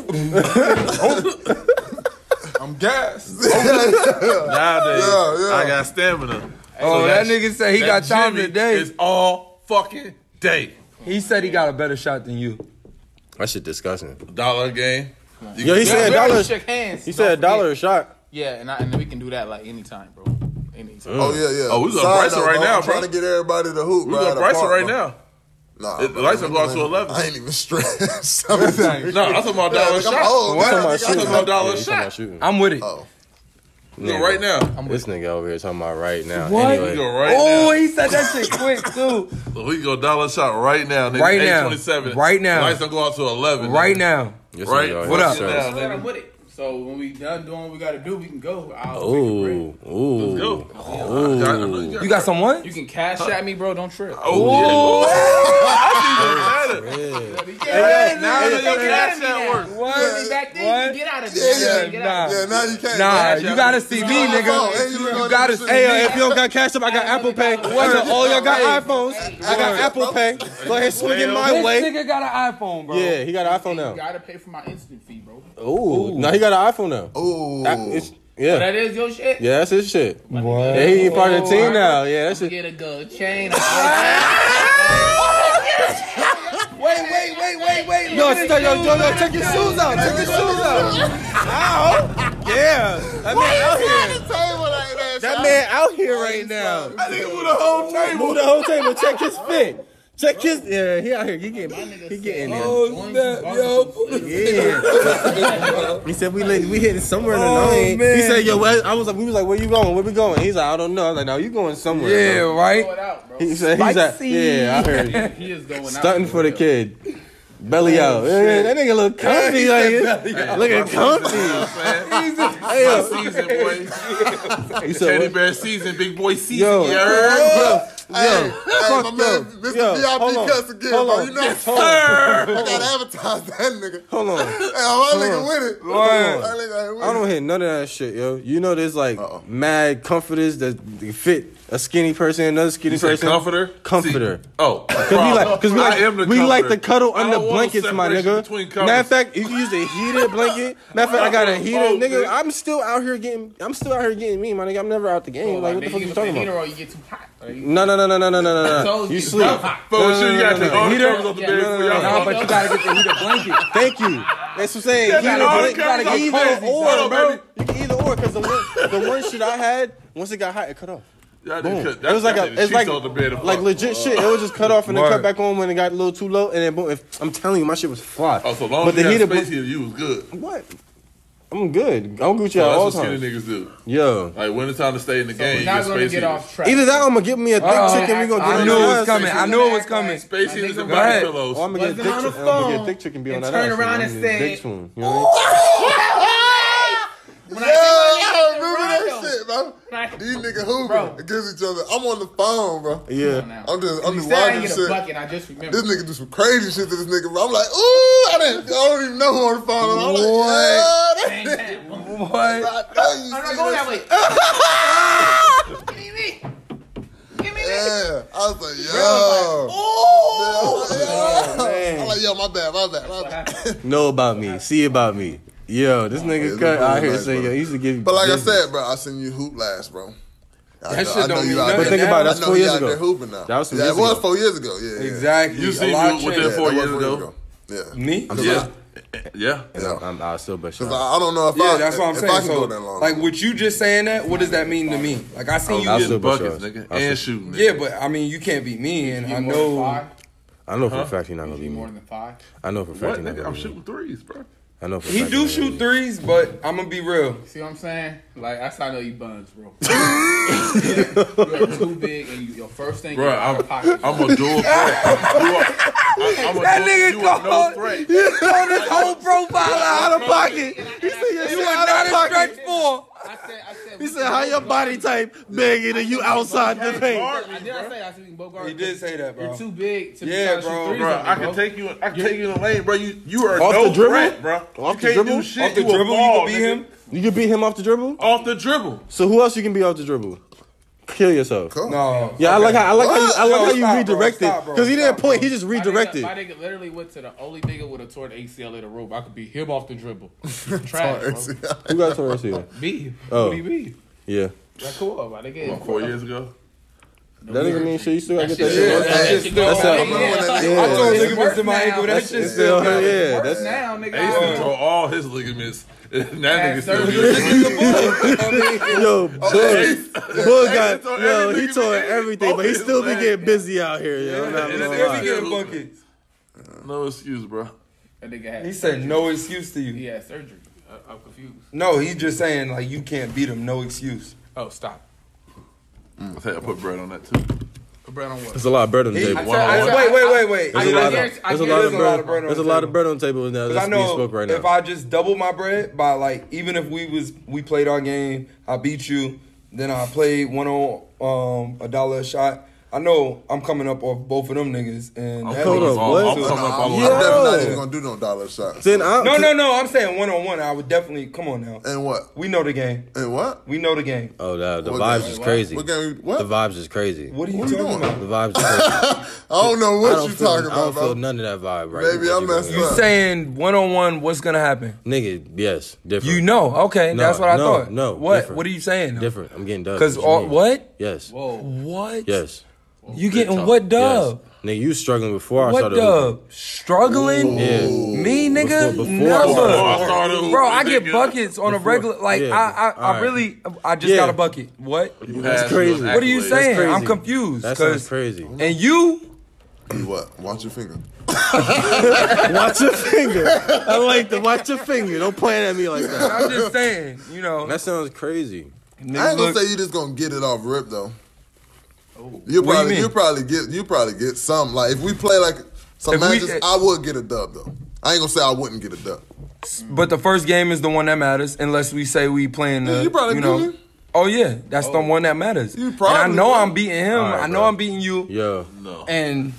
S7: I'm gassed.
S4: Nowadays,
S5: Yeah, yeah.
S4: I got stamina.
S3: Oh, that nigga said he got time
S4: Jimmy
S3: today.
S4: It's all fucking day.
S3: He said he got a better shot than you.
S1: That shit disgusting.
S4: Dollar a game. You
S1: Yo, he
S4: can-
S1: said
S7: we already
S1: dollar.
S7: shook hands.
S1: He said a dollar a shot.
S7: Yeah, and, I, and we can do that like anytime, bro. Anytime.
S5: Oh yeah, yeah.
S4: Oh, we gonna
S5: Side
S4: price it
S5: note,
S4: right
S5: bro,
S4: now,
S5: I'm trying
S4: bro.
S5: to get everybody to hoop.
S4: we gonna price it right now.
S5: Nah,
S4: It- the
S5: bro,
S4: lights gonna
S5: I'm
S4: go out to
S5: not even-
S4: 11.
S5: I ain't even stressed. I'm just-
S3: Right.
S4: No, I'm talking about dollar
S5: I'm
S4: shot.
S5: old. What?
S1: Talking about
S5: I'm
S1: shooting.
S5: talking
S4: about
S1: Yeah,
S4: dollar
S1: he talking
S4: shot.
S1: about shooting.
S3: I'm with it.
S5: Oh,
S4: You go right now.
S1: This nigga over here talking about right now.
S3: What?
S4: You
S1: Anyway,
S4: go right
S3: oh, he said that shit quick too.
S4: now. We go dollar shot right now, nigga.
S3: Right now.
S4: 827.
S3: Right now.
S4: The lights don't go out to 11.
S3: Right
S4: nigga.
S3: now.
S1: This
S4: Right.
S1: nigga over
S3: What
S1: here
S3: up?
S1: serious.
S4: Now,
S7: I'm glad I'm
S4: nigga.
S7: with it. So when we done doing what we gotta do, we can go. I'll take a break.
S1: Ooh, ooh,
S4: Go.
S1: ooh.
S4: I know
S3: You got someone?
S7: You can cash at me, bro. Don't trip.
S4: Oh, yeah. I think
S3: Hey,
S4: Now
S3: hey,
S4: that your
S3: hey,
S4: cash
S7: hey,
S4: app
S7: hey,
S4: works.
S3: What?
S7: Back then,
S3: What?
S7: you can get out of
S5: yeah,
S7: there.
S5: yeah,
S7: Get
S3: nah.
S7: out of
S5: yeah. Now you can't.
S3: Nah,
S5: man.
S3: you gotta see me,
S5: on my phone. Hey,
S3: nigga. You
S5: you recording
S3: gotta
S5: this
S3: see
S5: shit?
S1: Hey,
S3: me.
S1: yo, if you don't got Cash App, I got Apple Pay. I got all y'all got iPhones. I got Apple Pay. Go ahead, swing it my
S3: This
S1: way.
S3: nigga got an iPhone, bro.
S1: Yeah, he got an
S7: there. You
S1: iPhone
S7: gotta pay for my instant fee, bro.
S1: now. Ooh, now he got an iPhone now.
S5: Ooh.
S1: That- it's- yeah,
S7: That is your shit.
S1: yeah, that's his shit. Yeah,
S3: Oh,
S1: he part of the team now. Yeah, that's it.
S7: Get a good chain. I
S3: Wait, wait, wait, wait, wait.
S1: Yo, yo, yo, yo, yo, take your shoes out. Take your shoes out. Ow. Yeah. That man out here.
S5: Table like that.
S1: That man out here right now.
S4: I think with a whole table.
S1: Move the whole table. Check his fit. Check his. Yeah, he out here. He getting. He getting there.
S3: Oh snap, yo.
S1: Yeah. he said we lit- we hitting somewhere in the
S3: Oh,
S1: night.
S3: man.
S1: He said yo. Where, I was like we was like where you going? Where we going? He's like I don't know. I was like no, you going somewhere.
S3: Yeah,
S1: bro."
S3: right.
S7: out, bro.
S1: He said he's like
S6: Spicy.
S1: yeah. I heard. you.
S7: He is going out.
S1: Stunting for the kid. Belly out. Yeah, that nigga look comfy. like, looking comfy.
S4: Hey, yo. season,
S1: You
S4: boy. Teddy
S1: said, what?
S4: bear season, big boy season.
S1: Yo.
S4: You heard?
S5: Hey, hey, my man, Mr.
S1: yo, hold
S5: VIP
S1: on,
S5: cuss again,
S1: hold
S5: bro.
S1: on,
S5: You know, I gotta advertise that nigga. Hey,
S1: hold on.
S5: my
S1: on.
S5: nigga with it.
S1: on.
S5: My nigga with
S1: I
S5: it.
S1: don't hear none of that shit, yo. You know there's like
S5: Uh-oh.
S1: mad comforters that fit a skinny person, another skinny
S4: You said
S1: person.
S4: comforter?
S1: Comforter.
S4: See, oh. Because
S1: Cause we like, cause we like, we like to cuddle
S4: I don't
S1: under
S4: want no
S1: blankets, my
S4: separation
S1: nigga.
S4: between covers.
S1: Matter of fact, if you use a heated blanket, matter of fact, I got a
S4: Oh,
S1: heated nigga.
S4: bitch.
S1: I'm still out here getting, I'm still out here getting me, my nigga. I'm never out the game. like, what the fuck you talking about?
S7: Or you get too hot. Or you-
S1: No, no, no, no, no, no, no, no, no.
S7: Told
S1: You
S7: you.
S1: sleep.
S7: No, hot.
S4: But
S1: no,
S4: shit, you
S1: no,
S4: gotta
S1: no,
S4: take
S1: no.
S4: all the
S1: uh, Heater-
S4: covers off the
S7: Yeah,
S4: bed
S7: no,
S1: no,
S4: before
S1: no,
S4: y'all
S1: no,
S4: go.
S8: but you gotta get the heated blanket.
S1: Thank you. That's what I'm saying.
S4: Yeah,
S1: Either,
S4: man, all
S1: blank-
S4: the covers
S1: either
S4: are cold. Hold
S1: or,
S4: on,
S1: bro.
S4: baby.
S1: You can either or, because the one, the one shit I had, once it got hot, it cut off.
S4: Y'all
S1: Boom.
S4: didn't cut-
S1: It was like
S4: y'all
S1: a,
S4: didn't
S1: it's
S4: cheat
S1: like,
S4: on the bed and
S1: like
S4: fuck.
S1: legit shit. It was just cut off and then cut
S3: Word.
S1: back on when it got a little too low, and then boom. If, I'm telling you, my shit was fly.
S4: Oh, so long as you had
S1: heater
S4: space
S1: bl-
S4: here, you was good.
S1: what? I'm good. I'm Gucci at
S4: That's
S1: all
S4: what skinny
S1: times.
S4: niggas do.
S1: Yo.
S4: Like when it's time to stay in the game,
S7: We're
S4: you
S7: not
S4: get
S7: going to
S4: space
S7: get
S4: heaters.
S7: off track.
S1: Either that, or I'm gonna get me a thick
S3: Oh,
S1: chick, and we gonna get
S3: I
S1: on
S3: knew
S1: the
S3: it was
S1: ass.
S3: coming. I knew it was coming.
S4: Space heaters and
S3: Go ahead.
S4: body pillows.
S1: Or I'm gonna get a
S7: Wasn't
S1: dick
S7: on
S1: chick.
S7: the
S1: I'm gonna get a
S7: phone
S1: dick chick and be on
S7: and
S1: that
S7: turn
S1: ass. I'm
S7: around
S1: gonna
S7: and
S1: get a
S7: say,
S1: dick swoon, you know what I mean?
S7: When
S5: Yeah, I
S7: I
S5: remember that shit, bro.
S7: Right.
S5: These nigga hooping
S7: Bro.
S5: against each other. I'm on the phone, bro.
S1: Yeah.
S5: I'm just, I'm
S7: You
S5: just
S7: said I
S5: watching this shit.
S7: didn't get a bucket. I just remember.
S5: This nigga do some crazy shit to this nigga, bro. I'm like, ooh, I didn't, I don't even know who on the phone. I'm like, yeah, that
S7: Bang, bang, boom.
S3: What?
S5: I know you
S7: I'm
S5: see
S7: not going that
S5: that.
S7: way. Give me me. Give me me.
S5: Yeah, I was like, yo. Yeah,
S1: man.
S5: I was like, yo. I'm like, yo, my bad, my bad, my bad.
S1: Know about me. See about me. Yo, this nigga
S5: it's
S1: cut
S5: a
S1: out here
S5: nice
S1: saying, yo,
S5: brother.
S1: he used to give you.
S5: But like I
S1: business.
S5: said, bro, I seen you hoop last, bro. I
S3: That shit don't mean nothing.
S5: out there-
S1: But think about it,
S5: I
S1: that's
S5: know
S1: four
S5: you
S1: years
S5: out there
S1: ago.
S5: hooping now.
S1: That was some
S5: yeah,
S1: years
S5: it was
S1: ago.
S5: four years ago. Yeah, yeah.
S3: Exactly.
S4: You
S5: A
S4: seen
S5: lot
S4: me with
S5: changed.
S4: that four
S5: Yeah,
S4: years
S5: that was
S4: ago.
S5: Yeah.
S3: Me?
S4: Yeah. Yeah.
S5: Yeah.
S1: I'm, I'll still bust
S5: Cause
S1: y'all.
S5: I, I don't know if
S3: Yeah,
S5: I,
S3: that's what I'm
S5: if
S3: saying.
S5: I can
S3: so,
S5: go that long. Oh,
S3: like, with you just saying that, what does that mean to me? Like, I seen you.
S1: I
S4: You
S1: still
S4: getting
S1: bust
S4: buckets,
S1: yours.
S4: nigga,
S1: I still-
S4: and shooting.
S3: yeah,
S4: nigga.
S3: but I mean, you can't beat me, and I
S7: You more than
S3: know.
S7: five?
S1: I know for a fact you're not gonna be
S7: You more
S1: more.
S7: than five.
S1: I know for a
S4: what
S1: fact you're not
S4: nigga?
S1: gonna
S4: I'm
S1: be more.
S4: shooting threes, bro.
S1: I know for a
S3: He
S1: fact
S3: do
S1: you're not gonna
S3: shoot
S1: be
S3: threes, but I'm gonna be real.
S7: See what I'm saying? Like that's how I know you buns, bro. You're too big, and you, your first thing
S4: Bro,
S7: you're out
S4: I'm,
S7: of pocket.
S4: I'm a dual threat. You are, I, I'm a
S3: That
S4: dual,
S3: nigga
S4: you are
S3: called-
S4: no threat.
S3: Throwing his whole profile out of pocket.
S1: He said, your
S3: You
S1: shit
S3: are
S1: out
S3: not
S1: of
S3: a
S1: pocket.
S3: stretch four.
S7: I said, I said,
S1: He said, how your body type bigger than you outside the paint?
S7: I did I say I said we can both guard?
S3: He did say that, bro.
S7: You're too big to be
S3: Yeah,
S7: trying to
S3: bro,
S7: shoot threes
S4: Bro,
S7: on me,
S4: I can take you. I can take you in the lane, bro. You you are
S1: Off
S4: no
S1: the dribble?
S4: threat, bro.
S1: Off the
S4: you can't
S1: dribble?
S4: do shit.
S3: Off the
S4: you a
S3: dribble, you can
S4: ball,
S3: beat
S4: nigga.
S3: him.
S1: You can beat him off the dribble.
S4: Off the dribble.
S1: So who else you can beat off the dribble? Kill yourself.
S3: No.
S1: Yeah, I like how I like how you, I like
S3: Yo,
S1: how you
S3: stop, bro.
S1: redirected
S3: Stop, bro.
S1: because he didn't
S3: Stop,
S1: point. He just
S7: My nigga-
S1: redirected.
S7: My nigga literally went to the only nigga with a torn ACL in the room. I could beat him off the dribble. Trash, bro.
S1: Who got torn ACL?
S7: Beat him.
S1: Oh.
S7: What do you mean?
S1: Yeah,
S7: That's cool, my nigga.
S4: About four years ago.
S1: that doesn't mean shit. You still gotta get that
S7: That
S1: shit.
S7: shit-
S1: worked out.
S7: that shit go
S1: That's
S7: all
S1: how-
S7: the way.
S1: Yeah.
S3: I told
S7: It's
S3: ligaments in my
S7: worked now.
S3: ankle. That
S1: That's
S3: shit
S1: just
S3: still.
S1: yeah, yeah.
S7: Worse
S1: That's
S7: now, nigga.
S4: Ace control all his ligaments. that nigga still good.
S3: Oh,
S1: Yo, Bug, Bug got
S4: Ace is on
S1: yo,
S4: everything
S1: he tore
S4: he made.
S1: everything, but he
S4: Both
S1: still be
S4: his
S1: getting busy out here. Yo, I'm not
S4: Yeah,
S1: gonna
S4: it's
S1: lie.
S3: He getting buckets.
S4: No excuse, bro.
S7: That nigga had
S3: He said no excuse to you.
S7: he had surgery. I, I'm confused.
S3: No, he's just saying like you can't beat him. No excuse.
S7: Oh, stop.
S4: I think I put bread on that too.
S7: Brad on what?
S1: It's a lot of bread on the
S3: He-
S1: table.
S3: I
S4: One
S3: said- I
S4: on
S3: said- wait,
S4: one.
S3: wait, wait,
S1: There's a
S3: wait.
S7: I said-
S1: lot
S7: I
S1: of
S7: guarantee-
S1: there's a
S7: I
S1: lot of
S7: guarantee
S1: bread.
S3: there's a lot of bread on
S1: There's a
S3: the
S1: lot
S3: table.
S1: of bread on the table now.
S3: Because I
S1: That's being
S3: know
S1: spoke right
S3: if
S1: now.
S3: I just double my bread by like even if we was we played our game, I beat you, then I played one on um a dollar a shot. I know I'm coming up off both of them niggas and
S4: I'm
S3: that
S1: Hold
S4: coming
S1: on,
S3: niggas-
S4: up. all-
S1: what?
S4: I'm coming up all
S5: I'm
S4: the
S1: Yeah.
S4: way.
S5: definitely not
S1: Yo.
S5: even gonna do no dollar shots.
S1: Then I
S3: No, no, no. I'm saying one on one. I would definitely come on now.
S5: And what?
S3: We know the game.
S5: And what?
S3: We know the game.
S1: Oh, no, the
S5: What
S1: vibes
S5: game?
S1: is crazy.
S5: What
S1: The
S5: game? we- What?
S1: vibes is crazy.
S3: What are you
S5: What you
S3: talking
S5: doing?
S3: about?
S1: The vibes is crazy.
S5: I don't know
S1: I
S5: what
S1: don't
S5: you
S1: feel-
S5: talking
S1: I don't
S5: about,
S1: feel
S5: bro.
S1: none of that vibe right
S5: Maybe
S1: now.
S5: I messed
S1: You
S5: up.
S3: Saying one on one, what's gonna happen?
S1: Nigga, yes, different.
S3: You know? Okay,
S1: No,
S3: that's what I
S1: no,
S3: thought.
S1: no,
S3: What?
S1: different.
S3: What are you saying?
S1: Different. I'm getting done.
S3: Because
S1: you
S3: all
S1: mean?
S3: what?
S1: Yes.
S7: Whoa.
S3: What?
S1: Yes.
S3: You getting what
S1: Yes.
S3: dub?
S1: Nigga, Nigga, you was struggling before I
S3: What
S1: started.
S3: the struggling?
S1: Yeah.
S3: Me nigga,
S1: Before- before I
S3: never.
S1: started-
S4: Oh, started
S3: Bro, I get
S4: hooping, nigga.
S3: buckets on a
S1: Before-
S3: regular. Like
S1: yeah,
S3: I, I, I
S1: alright.
S3: really, I just
S1: Yeah.
S3: got a bucket. What?
S4: You
S1: That's
S4: had some
S1: crazy.
S4: accolades.
S1: What
S3: What are you
S1: That's
S3: saying?
S1: crazy.
S3: I'm confused.
S1: That sounds
S3: 'cause-
S1: crazy.
S3: And you,
S5: What? Watch your finger.
S1: Watch your finger. I like the watch your finger. Don't point at me like that.
S3: I'm just saying. You know,
S1: That sounds crazy.
S5: I
S3: nigga
S5: ain't gonna
S3: look- Oh.
S5: say you just gonna get it off rip though. You
S3: What do you
S5: probably
S3: mean?
S5: you, probably get you probably get some. Like if we play like some
S3: If we-
S5: matches, I would get a dub though. I ain't gonna say I wouldn't get a dub.
S3: But the first game is the one that matters, unless we say we playing the.
S5: Yeah, you probably
S3: know.
S5: beat him.
S3: Oh yeah, that's the one that matters.
S5: You
S3: and I
S5: probably
S3: know
S5: will.
S3: I'm beating him.
S1: All right,
S3: I know
S1: bro.
S3: I'm beating you.
S1: Yo,
S3: And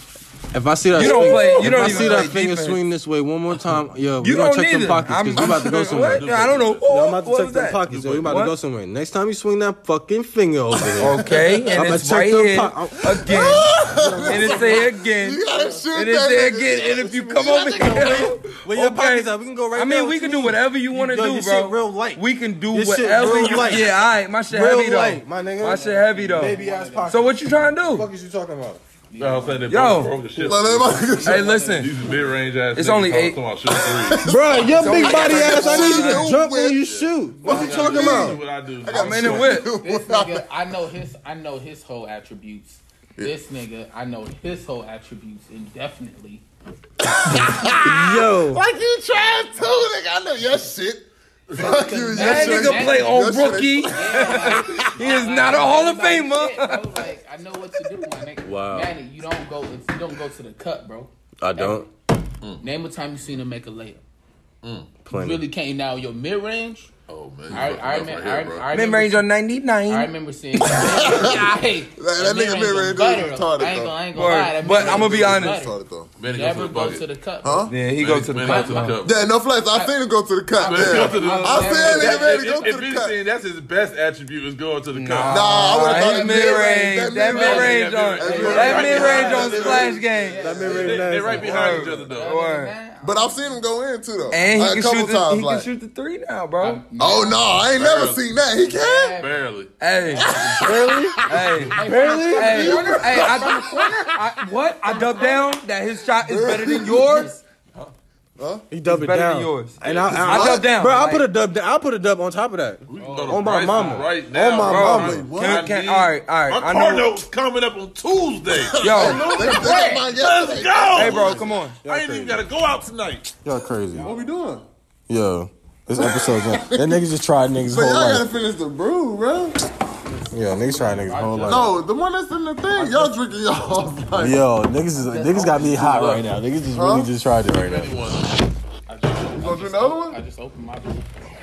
S1: if I see that,
S3: You don't play- you
S1: if
S3: don't
S1: I
S3: even
S1: see that
S3: play
S1: finger
S3: defense.
S1: swing this way one more time, yo,
S3: you
S1: we gonna
S3: don't
S1: check
S3: need
S1: them
S3: it.
S1: pockets because we about to go somewhere.
S3: What? I don't know.
S1: Yo,
S3: Oh,
S1: I'm about to
S3: what
S1: check
S3: was
S1: them
S3: that?
S1: pockets. Yo, we about
S3: What?
S1: to go somewhere. Next time you swing that fucking finger over there,
S3: Okay, and
S1: I'ma
S3: it's
S1: check
S3: right
S1: them
S3: here
S1: po-
S3: again. and it's there again.
S5: You gotta shoot
S3: And it's
S5: that
S3: there
S5: nigga.
S3: again. And if you come over here,
S1: Where your
S3: Okay.
S1: pockets at? We can go right
S3: I
S1: there
S3: mean, we
S1: with
S3: can
S1: you.
S3: do whatever you want to
S1: Yo,
S3: do,
S1: your
S3: bro.
S1: shit real light.
S3: We can do
S1: Your shit
S3: whatever
S1: real
S3: you
S1: light.
S3: Yeah, all right. My shit
S1: Real
S3: heavy, though.
S1: light, my nigga.
S3: My shit heavy, though.
S1: Baby ass pocket.
S3: So what you trying to do?
S1: is you talking about?
S4: No, I'm saying they
S3: Yo.
S4: broke- broke the shit.
S5: Like, they might-
S3: Hey, listen.
S4: These mid range ass.
S3: It's
S4: niggas
S3: only
S4: talking
S3: eight.
S4: about shoot three.
S1: Bro, your big
S5: only-
S1: body ass. I need you to
S5: Yo,
S1: jump when you
S5: with-
S1: shoot. What you talking about?
S4: That's what I do.
S3: I'm in it with.
S7: This nigga, I know his. I know his whole attributes. This nigga, I know his whole attributes indefinitely.
S1: Yo,
S5: like you trying to, nigga. I know your shit. Fuck you.
S7: That
S3: That
S5: your
S3: nigga
S5: shit.
S3: play on
S5: Your shit.
S3: rookie.
S7: Yeah, like,
S3: He is
S7: like,
S3: not a Hall of
S7: like,
S3: Famer.
S7: shit, bro. Like, I know what to do, my nigga.
S1: Wow.
S7: Manny, you don't go. You don't go to the cut, bro.
S1: I don't.
S7: Name a time you seen him make a layup.
S1: Plenty.
S7: Really came down your mid range.
S5: Oh man.
S7: I, I,
S5: you fucking
S7: remember,
S5: up
S7: I,
S5: right here,
S7: I,
S3: Mid range
S7: remember,
S3: on 99.
S7: I remember seeing. Hey,
S5: that nigga
S7: mid-range was
S5: mid-range dude
S7: butter,
S5: is
S7: though.
S5: retarded,
S7: I ain't
S5: though.
S7: gonna, I ain't gonna
S3: Word.
S7: lie. that
S3: But
S7: mid-range
S3: I'ma be
S7: was
S3: honest.
S7: butter.
S5: bro. Retarded, though.
S4: Benny goes to the
S7: Never go to
S4: bucket.
S7: the cup.
S5: Huh?
S3: Yeah, he go to the
S4: Benny
S3: cup.
S4: goes to the cup.
S5: Yeah, no flags. I seen him go to the cut.
S4: Benny goes to the-
S5: Yeah. I seen
S4: That-
S5: that nigga ready to
S4: if-
S5: go to
S4: if
S5: the
S4: you
S5: cut.
S4: seen, that's his best attribute is going to the cup.
S5: Nah, I would've
S3: Nah,
S5: thought
S3: that
S5: it
S3: mid range,
S5: mid-range,
S3: that
S5: that
S3: mid range
S5: mid-range,
S3: on,
S5: that mid-range.
S3: that mid range on splash
S1: That
S3: game.
S1: man
S4: They,
S1: really
S4: they
S1: nasty.
S4: right behind each other though.
S3: Word.
S5: But I've seen him go in too though.
S3: And
S5: Like,
S3: he can
S5: a couple
S3: shoot the
S5: times.
S3: he
S5: like,
S3: can shoot the three now, bro.
S5: oh no, I ain't never
S4: Barely.
S5: seen that. He can.
S4: Barely.
S3: Hey,
S1: Barely?
S3: hey,
S1: Barely?
S3: hey, hey! I, I what? I dubbed down that his shot is better than yours.
S1: He dubbed it
S3: better than
S1: down.
S3: yours.
S1: And I,
S3: I dubbed down,
S1: Bro, I
S3: like-
S1: put a dub. down. I put a dub on top of that.
S4: We can go to
S1: On my
S4: Bryson
S1: mama.
S4: Right now,
S1: my
S4: bro.
S1: mama.
S4: Can-
S5: What?
S4: can-
S3: Can- can-
S4: need-
S3: all right, all right,
S4: My
S3: I know-
S4: Cardinals coming up on Tuesday.
S3: Yo,
S5: They broke mine
S4: Let's
S5: yesterday.
S4: go.
S3: hey, bro, come on.
S4: I ain't even gotta go out tonight.
S1: Y'all crazy.
S5: What we doing?
S1: Yo, this episode's up. That niggas just tried niggas
S5: But
S1: whole
S5: y'all gotta
S1: life.
S5: finish the brew, bro.
S1: Yeah, niggas tried niggas whole life.
S5: No, the one that's in the thing. Y'all drinking y'all off like
S1: Yo, niggas is niggas got me hot right now. Niggas just really just tried it right now.
S5: You gonna drink the other
S7: I
S5: one?
S7: just opened my.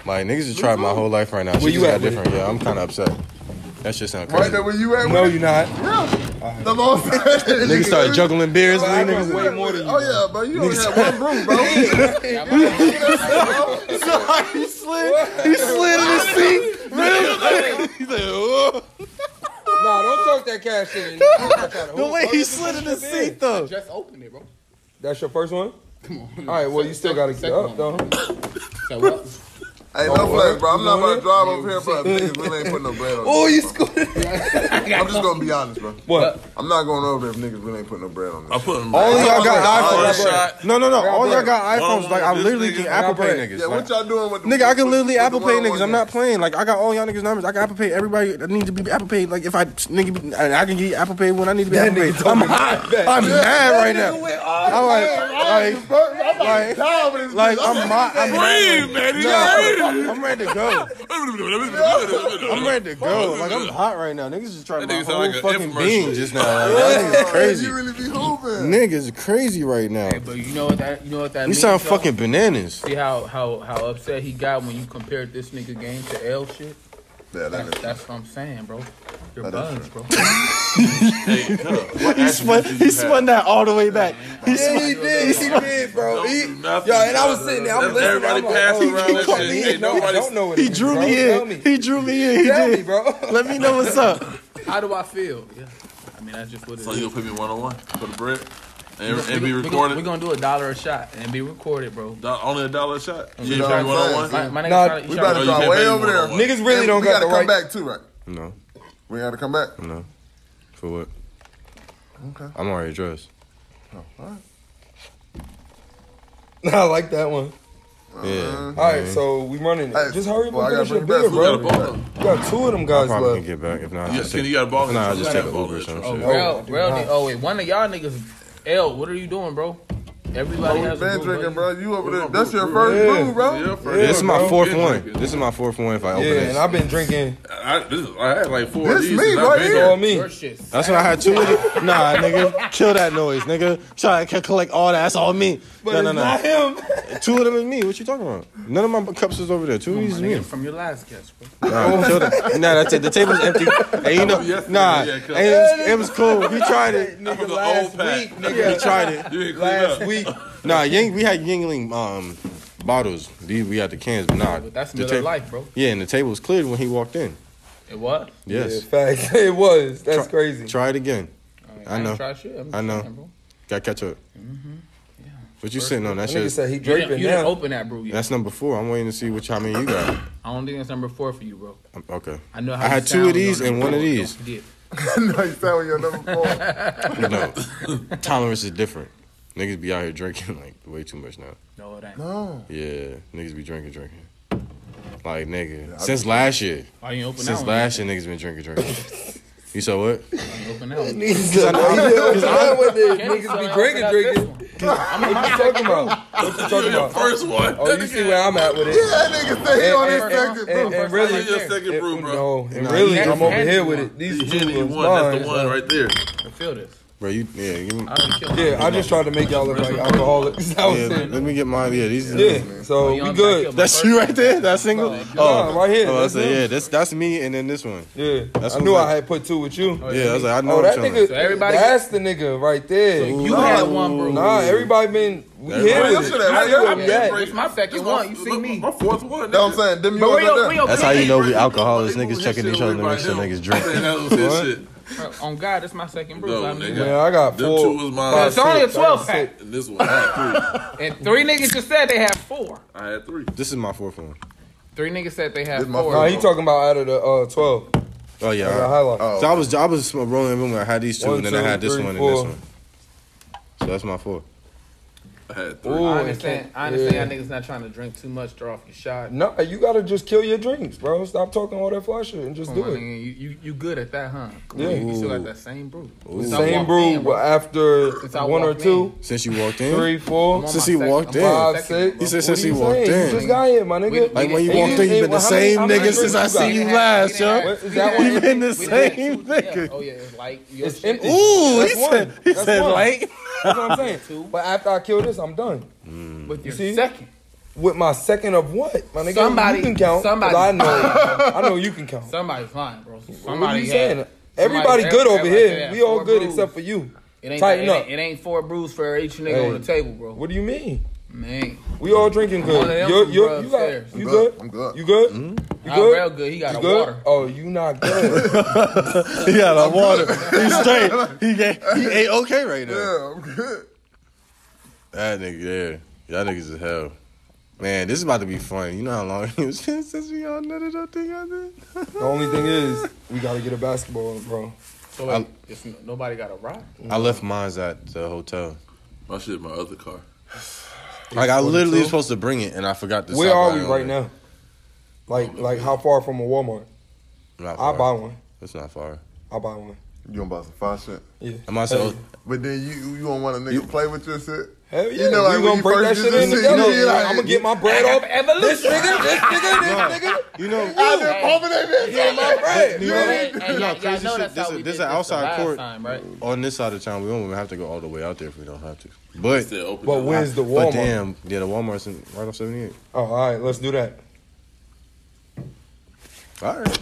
S1: Like niggas just tried my whole life right now. She
S3: you
S1: just
S3: at
S1: got
S3: with
S1: different. Yeah, I'm kind of upset. That shit sound
S5: Right
S1: crazy.
S5: there where you at
S3: No,
S5: with it?
S3: you're not.
S5: Yeah. The most Nigga
S1: Niggas started juggling beers.
S5: Bro, I
S1: niggas-
S5: drunk way more than you. Oh yeah, bro. You only had one brew, bro.
S1: he slid. He slid in his seat. He's like, "Oh."
S3: Nah, don't talk that cash shit. in there.
S1: The way he slid in his seat though.
S7: Just opened it, bro.
S3: That's your first one. All right, well, you still gotta get up though.
S7: So what?
S5: Hey, no flex, bro. I'm not about
S3: You
S5: to drive over here, but niggas really ain't putting no bread on.
S3: Oh,
S5: me.
S3: you scored.
S5: I'm just gonna be honest, bro.
S3: What?
S5: I'm not going over there if niggas really ain't putting no bread on me.
S4: I put him.
S1: All y'all
S5: All
S1: got
S5: right,
S1: iPhones. No, no, no. All y'all got iPhones. Like I'm
S4: This
S1: literally
S4: nigga
S1: can
S4: got
S1: Apple Pay
S3: bread.
S1: niggas.
S5: Yeah,
S1: Like,
S5: what y'all doing with the
S1: Nigga, I can literally
S5: with the
S1: Apple Pay
S5: one-on-one
S1: niggas. I'm
S5: game?
S1: not playing. Like, I got all y'all niggas' numbers. I can Apple Pay everybody that needs to be Apple Pay. Like, if I nigga, be, and I can get Apple Pay when I need to be Apple Pay. I'm hot. I'm mad right now. I'm like, like,
S5: I'm down with this
S1: like,
S5: bitch.
S1: I'm hot. I'm mad.
S4: Breathe, baby.
S1: I'm ready to go.
S4: Breathe.
S1: I'm ready to go. Like, I'm hot right now. Niggas just trying my
S4: That nigga sound
S1: whole
S4: like a
S1: fucking
S4: infomercial.
S1: being just now. Like, y'all niggas
S5: You
S1: crazy.
S5: really be hooping.
S1: Niggas crazy right now.
S7: But you know what that? You know what that?
S1: You
S7: means,
S1: sound
S7: though?
S1: fucking bananas.
S7: See how how how upset he got when you compared this nigga game to L shit.
S5: Yeah, that
S7: That's,
S5: nigga.
S7: that's what I'm saying, bro. You're
S5: That
S7: bugs, bro.
S1: He spun, he spun that all the way back. He spun,
S3: He did, he did, bro. He, yo, and I was sitting there, I'm listening.
S4: Everybody
S3: I'm like,
S4: passing
S3: oh,
S4: around
S3: he caught
S4: that
S3: me.
S4: shit.
S3: Hey,
S4: Ain't
S3: no, I
S4: nobody.
S3: don't know what it
S1: he
S3: is,
S1: drew
S3: bro.
S1: me
S3: Tell
S1: in.
S3: me.
S1: He drew me in. He
S3: Tell me,
S1: did.
S3: bro.
S1: Let me know what's up.
S7: How do I feel? Yeah. I mean, that's just what it is.
S4: So you gonna put me one on one for the bread and,
S7: We-
S4: and be
S7: we- we-
S4: recorded?
S7: We're gonna do a dollar a shot and be recorded, bro.
S4: Do- only a dollar a shot. You
S5: know
S4: pay
S5: what I'm
S4: one on
S7: My,
S4: one.
S7: my nigga
S3: Nah,
S7: tryna- he
S5: We
S7: tryna-
S5: about to
S4: you
S5: drive
S4: can't
S5: way
S4: pay
S5: over there.
S4: one-on-one.
S3: Niggas really
S5: And
S3: don't
S5: we
S3: got
S5: gotta
S3: the
S5: come
S3: right.
S5: back too, right?
S1: No,
S5: We gotta come back.
S1: no. For what?
S5: Okay.
S1: I'm already dressed.
S3: I like that one.
S7: Yeah.
S3: All right, so we running.
S5: Hey,
S3: it. Just hurry up
S5: well, I
S3: and
S5: gotta
S3: finish your
S5: bring
S3: beer,
S5: it back.
S3: bro.
S5: So
S3: You
S4: gotta
S5: we
S4: ball
S3: got two of them guys
S1: Probably can
S3: left.
S1: get back. If not,
S4: You
S1: I'll
S4: got skinny,
S1: take-
S4: you got a ball.
S1: Nah, I'll
S4: You
S1: just
S4: got
S1: take
S4: a
S1: an Uber or
S4: ball.
S1: some
S4: Oh,
S1: shit.
S7: Bro, bro, the- oh wait, one of y'all niggas. L, what are you doing, bro? Everybody has a
S5: been
S7: boo,
S5: drinking, bro. You over there?
S4: gonna
S5: That's
S4: brew
S5: your
S4: brew.
S5: first
S3: Yeah.
S5: brew, bro.
S4: Yeah, for
S3: Yeah,
S4: real,
S1: This is my
S4: bro.
S1: fourth
S4: Get
S1: one.
S4: drinking.
S1: This is my fourth one. If I open
S3: Yeah, and
S1: this,
S3: I've been drinking.
S4: I, this is, I had like four
S5: This
S4: of these.
S5: me
S4: and I
S5: right
S4: been
S5: here.
S3: All
S4: going-
S3: on me.
S7: Your shit's
S1: that's why I had two. of the- Nah, nigga, kill that noise, nigga. Try to collect all that. That's all me. No, no, no.
S3: him.
S1: Two of them is me. What you talking about? None of my cups is over there. Two of these is
S4: Oh,
S1: me.
S7: from your last guess, bro.
S1: Nah, chill the- nah, that's it. The table's empty. And you know,
S4: yesterday,
S1: nah,
S4: yeah,
S1: and
S4: 'cause-
S1: it, was, it was cool. We tried it.
S4: That was an old pack.
S1: We tried it.
S4: You ain't clean
S3: Last
S4: up.
S3: week,
S1: Nah, Ying, we had Yingling um, bottles. These we had the cans, but nah.
S7: But that's
S1: the
S7: Miller
S1: ta-
S7: Life, bro.
S1: Yeah, and the table was cleared when he walked in.
S7: It what?
S3: yeah,
S1: Yes.
S3: facts. It was. That's crazy.
S1: Try it again.
S7: mean,
S1: I
S7: ain't
S1: know.
S7: try shit. I'm
S1: I know.
S7: saying, bro.
S1: Gotta catch up.
S7: Mm-hmm.
S1: What you sitting on? That
S3: That nigga
S1: shit.
S3: said he
S7: You, didn't,
S3: draping
S7: you didn't
S3: now.
S7: open that brew yet.
S1: That's number four. I'm waiting to see which how many you got.
S7: I don't think that's number four for you, bro.
S1: Um, Okay.
S7: I know how
S1: I
S7: you
S1: had two
S7: sound
S1: of these
S7: on
S1: and
S7: number
S1: one of
S7: four, don't
S1: these.
S7: forget.
S5: no, you sound like your number four.
S1: No, tolerance is different. Niggas be out here drinking like way too much now.
S7: No, it ain't.
S5: No,
S1: Yeah, niggas be drinking, drinking. Like nigga, since last year,
S7: Why you ain't open
S1: since
S7: that one?
S1: last year, niggas been drinking, drinking. you said what?
S7: Why you ain't open that one?
S3: He said, "Why you doing that with this? Niggas be drinking, drinking. What you talking about? What you talking
S4: Your
S3: about?
S4: first one.
S3: Oh, you see where I'm at with it.
S5: that nigga said he on his second
S3: And,
S5: brew.
S3: and really,
S4: That's your second brew, bro.
S3: no, and really,
S7: Henny-
S3: I'm over
S7: Henny
S3: here with
S7: one.
S3: it. These two
S4: Henny
S3: was
S4: one. That's the
S3: mine.
S4: one right there.
S7: I feel this.
S1: Bro, you yeah. Give me,
S7: I done killed
S3: Yeah, I just tried to make y'all look like alcoholics. That was
S1: yeah
S3: it.
S1: let me get mine. Yeah, these.
S3: Yeah, so we good.
S1: That's you right there. That single.
S7: Bro,
S1: Oh,
S3: right here,
S1: Oh, I
S3: that's
S1: said,
S3: him.
S1: yeah. That's that's me, and then this one.
S3: Yeah,
S1: That's
S3: I knew
S1: what-
S3: I had put two with you.
S1: Yeah, I was like, I know.
S3: Oh, that
S1: which one.
S3: nigga,
S7: So everybody-
S3: that's the nigga right there.
S7: You had one, bro.
S3: Nah, everybody been we
S1: Everybody-
S3: here
S5: That
S3: with it.
S5: shit at
S3: I
S5: regular.
S3: knew where we at.
S7: It's my second one. You see me.
S4: My fourth one.
S5: That's what I'm saying. Them you
S7: But where your,
S5: over
S7: where
S5: there.
S7: your
S1: That's how you
S7: pants?
S1: know we alcoholics. Niggas
S4: His
S1: checking
S4: shit
S1: each other to
S4: over
S1: make sure
S4: by him.
S1: niggas drink.
S4: That was his shit.
S7: Bro, On God, that's my second brew.
S4: No,
S7: I mean,
S4: nigga.
S3: Yeah, I got
S4: Them
S3: four.
S4: two was mine.
S3: five,
S7: It's only a
S3: six,
S7: 12
S3: seven,
S7: pack.
S4: And this one, I had
S7: And three niggas just said they had four.
S4: three. I had three.
S1: This is my fourth one.
S7: Three niggas said they had
S5: This my
S7: four.
S3: Nah,
S5: fault.
S3: he talking about out of the uh, twelve.
S1: Oh yeah.
S3: I
S1: all
S3: got
S1: right.
S3: highlight.
S5: Oh,
S1: So I was I was sm- rolling in the room. I had these two,
S3: One,
S1: and then
S3: two,
S1: I had this
S3: three,
S1: one
S3: four.
S1: and this one. So that's my four.
S4: I had three.
S3: Ooh,
S7: I understand. I
S3: okay.
S7: understand
S3: Yeah.
S7: y'all niggas not trying to drink too much, throw off your shot.
S3: Nah, you gotta just kill your dreams, bro. Stop talking all that fly shit and just
S7: Come
S3: do
S7: on,
S3: it.
S7: nigga. You, you you good at that, huh? Come
S3: Yeah.
S7: on, you- you still got that same brew. Since I
S3: Same
S7: walked
S3: brew
S7: in, bro.
S3: after
S7: Since I
S3: one or
S7: walked
S3: two,
S1: Since you walked in,
S3: three, four,
S7: I'm on
S3: five,
S1: Since
S7: my
S1: he
S7: second-
S1: walked
S7: I'm on my
S1: in.
S7: second,
S3: six.
S7: bro.
S1: He said
S3: What
S1: since
S3: are you
S1: he walked
S3: saying?
S1: in.
S3: You just got here, my nigga.
S1: like when you
S7: Hey,
S1: walked in,
S3: hey,
S1: you've been the
S3: well, how many-
S1: same
S3: how many
S1: nigga since I
S3: drinks you
S1: seen
S3: got?
S1: you
S7: We
S1: last,
S7: didn't have-
S1: yo.
S3: What is that one?
S1: You've been the
S7: We didn't have
S1: same
S7: two- yeah.
S1: nigga.
S7: Oh yeah, it's like your
S3: It's
S7: shit.
S3: empty.
S1: Ooh, he
S3: That's one.
S1: said he
S3: That's
S1: said
S3: one.
S1: like
S3: That's what I'm saying. But after I kill this, I'm done.
S7: with your
S3: see?
S7: second.
S3: With my second of what? My nigga,
S7: Somebody-
S3: you can count. 'cause
S7: somebody-
S3: I know. I know you can count.
S7: Somebody's lying, bro. Somebody
S3: What are you
S7: had-
S3: saying?
S7: somebody-
S3: Everybody good over
S7: everybody
S3: here.
S7: had
S3: We all
S7: four
S3: good
S7: brews.
S3: except for you.
S7: It ain't,
S3: Tighten
S7: it ain't-
S3: up.
S7: It ain't four brews for each nigga
S3: Hey.
S7: on the table, bro.
S3: What do you mean?
S7: Man,
S3: We all drinking
S7: One
S3: good.
S7: of them
S3: You're,
S7: from
S3: you're, you
S7: Grub's
S3: got,
S7: Fairs.
S5: I'm
S3: you
S5: good.
S3: good?
S5: I'm good. Hmm?
S3: You good? You
S7: I'm real
S3: good?
S7: good. He
S3: You
S7: got a
S3: good?
S7: water.
S3: Oh, you not good.
S1: he got a water. He's straight. He ga- he ain't okay right now.
S5: Yeah, I'm good.
S1: That nigga, yeah. Y'all niggas is hell. Man, this is about to be fun. You know how long it was been since we all nutted up together?
S3: the only thing is, we gotta get a basketball, bro.
S7: So like, it's, nobody got a rock.
S1: I left mines at the hotel.
S4: My shit, in my other car.
S1: Like I literally
S3: 42?
S1: was supposed to bring it and I forgot to
S3: Where
S1: stop
S3: are
S1: by
S3: we
S1: and
S3: right
S1: order.
S3: now? Like, like how far from a Walmart?
S1: Not
S3: I
S1: far.
S3: buy one.
S1: It's not far.
S3: I buy one.
S5: You gonna buy some fire shit?
S1: I'm also
S5: But then you you don't want a nigga play with your shit.
S3: Hell yeah,
S5: You know,
S3: we
S5: like when
S3: gonna
S5: you
S3: break that
S5: first
S3: shit
S5: used
S3: in
S5: to see-
S3: together.
S5: you know, like-
S3: I'm gonna get my bread off. This
S7: Evolution.
S3: nigga, this nigga, this nigga,
S1: you know
S5: I been pumping that bitch.
S3: get my bread.
S1: You know-
S7: And, and
S1: You know,
S7: y'all, y'all
S1: crazy
S7: know
S1: shit,
S7: that's
S1: this
S7: how
S1: is- this
S7: we did
S1: is
S7: this
S1: outside
S7: outside last
S1: court.
S7: time, right?
S1: on this side of town we don't even have to go all the way out there if we don't have to. But
S4: Said open
S3: But
S4: the-
S3: where's the
S1: but
S3: Walmart?
S1: damn, yeah, the Walmart's in, right off 78.
S3: Oh, all right, let's do that.
S1: All right.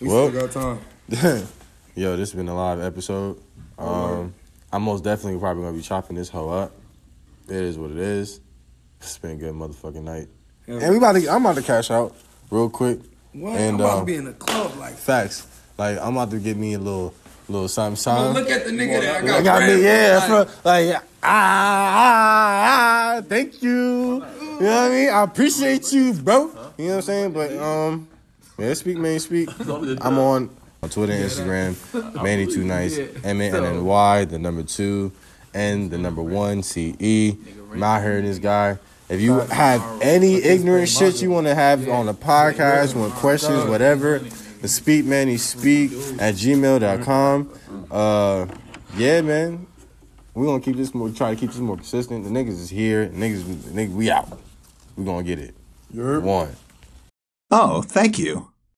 S3: We
S1: Well.
S3: still got time.
S1: Yo, this has been a live episode.
S8: Oh,
S1: Um, I'm most definitely probably gonna be chopping this hoe up. It is what it is. It's been a good motherfucking night.
S3: Yeah.
S1: And we about to, I'm about to cash out real quick.
S8: What?
S1: And,
S8: I'm about
S1: um,
S8: to be in the club like.
S1: Facts. Like I'm about to get me a little, little something,
S8: But
S1: something.
S8: look at the nigga that I got.
S1: I got
S8: brand
S1: me,
S8: new,
S1: yeah,
S8: like,
S1: for, like ah, ah, ah, thank you. You know what I mean? I appreciate you, bro. You know what I'm saying? But um, man, speak, man, speak. I'm on on Twitter, Instagram, Manny Too Nice,
S4: yeah.
S1: M A N N Y, the number two, and the number one, C E. Not hearing this guy. If you have any ignorant shit you want to have on the podcast, want
S4: Oh
S1: questions, whatever, the speak Manny speak at gmail.com. Uh, yeah, man. We're gonna keep this more try to keep this more consistent. The niggas is here, niggas, niggas we out. We're gonna get it. One.
S8: Oh, thank you.